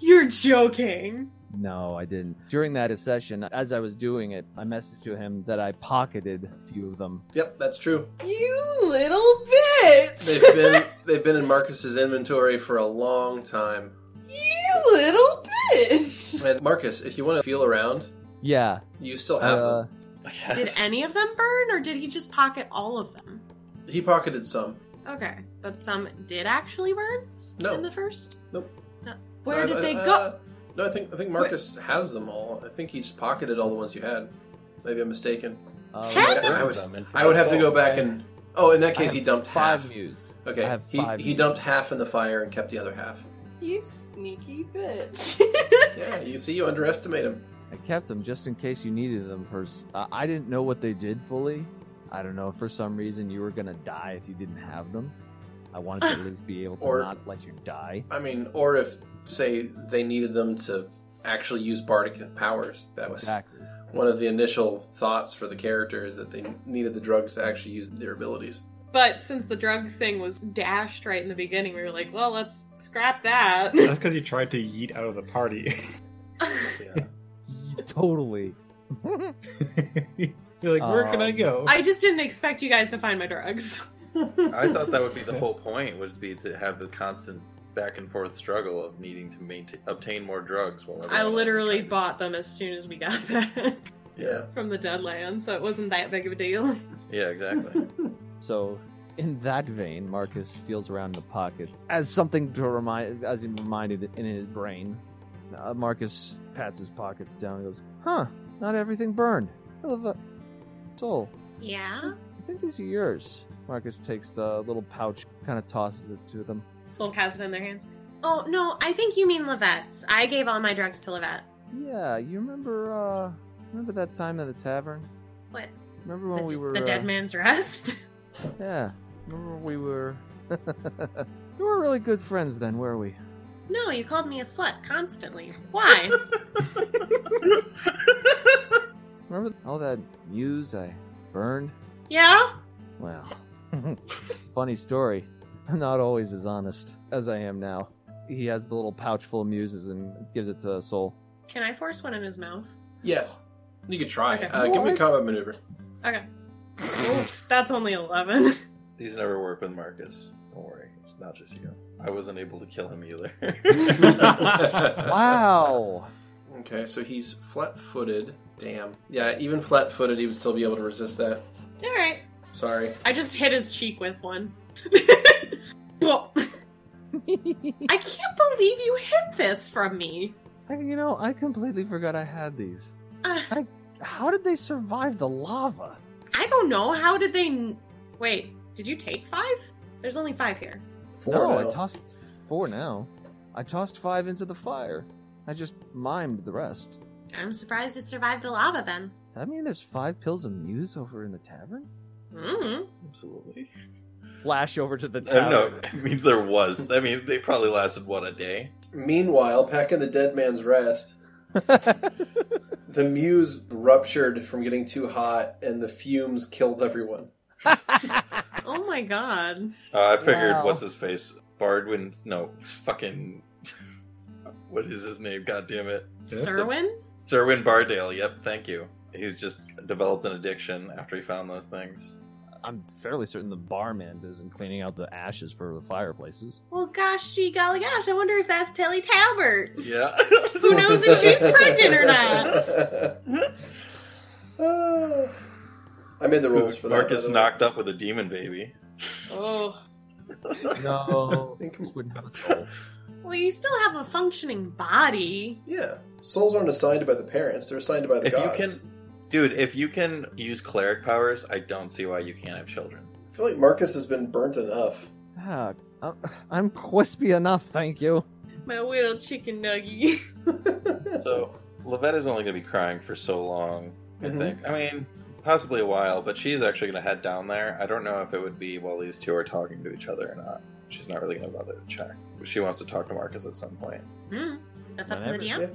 Speaker 11: You're joking.
Speaker 14: No, I didn't. During that session, as I was doing it, I messaged to him that I pocketed a few of them.
Speaker 1: Yep, that's true.
Speaker 11: You little bitch.
Speaker 1: They've been they've been in Marcus's inventory for a long time.
Speaker 11: you little bitch.
Speaker 1: And Marcus, if you want to feel around,
Speaker 14: Yeah.
Speaker 1: you still have
Speaker 14: Uh,
Speaker 1: them.
Speaker 11: Did any of them burn, or did he just pocket all of them?
Speaker 1: He pocketed some.
Speaker 11: Okay, but some did actually burn
Speaker 1: No.
Speaker 11: in the first.
Speaker 1: Nope.
Speaker 11: No. Where
Speaker 1: No,
Speaker 11: did
Speaker 1: I-
Speaker 11: they
Speaker 1: I-
Speaker 11: go?
Speaker 1: uh, no, I think I think Marcus has them all. I think he just pocketed all the ones you had. Maybe I'm mistaken.
Speaker 14: uh,
Speaker 11: Ten?
Speaker 1: I would,
Speaker 16: Them, and
Speaker 1: I would have to
Speaker 16: so
Speaker 1: go back
Speaker 16: I-
Speaker 1: and. Oh, in that
Speaker 14: I
Speaker 1: case,
Speaker 14: have
Speaker 1: he dumped
Speaker 14: five
Speaker 1: half.
Speaker 14: news.
Speaker 1: Okay,
Speaker 14: I have
Speaker 1: he
Speaker 14: five
Speaker 1: he
Speaker 14: news.
Speaker 1: dumped half in the fire and kept the other half.
Speaker 11: You sneaky bitch.
Speaker 1: Yeah, you see, you underestimate him.
Speaker 14: I kept them just in case you needed them first. Uh, I didn't know what they did fully. I don't know if for some reason you were gonna die if you didn't have them. I wanted to at least be able to
Speaker 1: Or-
Speaker 14: not let you die.
Speaker 1: I mean, or if say they needed them to actually use bardic powers. That was
Speaker 14: Exactly.
Speaker 1: one of the initial thoughts for the character is that they needed the drugs to actually use their abilities.
Speaker 11: But since the drug thing was dashed right in the beginning, we were like, well, let's scrap that.
Speaker 4: That's because he tried to yeet out of the party.
Speaker 16: Yeah.
Speaker 14: totally.
Speaker 4: You're like, where can I
Speaker 14: Um,
Speaker 4: go?
Speaker 11: I just didn't expect you guys to find my drugs.
Speaker 16: I thought that would be the whole point would be to have the constant back and forth struggle of needing to maintain, obtain more drugs. While everyone
Speaker 11: I
Speaker 16: else is
Speaker 11: literally
Speaker 16: trying to-
Speaker 11: bought them as soon as we got back
Speaker 1: Yeah.
Speaker 11: from the Deadlands, so it wasn't that big of a deal.
Speaker 16: Yeah, exactly.
Speaker 14: So, in that vein, Marcus feels around in the pocket as something to remind, as he reminded in his brain. Uh, Marcus pats his pockets down and goes, "Huh? Not everything burned. Hell of a soul.
Speaker 2: Yeah?
Speaker 14: I think these are yours." Marcus takes the little pouch, kind of tosses it to them.
Speaker 11: Soul has it in their hands.
Speaker 2: Oh, no, I think you mean Levette's. I gave all my drugs to Levette.
Speaker 14: Yeah, you remember? uh Remember that time at the tavern?
Speaker 2: What?
Speaker 14: Remember when
Speaker 2: the,
Speaker 14: we were
Speaker 2: the
Speaker 14: uh,
Speaker 2: dead man's rest?
Speaker 14: Yeah. Remember when we were? we were really good friends then, were we?
Speaker 2: No, you called me a slut constantly. Why?
Speaker 14: Remember all that muse I burned?
Speaker 11: Yeah?
Speaker 14: Well, funny story. I'm not always as honest as I am now. He has the little pouch full of muses and gives it to Soul.
Speaker 11: Can I force one in his mouth?
Speaker 1: Yes. You could try.
Speaker 11: Okay.
Speaker 1: Uh, give me a
Speaker 14: What?
Speaker 1: combat maneuver.
Speaker 11: Okay.
Speaker 14: Oh.
Speaker 11: Oof, that's only 11.
Speaker 16: These never work with Marcus. Don't worry, it's not just you. I wasn't able to kill him either.
Speaker 14: Wow.
Speaker 1: Okay, so he's flat footed. Damn. Yeah, even flat footed, he would still be able to resist that.
Speaker 11: Alright.
Speaker 1: Sorry.
Speaker 2: I just hit his cheek with one. Well, I can't believe you hid this from me.
Speaker 14: I, you know, I completely forgot I had these.
Speaker 2: Uh,
Speaker 14: I, how did they survive the lava?
Speaker 2: I don't know. How did they? n- Wait, did you take five? There's only five here.
Speaker 14: no, I tossed four now. I tossed five into the fire. I just mimed the rest.
Speaker 4: I'm surprised it survived the lava then.
Speaker 14: Does that mean there's five pills of muse over in the tavern?
Speaker 2: Hmm.
Speaker 4: Mm.
Speaker 3: Absolutely.
Speaker 14: Flash over to the
Speaker 3: I don't
Speaker 14: tavern.
Speaker 3: know. It means there was. I mean, they probably lasted what a day.
Speaker 1: Meanwhile, back in the dead man's rest, the muse ruptured from getting too hot, and the fumes killed everyone.
Speaker 2: Oh my god.
Speaker 3: Uh, I figured
Speaker 2: Wow.
Speaker 3: what's his face, Bardwin's no fucking. what is his name? God damn it,
Speaker 2: Serwin?
Speaker 3: Serwin Bardale. Yep, thank you. He's just developed an addiction after he found those things.
Speaker 14: I'm fairly certain the barman isn't cleaning out the ashes for the fireplaces.
Speaker 4: Well, gosh, gee, golly, gosh! I wonder if that's Tilly Talbert.
Speaker 3: Yeah.
Speaker 4: Who knows if she's pregnant or not?
Speaker 1: Oh. I made the rules for that.
Speaker 3: Marcus
Speaker 1: by the way.
Speaker 3: knocked up with a demon baby.
Speaker 2: Oh.
Speaker 14: No,
Speaker 4: Well, you still have a functioning body.
Speaker 1: Yeah. Souls aren't assigned by the parents; they're assigned by the
Speaker 3: If you
Speaker 1: gods.
Speaker 3: can, dude, if you can use cleric powers, I don't see why you can't have children.
Speaker 1: I feel like Marcus has been burnt enough.
Speaker 14: Ah, I'm- I'm crispy enough, thank you.
Speaker 2: My little chicken nugget.
Speaker 3: So Lavette is only going to be crying for so long. I
Speaker 1: Mhm.
Speaker 3: think. I mean, possibly a while, but she's actually going to head down there. I don't know if it would be while these two are talking to each other or not. She's not really going to bother to check. She wants to talk to Marcus at some point.
Speaker 4: Hmm. That's up to the DM.
Speaker 1: Yeah.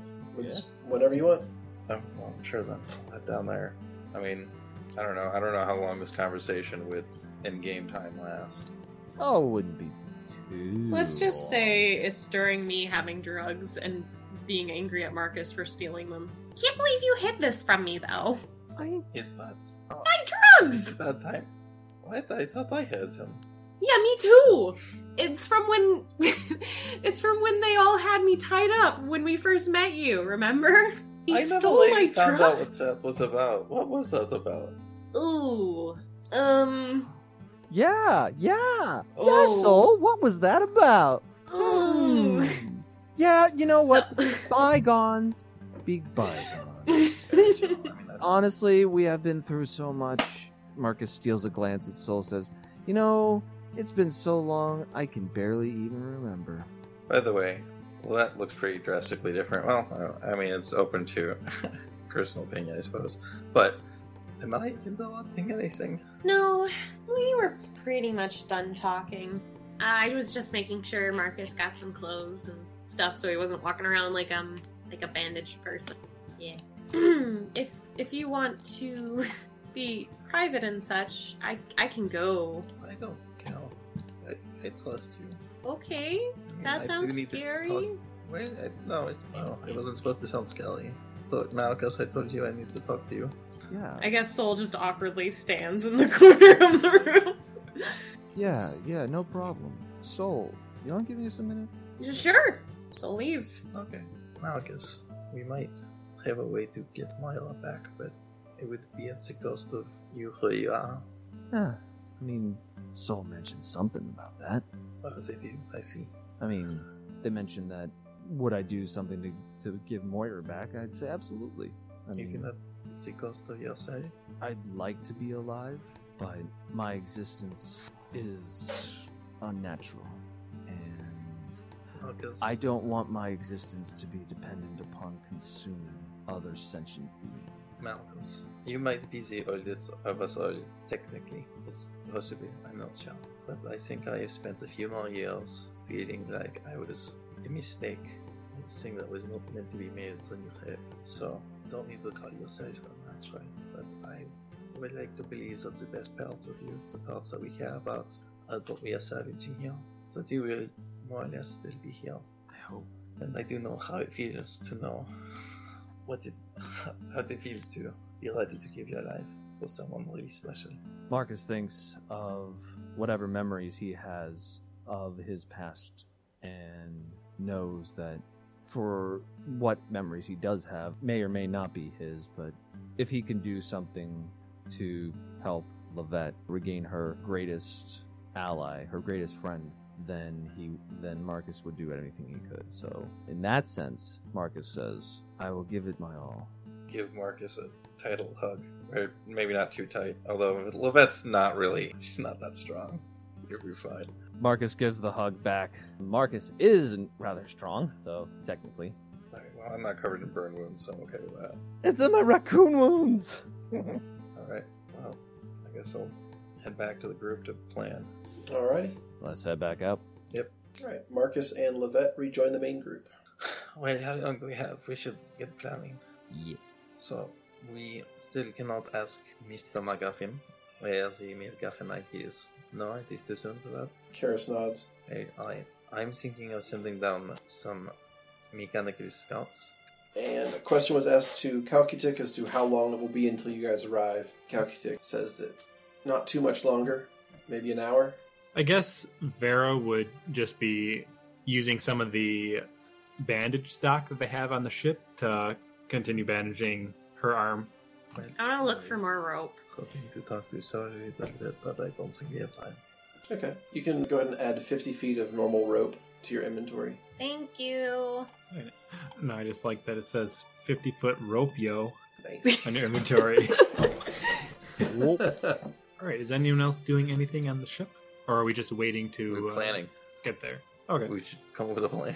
Speaker 1: It's Whatever you want.
Speaker 3: Oh, well, I'm sure then. I'll head down there. I mean, I don't know. I don't know how long this conversation would in game time last.
Speaker 14: Oh, it wouldn't be too.
Speaker 2: Let's just say it's during me having drugs and being angry at Marcus for stealing them.
Speaker 4: Can't believe you hid this from me though.
Speaker 14: I
Speaker 3: It's not.
Speaker 4: My drugs.
Speaker 3: It's not time. Well, I thought, I thought I had some.
Speaker 2: Yeah, me too. It's from when it's from when they all had me tied up when we first met you, remember? He
Speaker 3: I never
Speaker 2: stole my
Speaker 3: like, found out
Speaker 2: drugs.
Speaker 3: what that was about. What was that about?
Speaker 2: Ooh. Um
Speaker 14: Yeah, yeah.
Speaker 2: Oh. Mm.
Speaker 14: Yeah, Soul, what was that about? Hmm.
Speaker 2: Ooh.
Speaker 14: Yeah, you know what? Bygones be bygones. Honestly, we have been through so much. Marcus steals a glance at Soul, says, You know, it's been so long, I can barely even remember.
Speaker 3: By the way, well, that looks pretty drastically different. Well, I don't- I mean, it's open to personal opinion, I suppose. But am I in the lot thing anything?
Speaker 4: No, we were pretty much done talking.
Speaker 2: I was just making sure Marcus got some clothes and stuff so he wasn't walking around like um like a bandaged person.
Speaker 4: Yeah.
Speaker 2: if if you want to be private and such, I I can go.
Speaker 3: I don't know. I, I trust you.
Speaker 2: Okay.
Speaker 3: I mean, I
Speaker 4: That
Speaker 3: do
Speaker 4: sounds
Speaker 3: need to
Speaker 4: scary.
Speaker 3: talk- Wait, I, no, it, no, it wasn't supposed to sound scary. So, Malchus, I told you I need to talk to you.
Speaker 14: Yeah.
Speaker 2: I guess Soul just awkwardly stands in the corner of the room.
Speaker 14: Yeah, yeah, no problem. Soul, you want to give me just a minute?
Speaker 2: Sure. Soul leaves.
Speaker 3: Okay. Malchus, we might have a way to get Myla back, but it would be at the cost of you who you are.
Speaker 14: Yeah. I mean, Soul mentioned something about that.
Speaker 3: Oh, they do. I see.
Speaker 14: I mean, they mentioned that would I do something to, to give Moira back? I'd say absolutely. I
Speaker 3: You
Speaker 14: mean,
Speaker 3: cannot see cost of yourself.
Speaker 14: I'd like to be alive, but my existence is unnatural. And
Speaker 3: Malchus,
Speaker 14: I don't want my existence to be dependent upon consuming other sentient beings.
Speaker 3: Malchus, you might be the oldest of us all, technically. It's possibly, I'm not sure. But I think I spent a few more years feeling like I was a mistake. A thing that was not meant to be made than you have. So, you don't need to call yourself a natural. But I would like to believe that the best parts of you, the parts that we care about, are what we are salvaging here. That you will more or less still be here.
Speaker 14: I hope.
Speaker 3: And I do know how it feels to know what it how it feels to be ready to give your life for someone really special.
Speaker 14: Marcus thinks of whatever memories he has of his past and knows that for what memories he does have may or may not be his, but if he can do something to help Lavette regain her greatest ally, her greatest friend, then he then Marcus would do anything he could. So in that sense, Marcus says, "I will give it my all."
Speaker 16: Give Marcus a title hug, or maybe not too tight. Although Lavette's not really, she's not that strong. You'll be fine.
Speaker 14: Marcus gives the hug back. Marcus is rather strong, though technically.
Speaker 16: Sorry, well, I'm not covered in burn wounds, so I'm okay with that.
Speaker 14: It's in my raccoon wounds.
Speaker 16: All right. Well, I guess I'll head back to the group to plan.
Speaker 1: Alrighty.
Speaker 14: Let's head back up.
Speaker 16: Yep.
Speaker 1: All right. Marcus and Levette rejoin the main group.
Speaker 3: Wait, how long do we have? We should get planning.
Speaker 14: Yes.
Speaker 3: So we still cannot ask Mr. McGuffin where the McGuffinite is. No, it is too soon for that.
Speaker 1: Karis nods.
Speaker 3: I, I I'm thinking of sending down some mechanical scouts.
Speaker 1: And a question was asked to Kalkitik as to how long it will be until you guys arrive. Kalkitik says that not too much longer, maybe an hour.
Speaker 4: I guess Vera would just be using some of the bandage stock that they have on the ship to continue bandaging her arm.
Speaker 2: I want to look for more rope.
Speaker 16: Hoping to talk to Sawyer a little bit, but I don't think we have time.
Speaker 1: Okay. You can go ahead and add 50 feet of normal rope to your inventory.
Speaker 2: Thank you.
Speaker 4: No, I just like that it says 50 foot rope, yo,
Speaker 1: Nice.
Speaker 4: on your inventory. All right, is anyone else doing anything on the ship? Or are we just waiting to
Speaker 16: We're
Speaker 4: uh,
Speaker 16: planning.
Speaker 4: get there? Okay.
Speaker 16: We should come up with a plan.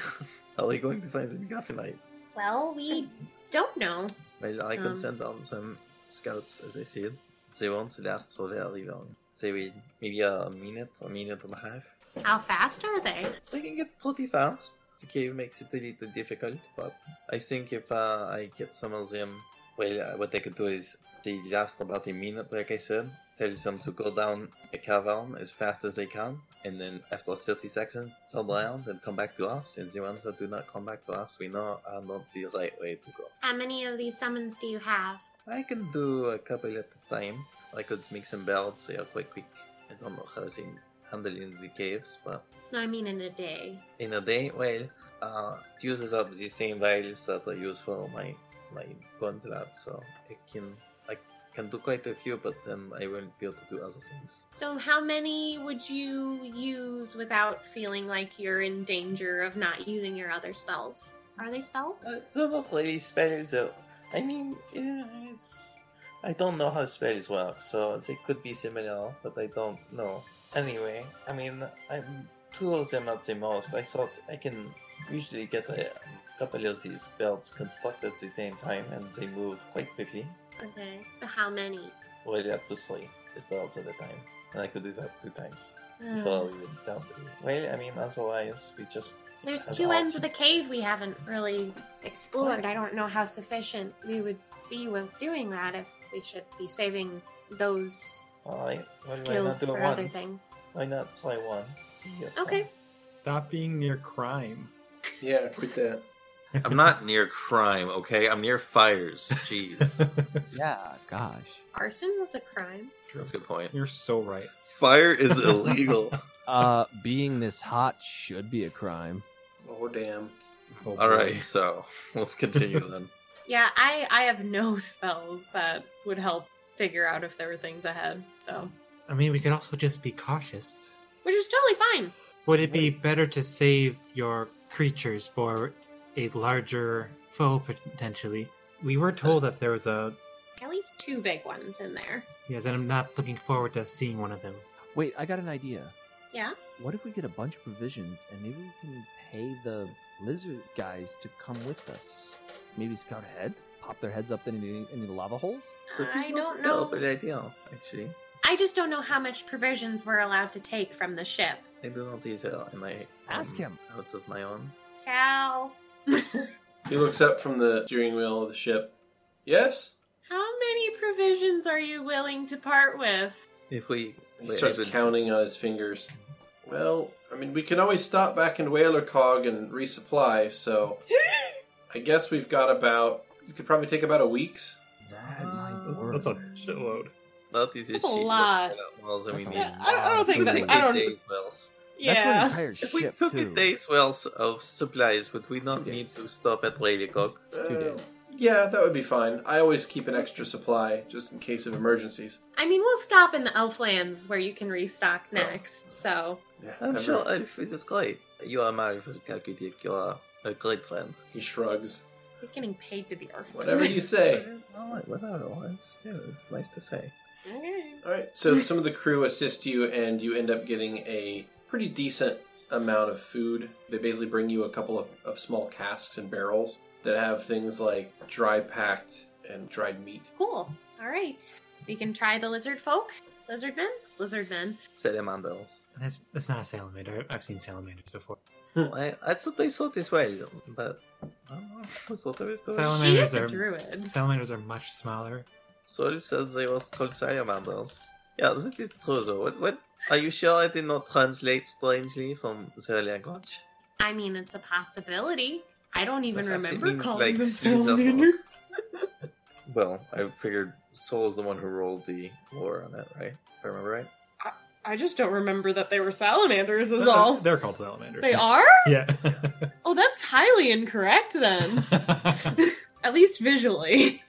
Speaker 16: How are we going to find the McGuffinite?
Speaker 2: Well, we don't know.
Speaker 3: Well, I can
Speaker 2: Um.
Speaker 3: send down some scouts, as I said. They won't last for very long. They will maybe a minute, a minute and a half.
Speaker 2: How fast are they?
Speaker 3: They can get pretty fast. The cave makes it a little difficult, but I think if uh, I get some of them, well, uh, what I could do is they last about a minute, like I said. Tell them to go down a cavern as fast as they can, and then after 30 seconds, turn around and come back to us. And the ones that do not come back to us, we know are not the right way to go.
Speaker 2: How many of these summons do you have?
Speaker 3: I can do a couple at a time. I could make some belts, they are quite quick. I don't know how they handle in the caves, but
Speaker 2: No, I mean in a day.
Speaker 3: in a day, well, uh, it uses up the same vials that I use for my my contract, so I can I can do quite a few, but then I won't be able to do other things.
Speaker 2: So, how many would you use without feeling like you're in danger of not using your other spells? Are they spells?
Speaker 3: Uh, some of the spells, though. I mean, yeah, it's. I don't know how spells work, so they could be similar, but I don't know. Anyway, I mean, I'm two of them at the most. I thought I can usually get a couple of these belts constructed at the same time, and they move quite quickly.
Speaker 2: Uh, okay. But how many?
Speaker 3: Well, up to three, the belts at a time, and I could do that two times
Speaker 11: Hmm.
Speaker 2: Ugh.
Speaker 3: before we would start. Well, I mean, otherwise we just
Speaker 2: There's
Speaker 3: have
Speaker 2: two
Speaker 3: all
Speaker 2: ends of the cave we haven't really explored. I don't know how sufficient we would be with doing that if we should be saving those
Speaker 3: Alright, well, why not
Speaker 2: skills
Speaker 3: do it
Speaker 2: for other
Speaker 3: once?
Speaker 2: things.
Speaker 3: Why not try one? See if-
Speaker 2: Okay.
Speaker 4: Stop being near crime.
Speaker 1: Yeah, quit that.
Speaker 16: I'm not near crime, okay? I'm near fires. Jeez.
Speaker 14: Yeah, gosh.
Speaker 2: Arson was a crime.
Speaker 16: That's a good point.
Speaker 4: You're so right.
Speaker 16: Fire is illegal.
Speaker 14: Uh, being this hot should be a crime.
Speaker 1: Oh, damn.
Speaker 4: Oh,
Speaker 16: All
Speaker 4: boy.
Speaker 16: right, so let's continue then.
Speaker 11: Yeah, I I have no spells that would help figure out if there were things ahead. So,
Speaker 6: I mean, we could also just be cautious.
Speaker 11: which is totally fine.
Speaker 6: Would it be better to save your creatures for a larger foe potentially? We were told that there was a.
Speaker 2: At least two big ones in there.
Speaker 6: Yes, and I'm not looking forward to seeing one of them.
Speaker 14: Wait, I got an idea.
Speaker 2: Yeah.
Speaker 14: What if we get a bunch of provisions and maybe we can pay the lizard guys to come with us? Maybe scout ahead, pop their heads up into any, the lava holes.
Speaker 3: So
Speaker 2: I don't
Speaker 3: No,
Speaker 2: know.
Speaker 3: but ideal, actually.
Speaker 2: I just don't know how much provisions we're allowed to take from the ship.
Speaker 3: I do not use it in my
Speaker 14: Ask him.
Speaker 3: out of my own.
Speaker 2: Cal,
Speaker 1: He looks up from the steering wheel of the ship. Yes?
Speaker 11: How many provisions are you willing to part with?
Speaker 3: If we
Speaker 1: He
Speaker 3: wait, I
Speaker 1: starts
Speaker 3: would-
Speaker 1: counting on his fingers. Well, I mean, we can always stop back in Whaler Cog and resupply, so I guess we've got about. You could probably take about a week's.
Speaker 4: That's a shitload.
Speaker 3: Not these
Speaker 11: That's a lot.
Speaker 3: Well, I
Speaker 14: That's
Speaker 3: mean,
Speaker 14: a
Speaker 11: Yeah, I don't, I don't think
Speaker 3: we
Speaker 11: that.
Speaker 3: take
Speaker 11: I don't.
Speaker 3: days' wells.
Speaker 14: That's for an
Speaker 11: Yeah.
Speaker 14: entire
Speaker 3: If we
Speaker 14: ship
Speaker 3: took
Speaker 14: too.
Speaker 3: a day's wells of supplies, would we not
Speaker 14: Two
Speaker 3: need
Speaker 14: days.
Speaker 3: to stop at Lady Cock?
Speaker 14: Two days.
Speaker 1: Uh, Yeah, that would be fine. I always keep an extra supply just in case of emergencies.
Speaker 2: I mean, we'll stop in the elf lands where you can restock next, so.
Speaker 1: Yeah,
Speaker 3: I'm
Speaker 1: every-
Speaker 3: sure Elf is great. You are my calculated. You are a great friend.
Speaker 1: He shrugs.
Speaker 2: He's getting paid to be orphaned.
Speaker 1: Whatever you say.
Speaker 3: Oh, whatever. It's, yeah, it's nice to say.
Speaker 2: Okay.
Speaker 1: All right. So some of the crew assist you, and you end up getting a pretty decent amount of food. They basically bring you a couple of, of small casks and barrels that have things like dry packed and dried meat.
Speaker 2: Cool. All right. We can try the lizard folk, lizard men, lizard men.
Speaker 3: Salamanders.
Speaker 6: That's that's not a salamander. I've seen salamanders before.
Speaker 3: I, I thought they saw this way, but I don't know. I thought they saw
Speaker 6: Salamanders
Speaker 2: a
Speaker 6: are
Speaker 2: druid.
Speaker 6: salamanders are much smaller.
Speaker 3: Sol says they was called salamanders. Yeah, that is true though. What, what? Are you sure I did not translate strangely from their language?
Speaker 2: I mean, it's a possibility. I don't even
Speaker 3: Perhaps it
Speaker 2: remember
Speaker 3: means,
Speaker 2: calling
Speaker 3: like,
Speaker 2: them
Speaker 3: seeds of-
Speaker 2: salamanders.
Speaker 3: Well, I figured Sol is the one who rolled the lore on that, right? If I remember right.
Speaker 11: I just don't remember that they were salamanders, is
Speaker 4: They're-
Speaker 11: all.
Speaker 4: They're called salamanders.
Speaker 11: They are?
Speaker 4: Yeah.
Speaker 11: Oh, that's highly incorrect then. At least visually.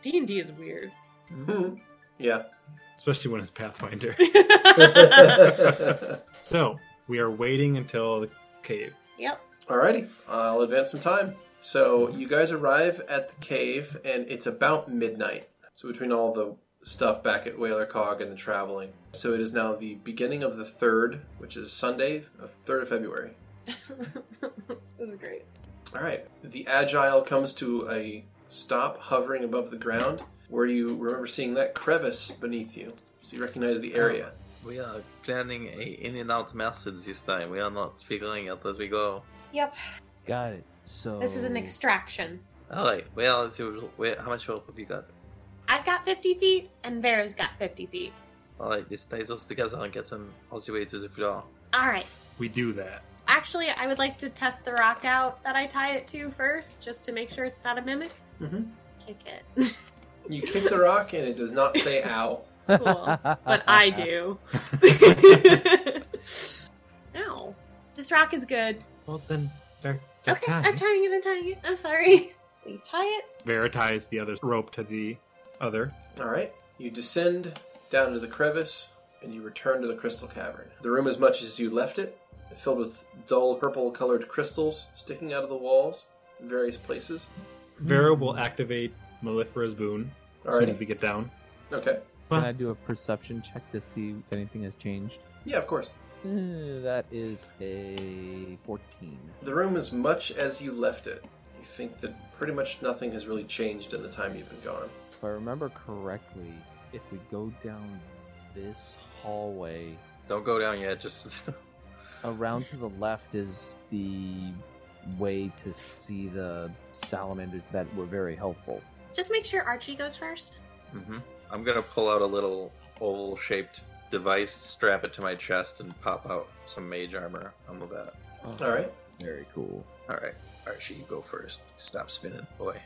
Speaker 11: D and D is weird.
Speaker 14: Mm-hmm.
Speaker 1: Yeah.
Speaker 4: Especially when it's Pathfinder.
Speaker 1: Alrighty.
Speaker 4: so, we are waiting until the cave.
Speaker 2: Yep.
Speaker 1: I'll advance some time. So you guys arrive at the cave, and it's about midnight. So between all the stuff back at Whaler Cog and the traveling, so it is now the beginning of the third, which is Sunday, third of February.
Speaker 11: This is great.
Speaker 1: All right. The agile comes to a stop, hovering above the ground, where you remember seeing that crevice beneath you. So you recognize the area.
Speaker 3: We are planning a in and out method this time. We are not figuring out as we go.
Speaker 2: Yep.
Speaker 14: Got it. So
Speaker 2: This is an extraction.
Speaker 3: All right. Well, as usual, where, how much rope have you got?
Speaker 2: I've got 50 feet, and Vera's got 50 feet.
Speaker 3: All right, this ties us together and gets them all the way to the floor.
Speaker 2: All right.
Speaker 4: We do that.
Speaker 2: Actually, I would like to test the rock out that I tie it to first, just to make sure it's not a mimic.
Speaker 1: Mhm.
Speaker 2: Kick it.
Speaker 1: You kick the rock, and it does not say "ow."
Speaker 11: Cool. but I do.
Speaker 2: no. This rock is good.
Speaker 6: Well then, they're, they're
Speaker 2: Okay,
Speaker 6: tied.
Speaker 2: I'm tying it, I'm tying it. I'm sorry. We tie it.
Speaker 4: Vera ties the other rope to the other.
Speaker 1: All right. You descend down to the crevice, and you return to the crystal cavern. The room, as much as you left it, filled with dull purple-colored crystals sticking out of the walls in various places.
Speaker 4: Vera will Mm-hmm. activate Mellifera's boon as soon as we get down.
Speaker 1: Okay.
Speaker 14: Can I do a perception check to see if anything has changed?
Speaker 1: Yeah, of course.
Speaker 14: Eh, That is a 14.
Speaker 1: The room is much as you left it. You think that pretty much nothing has really changed in the time you've been gone.
Speaker 14: If I remember correctly, if we go down this hallway,
Speaker 3: Don't go down yet. Just
Speaker 14: around to the left is the way to see the salamanders that were very helpful.
Speaker 2: Just make sure Archie goes first.
Speaker 3: hmm I'm gonna pull out a little oval-shaped device, strap it to my chest, and pop out some mage armor on the back.
Speaker 1: All right.
Speaker 14: Very cool.
Speaker 3: All right, Archie, you go first. Stop spinning, boy.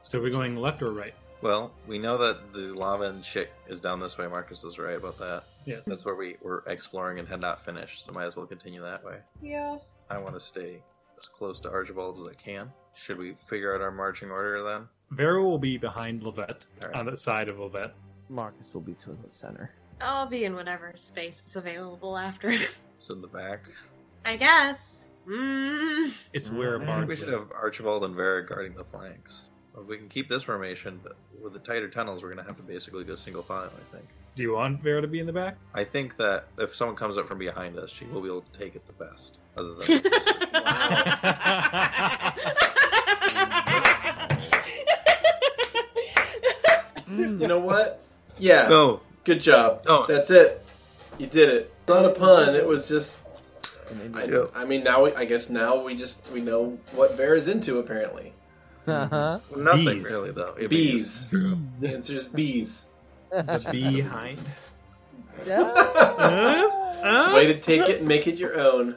Speaker 4: So we're going left or right?
Speaker 3: Well, we know that the lava and shit is down this way. Marcus is right about that.
Speaker 4: Yes.
Speaker 3: That's where we were exploring and had not finished, so might as well continue that way.
Speaker 11: Yeah.
Speaker 3: I want to stay as close to Archibald as I can. Should we figure out our marching order then?
Speaker 4: Vera will be behind Levette,
Speaker 3: Alright.
Speaker 4: on the side of Levette.
Speaker 14: Marcus will be to the center.
Speaker 2: I'll be in whatever space is available after.
Speaker 3: So in the back.
Speaker 2: I guess. Mm.
Speaker 4: It's where
Speaker 3: I think
Speaker 4: Mark
Speaker 3: Oh, we should have Archibald and Vera guarding the flanks. Well, We can keep this formation, but with the tighter tunnels, we're going to have to basically go single file, I think.
Speaker 4: Do you want Vera to be in the back?
Speaker 3: I think that if someone comes up from behind us, she will be able to take it the best. Other than Mm.
Speaker 1: You know what? Yeah.
Speaker 3: no,
Speaker 1: Good job.
Speaker 3: No.
Speaker 1: That's it. You did it. Not a pun. It was just. I,
Speaker 3: Yeah.
Speaker 1: I mean, now we, I guess now we just we know what Vera's into. Apparently,
Speaker 14: Uh-huh.
Speaker 3: nothing
Speaker 4: Bees.
Speaker 3: really though. I mean,
Speaker 1: bees.
Speaker 3: true.
Speaker 1: The answer is bees.
Speaker 4: Behind.
Speaker 1: Way to take it and make it your own.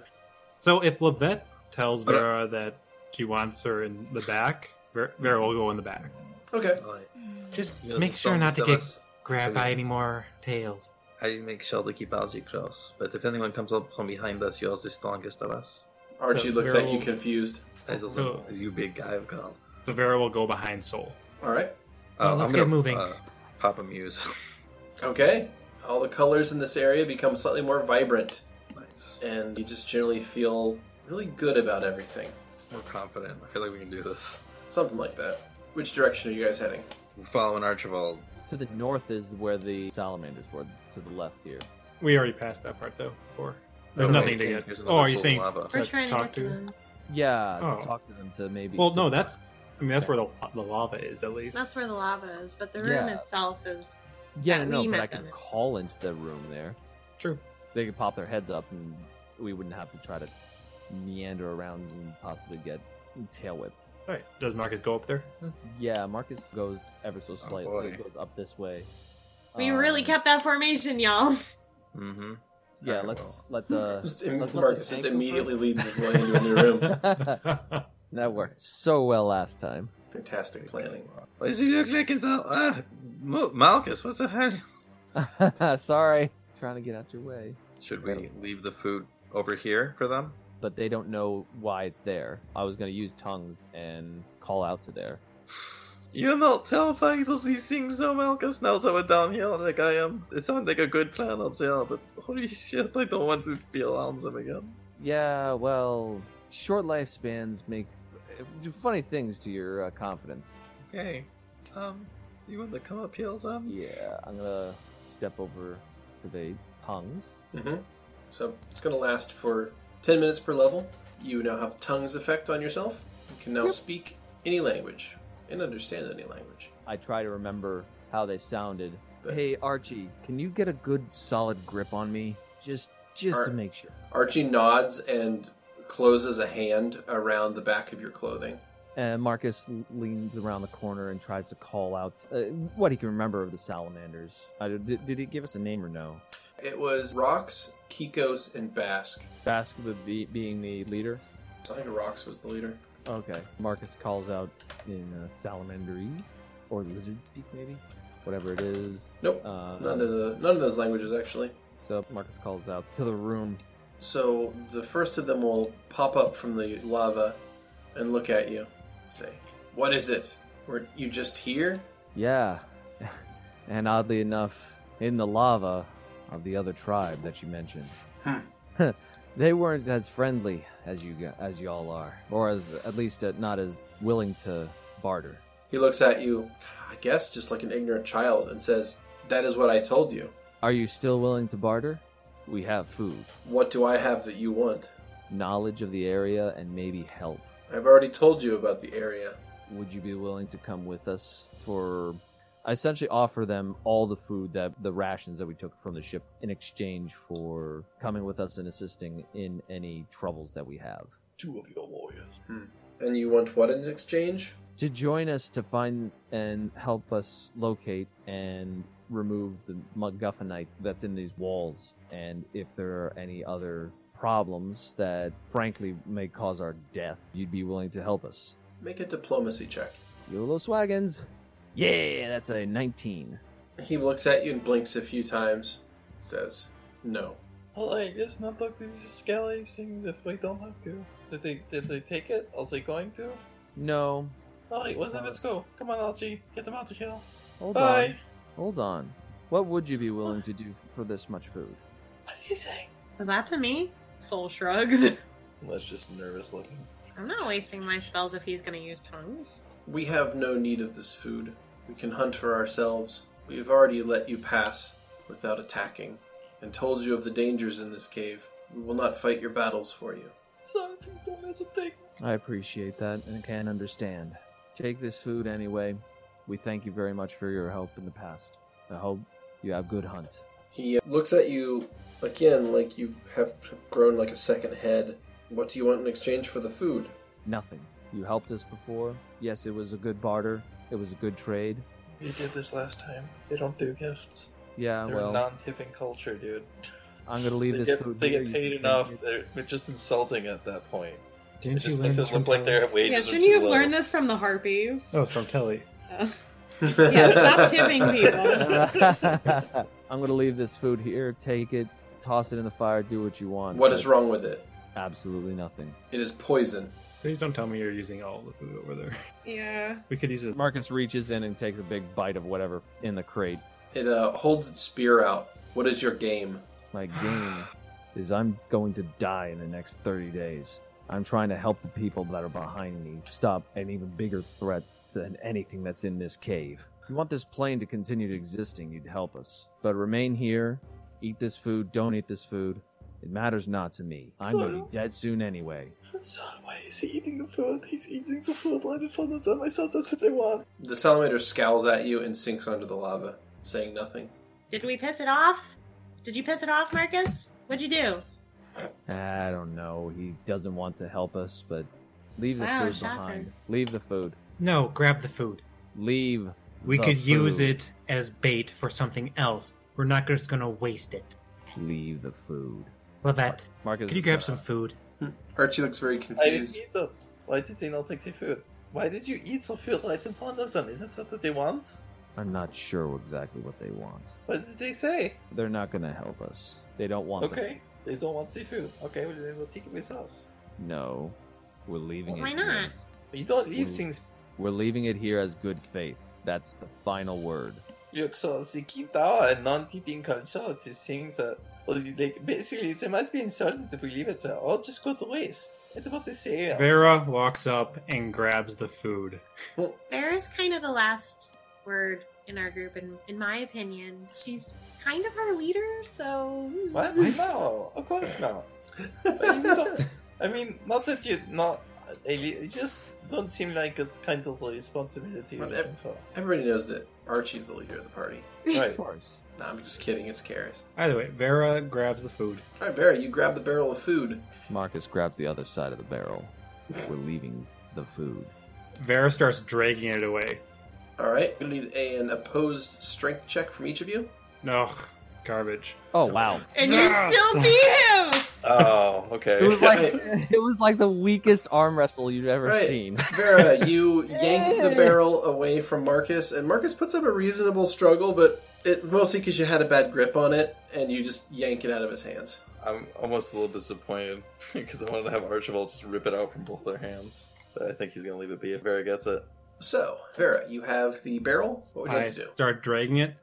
Speaker 4: So if Levette tells
Speaker 3: But I-
Speaker 4: Vera that she wants her in the back, Ver- Vera will go in the back.
Speaker 1: Okay.
Speaker 3: Like,
Speaker 6: Just
Speaker 3: you know,
Speaker 6: make
Speaker 3: the
Speaker 6: sure
Speaker 3: storm
Speaker 6: not to
Speaker 3: is
Speaker 6: get
Speaker 3: us.
Speaker 6: grabbed
Speaker 3: Okay.
Speaker 6: by any more tails.
Speaker 3: I didn't make sure to keep Algie close, but if anyone comes up from behind us, yours is strongest of us.
Speaker 1: Archie
Speaker 4: So
Speaker 1: looks
Speaker 4: Vera
Speaker 1: at you
Speaker 4: will-
Speaker 1: confused.
Speaker 3: As a
Speaker 4: So-
Speaker 3: as you big guy of God.
Speaker 4: So Vera will go behind Soul.
Speaker 1: All right.
Speaker 4: Well,
Speaker 3: Uh,
Speaker 4: let's get moving.
Speaker 3: Papa Muse.
Speaker 1: Okay. All the colors in this area become slightly more vibrant. Nice. And you just generally feel really good about everything.
Speaker 3: We're confident. I feel like we can do this.
Speaker 1: Something like that. Which direction are you guys heading?
Speaker 3: We're following Archibald.
Speaker 14: To the north is where the salamanders were. To the left here.
Speaker 4: We already passed that part though. Before there's
Speaker 3: Oh,
Speaker 4: nothing to
Speaker 3: okay.
Speaker 4: get.
Speaker 3: There's
Speaker 4: Oh, are
Speaker 3: another
Speaker 4: you
Speaker 3: pool
Speaker 4: saying
Speaker 3: of lava.
Speaker 4: to
Speaker 2: We're trying to
Speaker 4: talk
Speaker 2: get to them.
Speaker 14: Yeah,
Speaker 4: Oh.
Speaker 14: to talk to them to maybe.
Speaker 4: Well,
Speaker 14: to-
Speaker 4: no, that's. I mean, that's where the, the lava is at least.
Speaker 2: That's where the lava is, but the room
Speaker 14: Yeah.
Speaker 2: itself is.
Speaker 14: Yeah,
Speaker 2: that
Speaker 14: no,
Speaker 2: we
Speaker 14: but
Speaker 2: met
Speaker 14: I can
Speaker 2: them in.
Speaker 14: call into the room there.
Speaker 4: True.
Speaker 14: They could pop their heads up, and we wouldn't have to try to meander around and possibly get tail whipped.
Speaker 4: All right. Does Marcus go up there?
Speaker 14: Yeah, Marcus goes ever
Speaker 4: Oh,
Speaker 14: so slightly,
Speaker 3: boy.
Speaker 14: goes up this way.
Speaker 2: We really
Speaker 14: Um,
Speaker 2: kept that formation, y'all.
Speaker 3: Mm-hmm.
Speaker 14: Yeah, let's let the
Speaker 1: Just
Speaker 14: let's
Speaker 1: im-
Speaker 14: let the
Speaker 1: Marcus just
Speaker 14: tank go
Speaker 1: immediately
Speaker 14: first.
Speaker 1: leads his way into a new room.
Speaker 14: that worked so well last time.
Speaker 1: Fantastic planning.
Speaker 3: What does he look like? Is that ah, Mo- Malchus? What the hell?
Speaker 14: Sorry, trying to get out your way,
Speaker 3: Should we leave the food over here for them?
Speaker 14: but they don't know why it's there. I was gonna use tongues and call out to there.
Speaker 3: You're not terrified of these things, though, Malchus. Now that we're down here, like I am, it sounds like a good plan up there. But holy shit, I don't want to be around them again.
Speaker 14: Yeah, well, short lifespans make do funny things to your uh, confidence.
Speaker 3: Okay. Um, you want to come up here, then?
Speaker 14: Yeah, I'm gonna step over to the tongues.
Speaker 1: hmm So it's going to last for 10 minutes per level. You now have tongues effect on yourself. You can now speak any language and understand any language.
Speaker 14: I try to remember how they sounded.
Speaker 1: But-
Speaker 14: Hey Archie, can you get a good solid grip on me? Just just
Speaker 1: Ar-
Speaker 14: to make sure.
Speaker 1: Archie nods and closes a hand around the back of your clothing.
Speaker 14: And Marcus leans around the corner and tries to call out uh, what he can remember of the salamanders. I, did, did he give us a name or no?
Speaker 1: It was Rox, Kikos, and Basque.
Speaker 14: Basque the, be- being the leader.
Speaker 1: I think Rox was the leader.
Speaker 14: Okay. Marcus calls out in uh, salamanderese or lizard speak, maybe whatever it is.
Speaker 1: Nope.
Speaker 14: Uh,
Speaker 1: It's none of the none of those languages actually.
Speaker 14: So Marcus calls out to the room.
Speaker 1: So the first of them will pop up from the lava and look at you. Say, "What is it? Were you just here?"
Speaker 14: Yeah, and oddly enough, in the lava of the other tribe that you mentioned, they weren't as friendly as you g- as y'all are, or as at least uh, not as willing to barter.
Speaker 1: He looks at you, I guess just like an ignorant child and says, "That is what I told you.
Speaker 14: Are you still willing to barter? We have food,
Speaker 1: What do I have that you want?
Speaker 14: knowledge of the area, and maybe help.
Speaker 1: I've already told you about the area."
Speaker 14: would you be willing to come with us for I essentially offer them all the food that the rations that we took from the ship in exchange for coming with us and assisting in any troubles that we have.
Speaker 3: Two of your warriors.
Speaker 1: And you want what in exchange?
Speaker 14: To join us to find and help us locate and remove the MacGuffinite that's in these walls, and if there are any other problems that frankly may cause our death, you'd be willing to help us.
Speaker 1: Make a diplomacy check.
Speaker 14: Yolo Swaggins. Yeah, that's a 19.
Speaker 1: He looks at you and blinks a few times. Says, "No."
Speaker 3: Well, I just not look these scary things if we don't have to. Did they did they take it? Are they going to?
Speaker 14: No.
Speaker 3: Alright, well, then let's go. Come on, Archie. Get them out of here.
Speaker 14: Hold
Speaker 3: Bye.
Speaker 14: on. Hold on. What would you be willing to do for this much food?
Speaker 3: What do you think?
Speaker 2: Was that to me? Soul shrugs.
Speaker 3: That's just nervous looking.
Speaker 2: I'm not wasting my spells if he's going to use tongues.
Speaker 1: We have no need of this food. We can hunt for ourselves. We have already let you pass without attacking, and told you of the dangers in this cave. We will not fight your battles for you.
Speaker 3: Sorry, don't miss a thing.
Speaker 14: I appreciate that and can understand. Take this food anyway. We thank you very much for your help in the past. I hope you have good hunt.
Speaker 1: He uh, looks at you again like you have grown like a second head. What do you want in exchange for the food?
Speaker 14: Nothing. You helped us before. Yes, it was a good barter. It was a good trade.
Speaker 3: We did this last time. They don't do gifts.
Speaker 14: Yeah,
Speaker 3: They're
Speaker 14: Ah, well,
Speaker 3: a non-tipping culture, dude.
Speaker 14: I'm going to leave
Speaker 3: they
Speaker 14: this
Speaker 3: get,
Speaker 14: food
Speaker 3: They
Speaker 14: here.
Speaker 3: get
Speaker 14: You
Speaker 3: paid
Speaker 14: can
Speaker 3: enough.
Speaker 14: thank me.
Speaker 3: They're, they're just insulting at that point.
Speaker 4: Didn't
Speaker 3: it just
Speaker 4: you learn
Speaker 3: makes
Speaker 4: this
Speaker 3: it
Speaker 4: from
Speaker 3: look like their
Speaker 4: Kelly?
Speaker 3: wages
Speaker 2: Yeah,
Speaker 3: are
Speaker 2: shouldn't
Speaker 3: too
Speaker 2: you have
Speaker 3: low.
Speaker 2: learned this from the harpies?
Speaker 4: That was from Kelly.
Speaker 2: Uh, yeah, stop tipping people.
Speaker 14: I'm gonna leave this food here. Take it, toss it in the fire. Do what you want.
Speaker 1: What
Speaker 14: but
Speaker 1: is wrong with it?
Speaker 14: Absolutely nothing.
Speaker 1: It is poison.
Speaker 4: Please don't tell me you're using all the food over there.
Speaker 25: Yeah.
Speaker 4: We could use it.
Speaker 14: Marcus reaches in and takes a big bite of whatever in the crate.
Speaker 1: It uh, holds its spear out. What is your game?
Speaker 14: My game is I'm going to die in the next 30 days. I'm trying to help the people that are behind me stop an even bigger threat than anything that's in this cave. If you want this plane to continue to existing, you'd help us. But remain here, eat this food, don't eat this food. It matters not to me. I'm going to be dead soon anyway.
Speaker 3: So why is he eating the food? He's eating the food right in front of them. I thought that's what they want.
Speaker 1: The salamander scowls at you and sinks under the lava, saying nothing.
Speaker 2: Did we piss it off? Did you piss it off, Marcus? What'd you do?
Speaker 14: I don't know. He doesn't want to help us, but leave the
Speaker 2: Wow,
Speaker 14: food
Speaker 2: shocker.
Speaker 14: behind. Leave the food.
Speaker 26: No, grab the food.
Speaker 14: Leave.
Speaker 26: We
Speaker 14: the
Speaker 26: could use
Speaker 14: food.
Speaker 26: it as bait for something else. We're not just gonna waste it.
Speaker 14: Leave the food.
Speaker 26: Levette,
Speaker 14: Marcus,
Speaker 26: could you grab
Speaker 14: uh,
Speaker 26: some food?
Speaker 1: Archie looks very
Speaker 3: I didn't
Speaker 1: confused.
Speaker 3: eat that. Why did they not take the food? Why did you eat the food right in front of them? Isn't that what they want?
Speaker 14: I'm not sure exactly what they want.
Speaker 3: What did they say?
Speaker 14: They're not going to help us. They don't want. the
Speaker 3: Okay, they don't want seafood. Okay, well, they will take it with us.
Speaker 14: food. No, we're leaving
Speaker 2: Why
Speaker 14: it.
Speaker 2: not?
Speaker 3: But you don't leave
Speaker 14: Mm.
Speaker 3: things.
Speaker 14: We're leaving it here as good faith. That's the final word.
Speaker 3: Look, so the Kintawa and non-tipping culture these things that, well, like, basically, they must be insulted if we leave it there, or oh, just go to waste. It's what they say. else.
Speaker 4: Vera walks up and grabs the food.
Speaker 2: Bear is kind of the last word in our group, and in my opinion, she's kind of our leader. So hmm.
Speaker 3: What? No, of course not. But you don't- I mean, not that you not. I- You just don't seem like it's kind of the responsibility.
Speaker 1: Well,
Speaker 3: you're
Speaker 1: ev-
Speaker 3: looking for.
Speaker 1: Everybody knows that Archie's the leader of the party.
Speaker 3: Right.
Speaker 14: Of course.
Speaker 1: Nah, I'm just kidding. It's Karis.
Speaker 4: Either way, Vera grabs the food.
Speaker 1: All right, Barry, you grab the barrel of food.
Speaker 14: Marcus grabs the other side of the barrel. We're leaving the food.
Speaker 4: Vera starts dragging it away.
Speaker 1: All right, we need a- an opposed strength check from each of you.
Speaker 4: No, garbage.
Speaker 14: Oh wow!
Speaker 25: And you still beat him!
Speaker 3: Oh, okay.
Speaker 14: It was like it was like the weakest arm wrestle you've ever
Speaker 1: Right.
Speaker 14: seen.
Speaker 1: Vera, you yank the barrel away from Marcus, and Marcus puts up a reasonable struggle, but it mostly because you had a bad grip on it, and you just yank it out of his hands.
Speaker 3: I'm almost a little disappointed because I wanted to have Archibald just rip it out from both their hands, but I think he's gonna leave it be if Vera gets it.
Speaker 1: So, Vera, you have the barrel. What would you
Speaker 4: I
Speaker 1: like to do?
Speaker 4: start dragging it.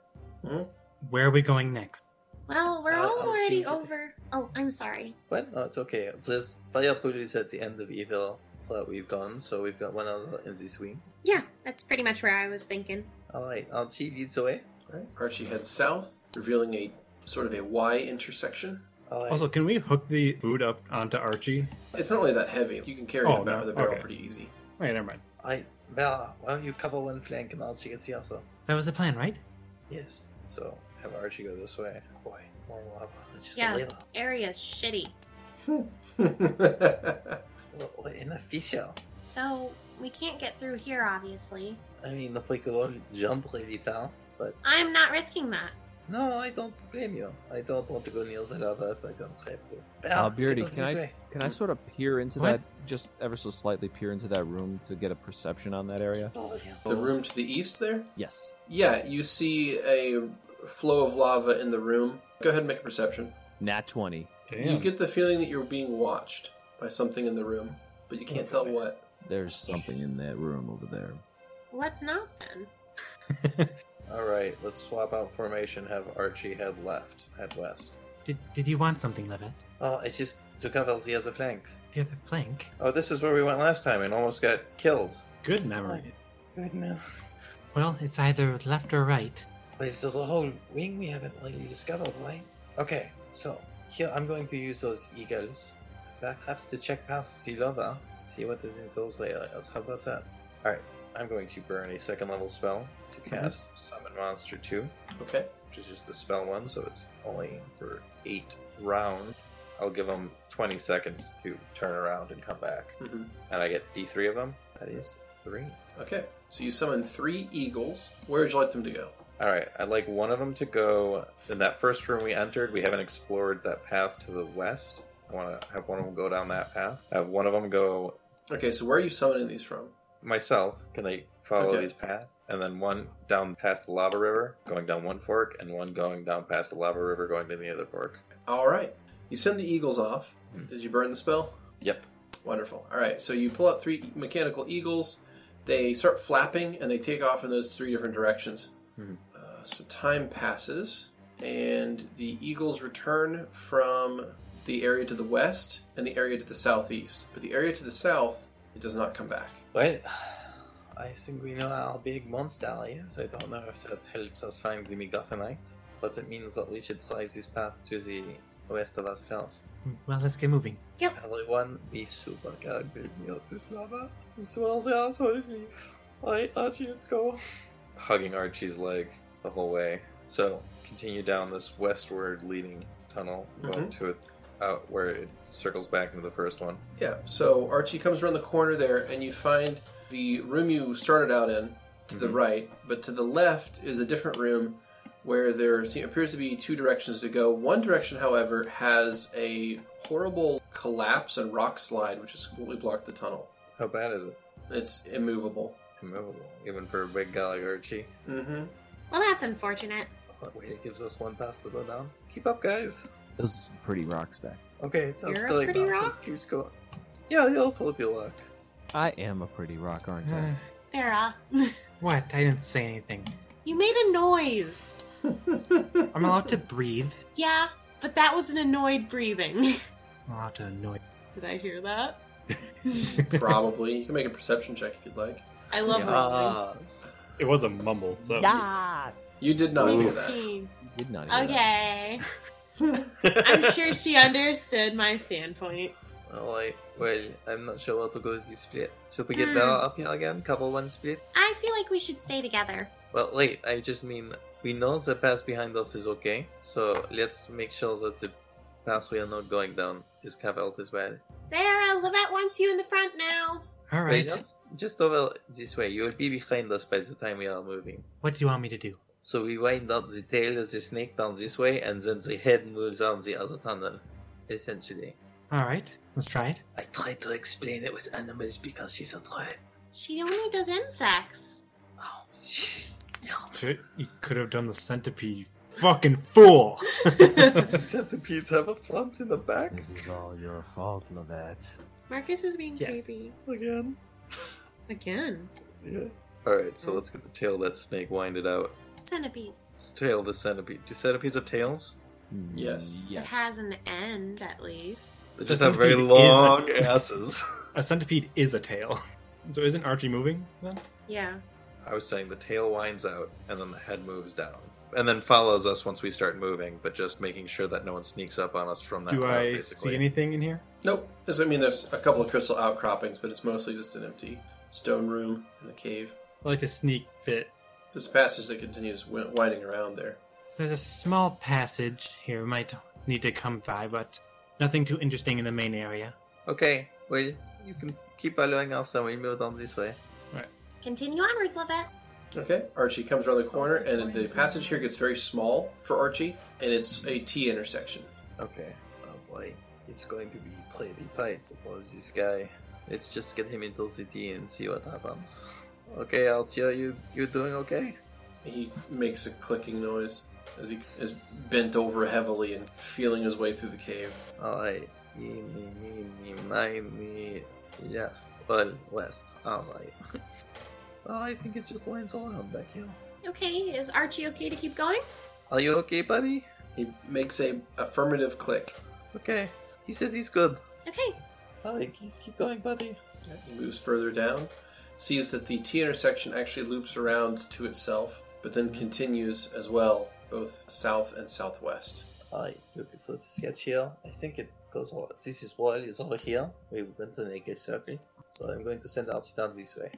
Speaker 1: Hmm?
Speaker 26: Where are we going next?
Speaker 2: well, we're
Speaker 3: Uh,
Speaker 2: all
Speaker 3: I'll
Speaker 2: already
Speaker 3: keep it.
Speaker 2: over. Oh, I'm sorry.
Speaker 3: But no, it's okay. This fire pool is at the end of evil that we've gone, so we've got one other in this wing.
Speaker 2: Yeah, that's pretty much where I was thinking.
Speaker 3: All right, Archie leads the way.
Speaker 1: All right, Archie heads south, revealing a sort of a Y intersection.
Speaker 3: All right.
Speaker 4: Also, can we hook the food up onto Archie?
Speaker 1: It's not really that heavy. You can carry
Speaker 4: Oh,
Speaker 1: it back
Speaker 4: no,
Speaker 1: with a barrel
Speaker 4: okay.
Speaker 1: pretty easy.
Speaker 4: Wait, never mind.
Speaker 3: I Vera, why don't you cover one flank and Archie gets the other?
Speaker 26: That was the plan, right?
Speaker 3: Yes. So have Archie go this way. Boy, more lava. It's just
Speaker 2: Yeah.
Speaker 3: a lava.
Speaker 2: Area's shitty.
Speaker 3: We're- We're in a fissure.
Speaker 2: So we can't get through here, obviously.
Speaker 3: I mean, if we could all jump really down, but
Speaker 2: I'm not risking that.
Speaker 3: no, I don't blame you. I don't want to go near the lava if I don't have to. Vera,
Speaker 14: Uh, Beardy,
Speaker 3: get out
Speaker 14: can
Speaker 3: this
Speaker 14: I
Speaker 3: way.
Speaker 14: can I sort of peer into
Speaker 26: What?
Speaker 14: that just ever so slightly peer into that room to get a perception on that area?
Speaker 3: Oh, yeah.
Speaker 1: the room to the east there?
Speaker 14: Yes.
Speaker 1: Yeah, you see a flow of lava in the room. Go ahead and make a perception.
Speaker 14: Nat twenty.
Speaker 1: You get the feeling that you're being watched by something in the room, but you can't tell what.
Speaker 14: There's something in that room over there.
Speaker 2: Let's not then.
Speaker 3: All right, let's swap out formation. Have Archie head left, head west.
Speaker 26: Did, did you want something, Levette?
Speaker 3: Oh, it's just to cover the other flank.
Speaker 26: The other flank?
Speaker 3: Oh, this is where we went last time and almost got killed.
Speaker 4: Good memory.
Speaker 3: Good man.
Speaker 26: Well, it's either left or right.
Speaker 3: Wait, there's a whole wing we haven't really discovered, right? Okay, so here I'm going to use those eagles, perhaps to check past the lava, see what is in those areas. How about that? All right, I'm going to burn a second level spell to cast Summon Monster Two,
Speaker 1: Okay.
Speaker 3: which is just the spell one, so it's only for eight rounds. I'll give them 20 seconds to turn around and come back,
Speaker 1: hmm
Speaker 3: and I get D3 of them. That is three.
Speaker 1: Okay. So you summon three eagles. Where would you like them to go?
Speaker 3: All right, I'd like one of them to go in that first room we entered. We haven't explored that path to the west. I want to have one of them go down that path. Have one of them go
Speaker 1: Okay. So where are you summoning these from?
Speaker 3: myself. Can they follow
Speaker 1: Okay.
Speaker 3: these paths? And then one down past the lava river, going down one fork, and one going down past the lava river, going to the other fork.
Speaker 1: All right. You send the eagles off. Did you burn the spell?
Speaker 3: Yep.
Speaker 1: Wonderful. All right, so you pull out three mechanical eagles. They start flapping and they take off in those three different directions.
Speaker 3: Mhm.
Speaker 1: Uh, so time passes, and the eagles return from the area to the west and the area to the southeast. But the area to the south, it does not come back.
Speaker 3: Well, I think we know how big Mondstadt is. I don't know if that helps us find the Megothenite, but it means that we should try this path to the west of us first.
Speaker 4: Well, let's get moving.
Speaker 2: Yep.
Speaker 3: Everyone be super careful. Yes, this lava. It's well the assholes leave. Alright, Archie, let's go. Hugging Archie's leg the whole way. So, continue down this westward leading tunnel, going
Speaker 1: Mhm.
Speaker 3: to it out where it circles back into the first one.
Speaker 1: Yeah, so Archie comes around the corner there, and you find the room you started out in to the
Speaker 3: Mhm.
Speaker 1: right, but to the left is a different room where there se- appears to be two directions to go. One direction, however, has a horrible collapse and rock slide, which has completely blocked the tunnel.
Speaker 3: How bad is it?
Speaker 1: It's immovable.
Speaker 3: Immovable, even for a big guy like Archie.
Speaker 1: Mm-hmm.
Speaker 2: Well, that's unfortunate.
Speaker 3: But wait, it gives us one pass to go down. Keep up, guys.
Speaker 14: Those are some pretty rocks back.
Speaker 3: Okay, it sounds
Speaker 2: You're a
Speaker 3: silly,
Speaker 2: pretty
Speaker 3: but
Speaker 2: rock?
Speaker 3: Just keeps going. Yeah, you'll pull up your luck.
Speaker 14: I am a pretty rock, aren't I?
Speaker 2: Vera,
Speaker 4: Uh, What? I didn't say anything.
Speaker 2: you made a noise.
Speaker 4: I'm allowed to breathe.
Speaker 2: Yeah, but that was an annoyed breathing.
Speaker 4: I'm allowed to annoy.
Speaker 27: Did I hear that?
Speaker 1: Probably. You can make a perception check if you'd like.
Speaker 27: I love rolling.
Speaker 28: It was a mumble. So
Speaker 2: Yes.
Speaker 1: You did not hear that.
Speaker 27: 16.
Speaker 14: Did not. hear that.
Speaker 2: Okay. I'm sure she understood my standpoint.
Speaker 3: Alright, well, Oh, I'm not sure where to go with this split. Should we get
Speaker 2: Hmm.
Speaker 3: there up here again? Cover one split?
Speaker 2: I feel like we should stay together.
Speaker 3: Well, wait, I just mean, we know the path behind us is okay, so let's make sure that the path we are not going down is covered as well.
Speaker 2: Vera, Levette wants you in the front now.
Speaker 4: All
Speaker 3: Wait,
Speaker 4: right.
Speaker 3: no, just over this way, you'll be behind us by the time we are moving.
Speaker 4: What do you want me to do?
Speaker 3: So we wind up the tail of the snake down this way, and then the head moves on the other tunnel, essentially.
Speaker 4: All right. Let's try it.
Speaker 3: I tried to explain it with animals because she's a troll.
Speaker 2: She only does insects.
Speaker 3: Oh, shh.
Speaker 28: Shit, you could have done the centipede. Fucking fool!
Speaker 3: Do centipedes have a front in the back?
Speaker 14: This is all Oh, your fault, Lovette.
Speaker 27: Marcus is being
Speaker 4: Yes.
Speaker 27: creepy
Speaker 3: Again.
Speaker 27: again.
Speaker 3: Yeah. Alright, so let's get the tail of that snake winded out.
Speaker 2: Centipede.
Speaker 3: It's tail of the centipede. Do centipedes have tails?
Speaker 14: Hmm,
Speaker 1: Yes.
Speaker 2: It has an end, at least.
Speaker 3: They
Speaker 28: The
Speaker 3: just have very
Speaker 28: centipede is a-
Speaker 3: long asses.
Speaker 28: A centipede is a tail. So isn't Archie moving then?
Speaker 2: Yeah.
Speaker 3: I was saying the tail winds out, and then the head moves down. And then follows us once we start moving, but just making sure that no one sneaks up on us from that
Speaker 28: Do
Speaker 3: crowd,
Speaker 28: I
Speaker 3: basically.
Speaker 28: see anything in here?
Speaker 1: Nope. There's- I mean, there's a couple of crystal outcroppings, but it's mostly just an empty stone room in a cave.
Speaker 28: I like to sneak fit.
Speaker 1: There's a passage that continues wi- winding around there.
Speaker 4: There's a small passage here. we Might need to come by, but nothing too interesting in the main area.
Speaker 3: Okay, well, you can keep following us, and we move down this way.
Speaker 2: Continue onward, Levette.
Speaker 1: Okay, Archie comes around the corner, and the passage here gets very small for Archie, and it's a T intersection.
Speaker 3: Okay. Oh boy, it's going to be pretty tight suppose this guy. Let's just get him into the tea and see what happens. Okay, Altia, you you doing okay?
Speaker 1: He makes a clicking noise as he is bent over heavily and feeling his way through the cave.
Speaker 3: Alright. Eeny, meeny, miny, left, well, west. Alright. well, I think it just winds around back here.
Speaker 2: Okay, is Archie okay to keep going?
Speaker 3: Are you okay, buddy?
Speaker 1: He makes a affirmative click.
Speaker 3: Okay. He says he's good.
Speaker 2: Okay.
Speaker 3: Alright, please keep going, buddy.
Speaker 1: He moves further down, sees that the T intersection actually loops around to itself, but then continues as well, both south and southwest.
Speaker 3: Alright, look, it's was a sketch here. I think it goes all. This is wall is over here. We went to make a circle. So I'm going to send Altia down this way.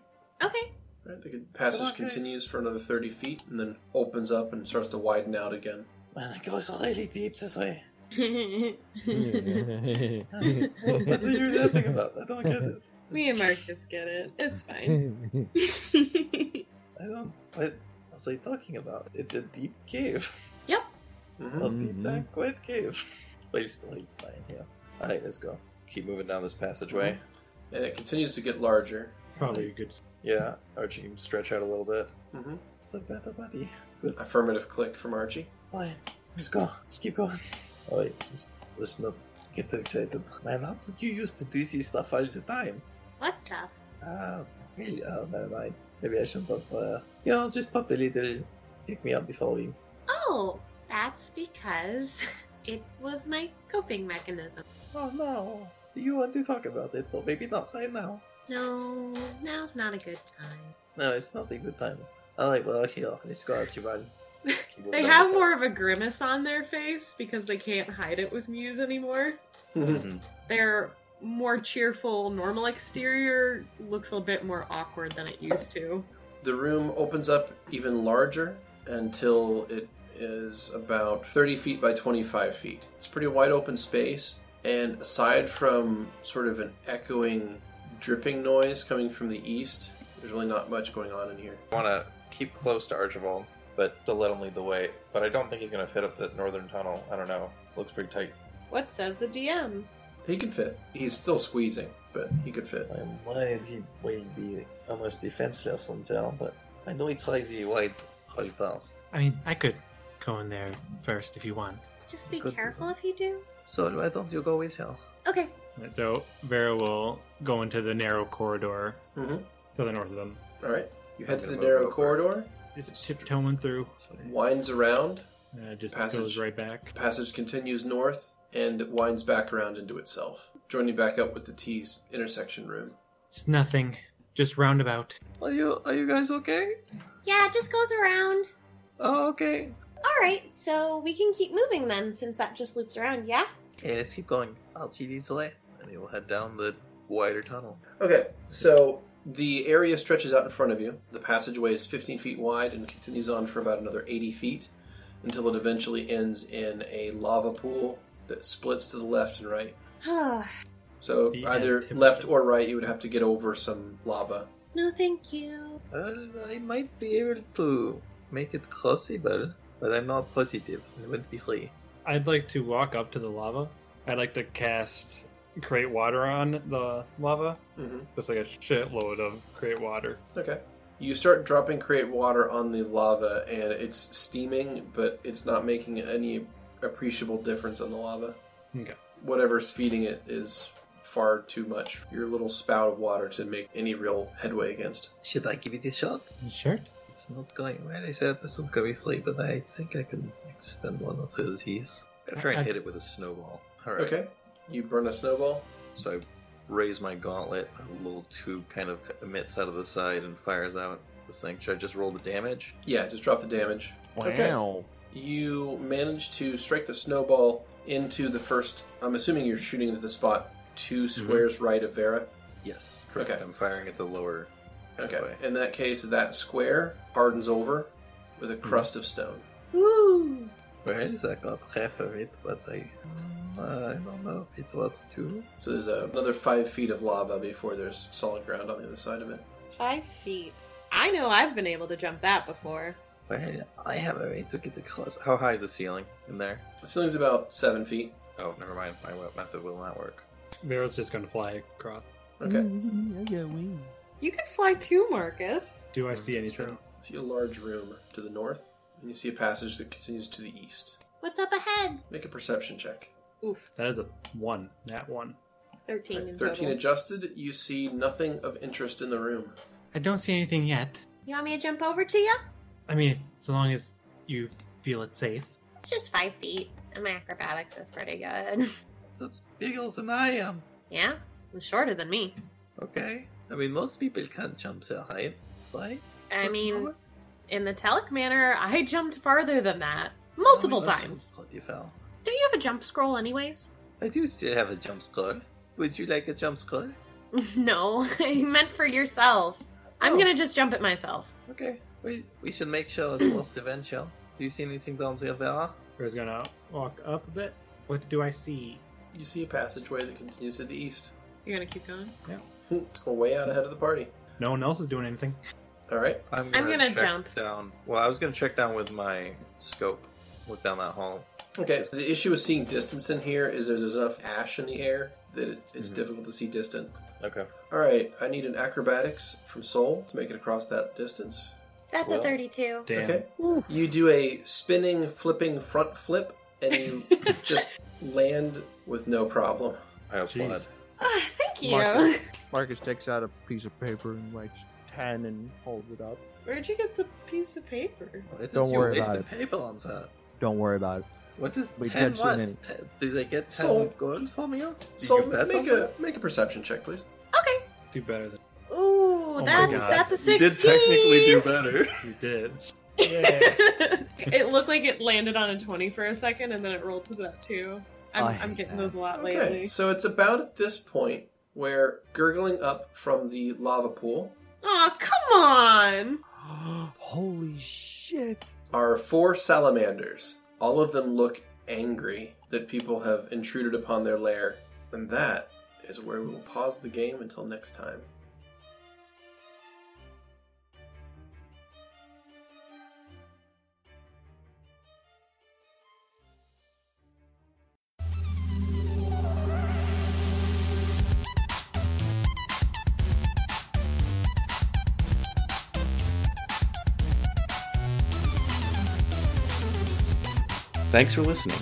Speaker 2: Okay.
Speaker 1: Right, the passage
Speaker 3: Come on, guys.
Speaker 1: continues for another 30 feet and then opens up and starts to widen out again.
Speaker 3: Man, it goes really deep this way. what are you laughing
Speaker 14: Yes.
Speaker 3: about? I don't get it.
Speaker 27: Me and Marcus get it. It's fine. yep.
Speaker 3: I don't. What was I talking about? It's a deep cave.
Speaker 1: Mhm.
Speaker 4: Mm-hmm.
Speaker 3: A deep,
Speaker 14: Mhm.
Speaker 3: dark, quiet cave. Please still eat fine here. Alright, let's go. Keep moving down this passageway.
Speaker 1: And it continues to get larger.
Speaker 28: Probably a good.
Speaker 3: Yeah, Archie can stretch out a little bit.
Speaker 1: Mhm.
Speaker 3: It's a better buddy.
Speaker 1: Affirmative click from Archie.
Speaker 3: Fine. Let's go. Let's keep going. Alright, Oh, just Let's not get too excited. Man, how did you used to do this stuff all the time?
Speaker 2: What stuff?
Speaker 3: Ah, really? Oh, never mind. Maybe I should pop, uh, you know, just pop a little pick me up before we.
Speaker 2: Oh, that's because it was my coping mechanism.
Speaker 3: Oh no, you want to talk about it, but maybe not right now.
Speaker 2: No, now's not a good time.
Speaker 3: No, it's not a good time. Alright, well, here, let's go out, Chival.
Speaker 11: They have more of a grimace on their face because they can't hide it with Muse anymore.
Speaker 4: Mm-hmm.
Speaker 11: Their more cheerful, normal exterior looks a bit more awkward than it used to.
Speaker 1: The room opens up even larger until it is about 30 feet by 25 feet. It's pretty wide open space, and aside from sort of an echoing, dripping noise coming from the east, there's really not much going on in here.
Speaker 16: I want to keep close to Archibald, but to let him lead the way. But I don't think he's going to fit up that northern tunnel. I don't know. Looks pretty tight.
Speaker 11: What says the DM?
Speaker 1: He can fit. He's still squeezing, but he could fit.
Speaker 3: I'm worried he will be almost defenseless on there, but I know he tried the wide hole fast.
Speaker 6: I mean, I could go in there first if you want.
Speaker 2: Just be
Speaker 3: Good
Speaker 2: careful if you do.
Speaker 3: So why don't you go with her?
Speaker 2: Okay.
Speaker 4: So Vera will go into the narrow corridor
Speaker 1: Mm-hmm.
Speaker 4: to the north of them.
Speaker 1: All right. You head to the
Speaker 4: I'm gonna
Speaker 1: narrow
Speaker 4: move
Speaker 1: corridor,
Speaker 6: Just tiptoeing through.
Speaker 1: winds around,
Speaker 4: And
Speaker 28: Uh,
Speaker 4: it just
Speaker 1: Passage.
Speaker 4: goes right back.
Speaker 1: passage continues north, and it winds back around into itself, joining back up with the T's intersection room.
Speaker 6: It's nothing. Just roundabout.
Speaker 3: Are you are you guys okay?
Speaker 2: Yeah, it just goes around.
Speaker 3: Oh, okay.
Speaker 2: All right, so we can keep moving then, since that just loops around. Yeah.
Speaker 3: Hey, let's keep going. I'll see you later. And he'll head down the wider tunnel.
Speaker 1: Okay, so the area stretches out in front of you. The passageway is 15 feet wide and continues on for about another 80 feet until it eventually ends in a lava pool that splits to the left and right.
Speaker 2: Oh
Speaker 1: So
Speaker 4: The
Speaker 1: either
Speaker 4: antipode.
Speaker 1: left or right, you would have to get over some lava.
Speaker 2: no, thank you.
Speaker 3: Well, Uh, I might be able to make it possible, but I'm not positive. It wouldn't be free.
Speaker 4: I'd like to walk up to the lava. I'd like to cast create water on the lava.
Speaker 1: Mm-hmm.
Speaker 4: Just like a shitload of create water.
Speaker 1: Okay. You start dropping create water on the lava, and it's steaming, but it's not making any appreciable difference on the lava.
Speaker 4: Okay.
Speaker 1: Whatever's feeding it is far too much for your little spout of water to make any real headway against.
Speaker 3: Should I give it a shot?
Speaker 6: Sure.
Speaker 3: It's not going well. I said this one's gonna be free, but I think I can spend one or two of these.
Speaker 16: I'm gonna try and hit it with a snowball. All right.
Speaker 1: Okay. You burn a snowball.
Speaker 16: So I raise my gauntlet. A little tube kind of emits out of the side and fires out this thing. Should I just roll the damage?
Speaker 1: Yeah, just drop the damage.
Speaker 14: Wow.
Speaker 1: You manage to strike the snowball into the first. I'm assuming you're shooting at the spot two squares right of Vera.
Speaker 16: Yes. Correct.
Speaker 1: Okay.
Speaker 16: I'm firing at the lower.
Speaker 1: Okay.
Speaker 16: way.
Speaker 1: In that case, that square hardens over with a crust of stone.
Speaker 2: Ooh.
Speaker 3: Whereas I got half of it, but I, uh, I don't know if it's worth two.
Speaker 1: So there's a, another five feet of lava before there's solid ground on the other side of it.
Speaker 2: Five feet. I know I've been able to jump that before.
Speaker 3: Well, I have a way to get across.
Speaker 16: How high is the ceiling in there?
Speaker 1: The ceiling's about seven feet.
Speaker 16: Oh, never mind. My wet method will not work.
Speaker 4: Vera's just going to fly across.
Speaker 1: Okay.
Speaker 14: Mm-hmm. I got wings.
Speaker 2: You can fly too, Marcus.
Speaker 4: Do I see anything?
Speaker 1: See a large room to the north, and you see a passage that continues to the east.
Speaker 2: What's up ahead?
Speaker 1: Make a perception check.
Speaker 2: Oof.
Speaker 4: That is a one. That one.
Speaker 2: Thirteen. in
Speaker 1: Thirteen
Speaker 2: total.
Speaker 1: adjusted. You see nothing of interest in the room.
Speaker 6: I don't see anything yet.
Speaker 2: You want me to jump over to you?
Speaker 6: I mean, so long as you feel it's safe.
Speaker 2: It's just five feet. And my acrobatics is pretty good.
Speaker 3: That's bigger than I am.
Speaker 2: yeah, I'm shorter than me.
Speaker 3: Okay. I mean, most people can't jump so high, right?
Speaker 2: I
Speaker 3: That's
Speaker 2: mean,
Speaker 3: not-
Speaker 2: in the Telic manner, I jumped farther than that multiple
Speaker 3: I mean,
Speaker 2: times.
Speaker 3: Bloody fell.
Speaker 2: Don't you have a jump scroll, anyways?
Speaker 3: I do still have a jump scroll. Would you like a jump scroll?
Speaker 2: no, I meant for yourself. I'm
Speaker 3: Oh.
Speaker 2: gonna just jump at myself.
Speaker 3: Okay. We, we should make sure it's worth the venture. Do you see anything down there, Vera?
Speaker 4: Vera's going to walk up a bit. What do I see?
Speaker 1: You see a passageway that continues to the east.
Speaker 11: You're gonna keep going.
Speaker 1: We're way out ahead of the party.
Speaker 4: No one else is doing anything.
Speaker 1: All right.
Speaker 16: I'm
Speaker 11: I'm gonna
Speaker 16: check
Speaker 11: jump.
Speaker 16: down. Well, I was gonna check down with my scope. Look down that hall.
Speaker 1: Okay. The issue with seeing distance in here is there's, there's enough ash in the air that it, it's
Speaker 16: Mhm.
Speaker 1: difficult to see distant.
Speaker 16: Okay.
Speaker 1: All right. I need an acrobatics from Soul to make it across that distance.
Speaker 2: That's
Speaker 16: Well,
Speaker 2: a 32.
Speaker 4: Damn.
Speaker 1: Okay. You do a spinning, flipping front flip, and you just land with no problem.
Speaker 3: I applaud.
Speaker 23: ah, thank you.
Speaker 14: Marcus, Marcus takes out a piece of paper and writes 10 and holds it up.
Speaker 2: Where'd you get the piece of paper?
Speaker 3: I think
Speaker 29: Don't
Speaker 3: you
Speaker 29: worry
Speaker 3: waste
Speaker 29: about
Speaker 3: the
Speaker 29: it.
Speaker 3: paper on that.
Speaker 29: Don't worry about it.
Speaker 3: What is
Speaker 29: We
Speaker 3: ten
Speaker 29: catch you in
Speaker 3: what?
Speaker 29: it.
Speaker 3: Ten- Do they get ten
Speaker 1: So-
Speaker 3: gold from you? Did
Speaker 1: so
Speaker 3: you bet
Speaker 1: make
Speaker 3: on
Speaker 1: a
Speaker 3: that?
Speaker 1: make a perception check, please.
Speaker 23: Okay.
Speaker 4: Do better than
Speaker 23: Ooh,
Speaker 4: Oh my
Speaker 23: that's
Speaker 4: God.
Speaker 23: that's a
Speaker 4: You
Speaker 23: sixteen.
Speaker 4: did technically
Speaker 3: do better.
Speaker 4: you did.
Speaker 2: It looked like it landed on a 20 for a second and then it rolled to that too. I'm,
Speaker 1: I
Speaker 2: I'm
Speaker 1: hate
Speaker 2: getting those a lot
Speaker 1: Okay,
Speaker 2: lately.
Speaker 1: so it's about at this point where gurgling up from the lava pool
Speaker 2: Aw, come on!
Speaker 29: Holy shit!
Speaker 1: are four salamanders. All of them look angry that people have intruded upon their lair, and that is where we will pause the game until next time.
Speaker 15: Thanks for listening.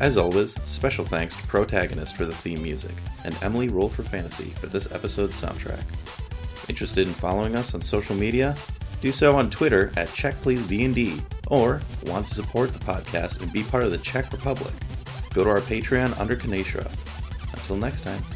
Speaker 15: As always, special thanks to Protagonist for the theme music and Emily Roll for Fantasy for this episode's soundtrack. Interested in following us on social media? Do so on Twitter at CheckPleaseD&D or want to support the podcast and be part of the Czech Republic? Go to our Patreon under Kaneshra. Until next time.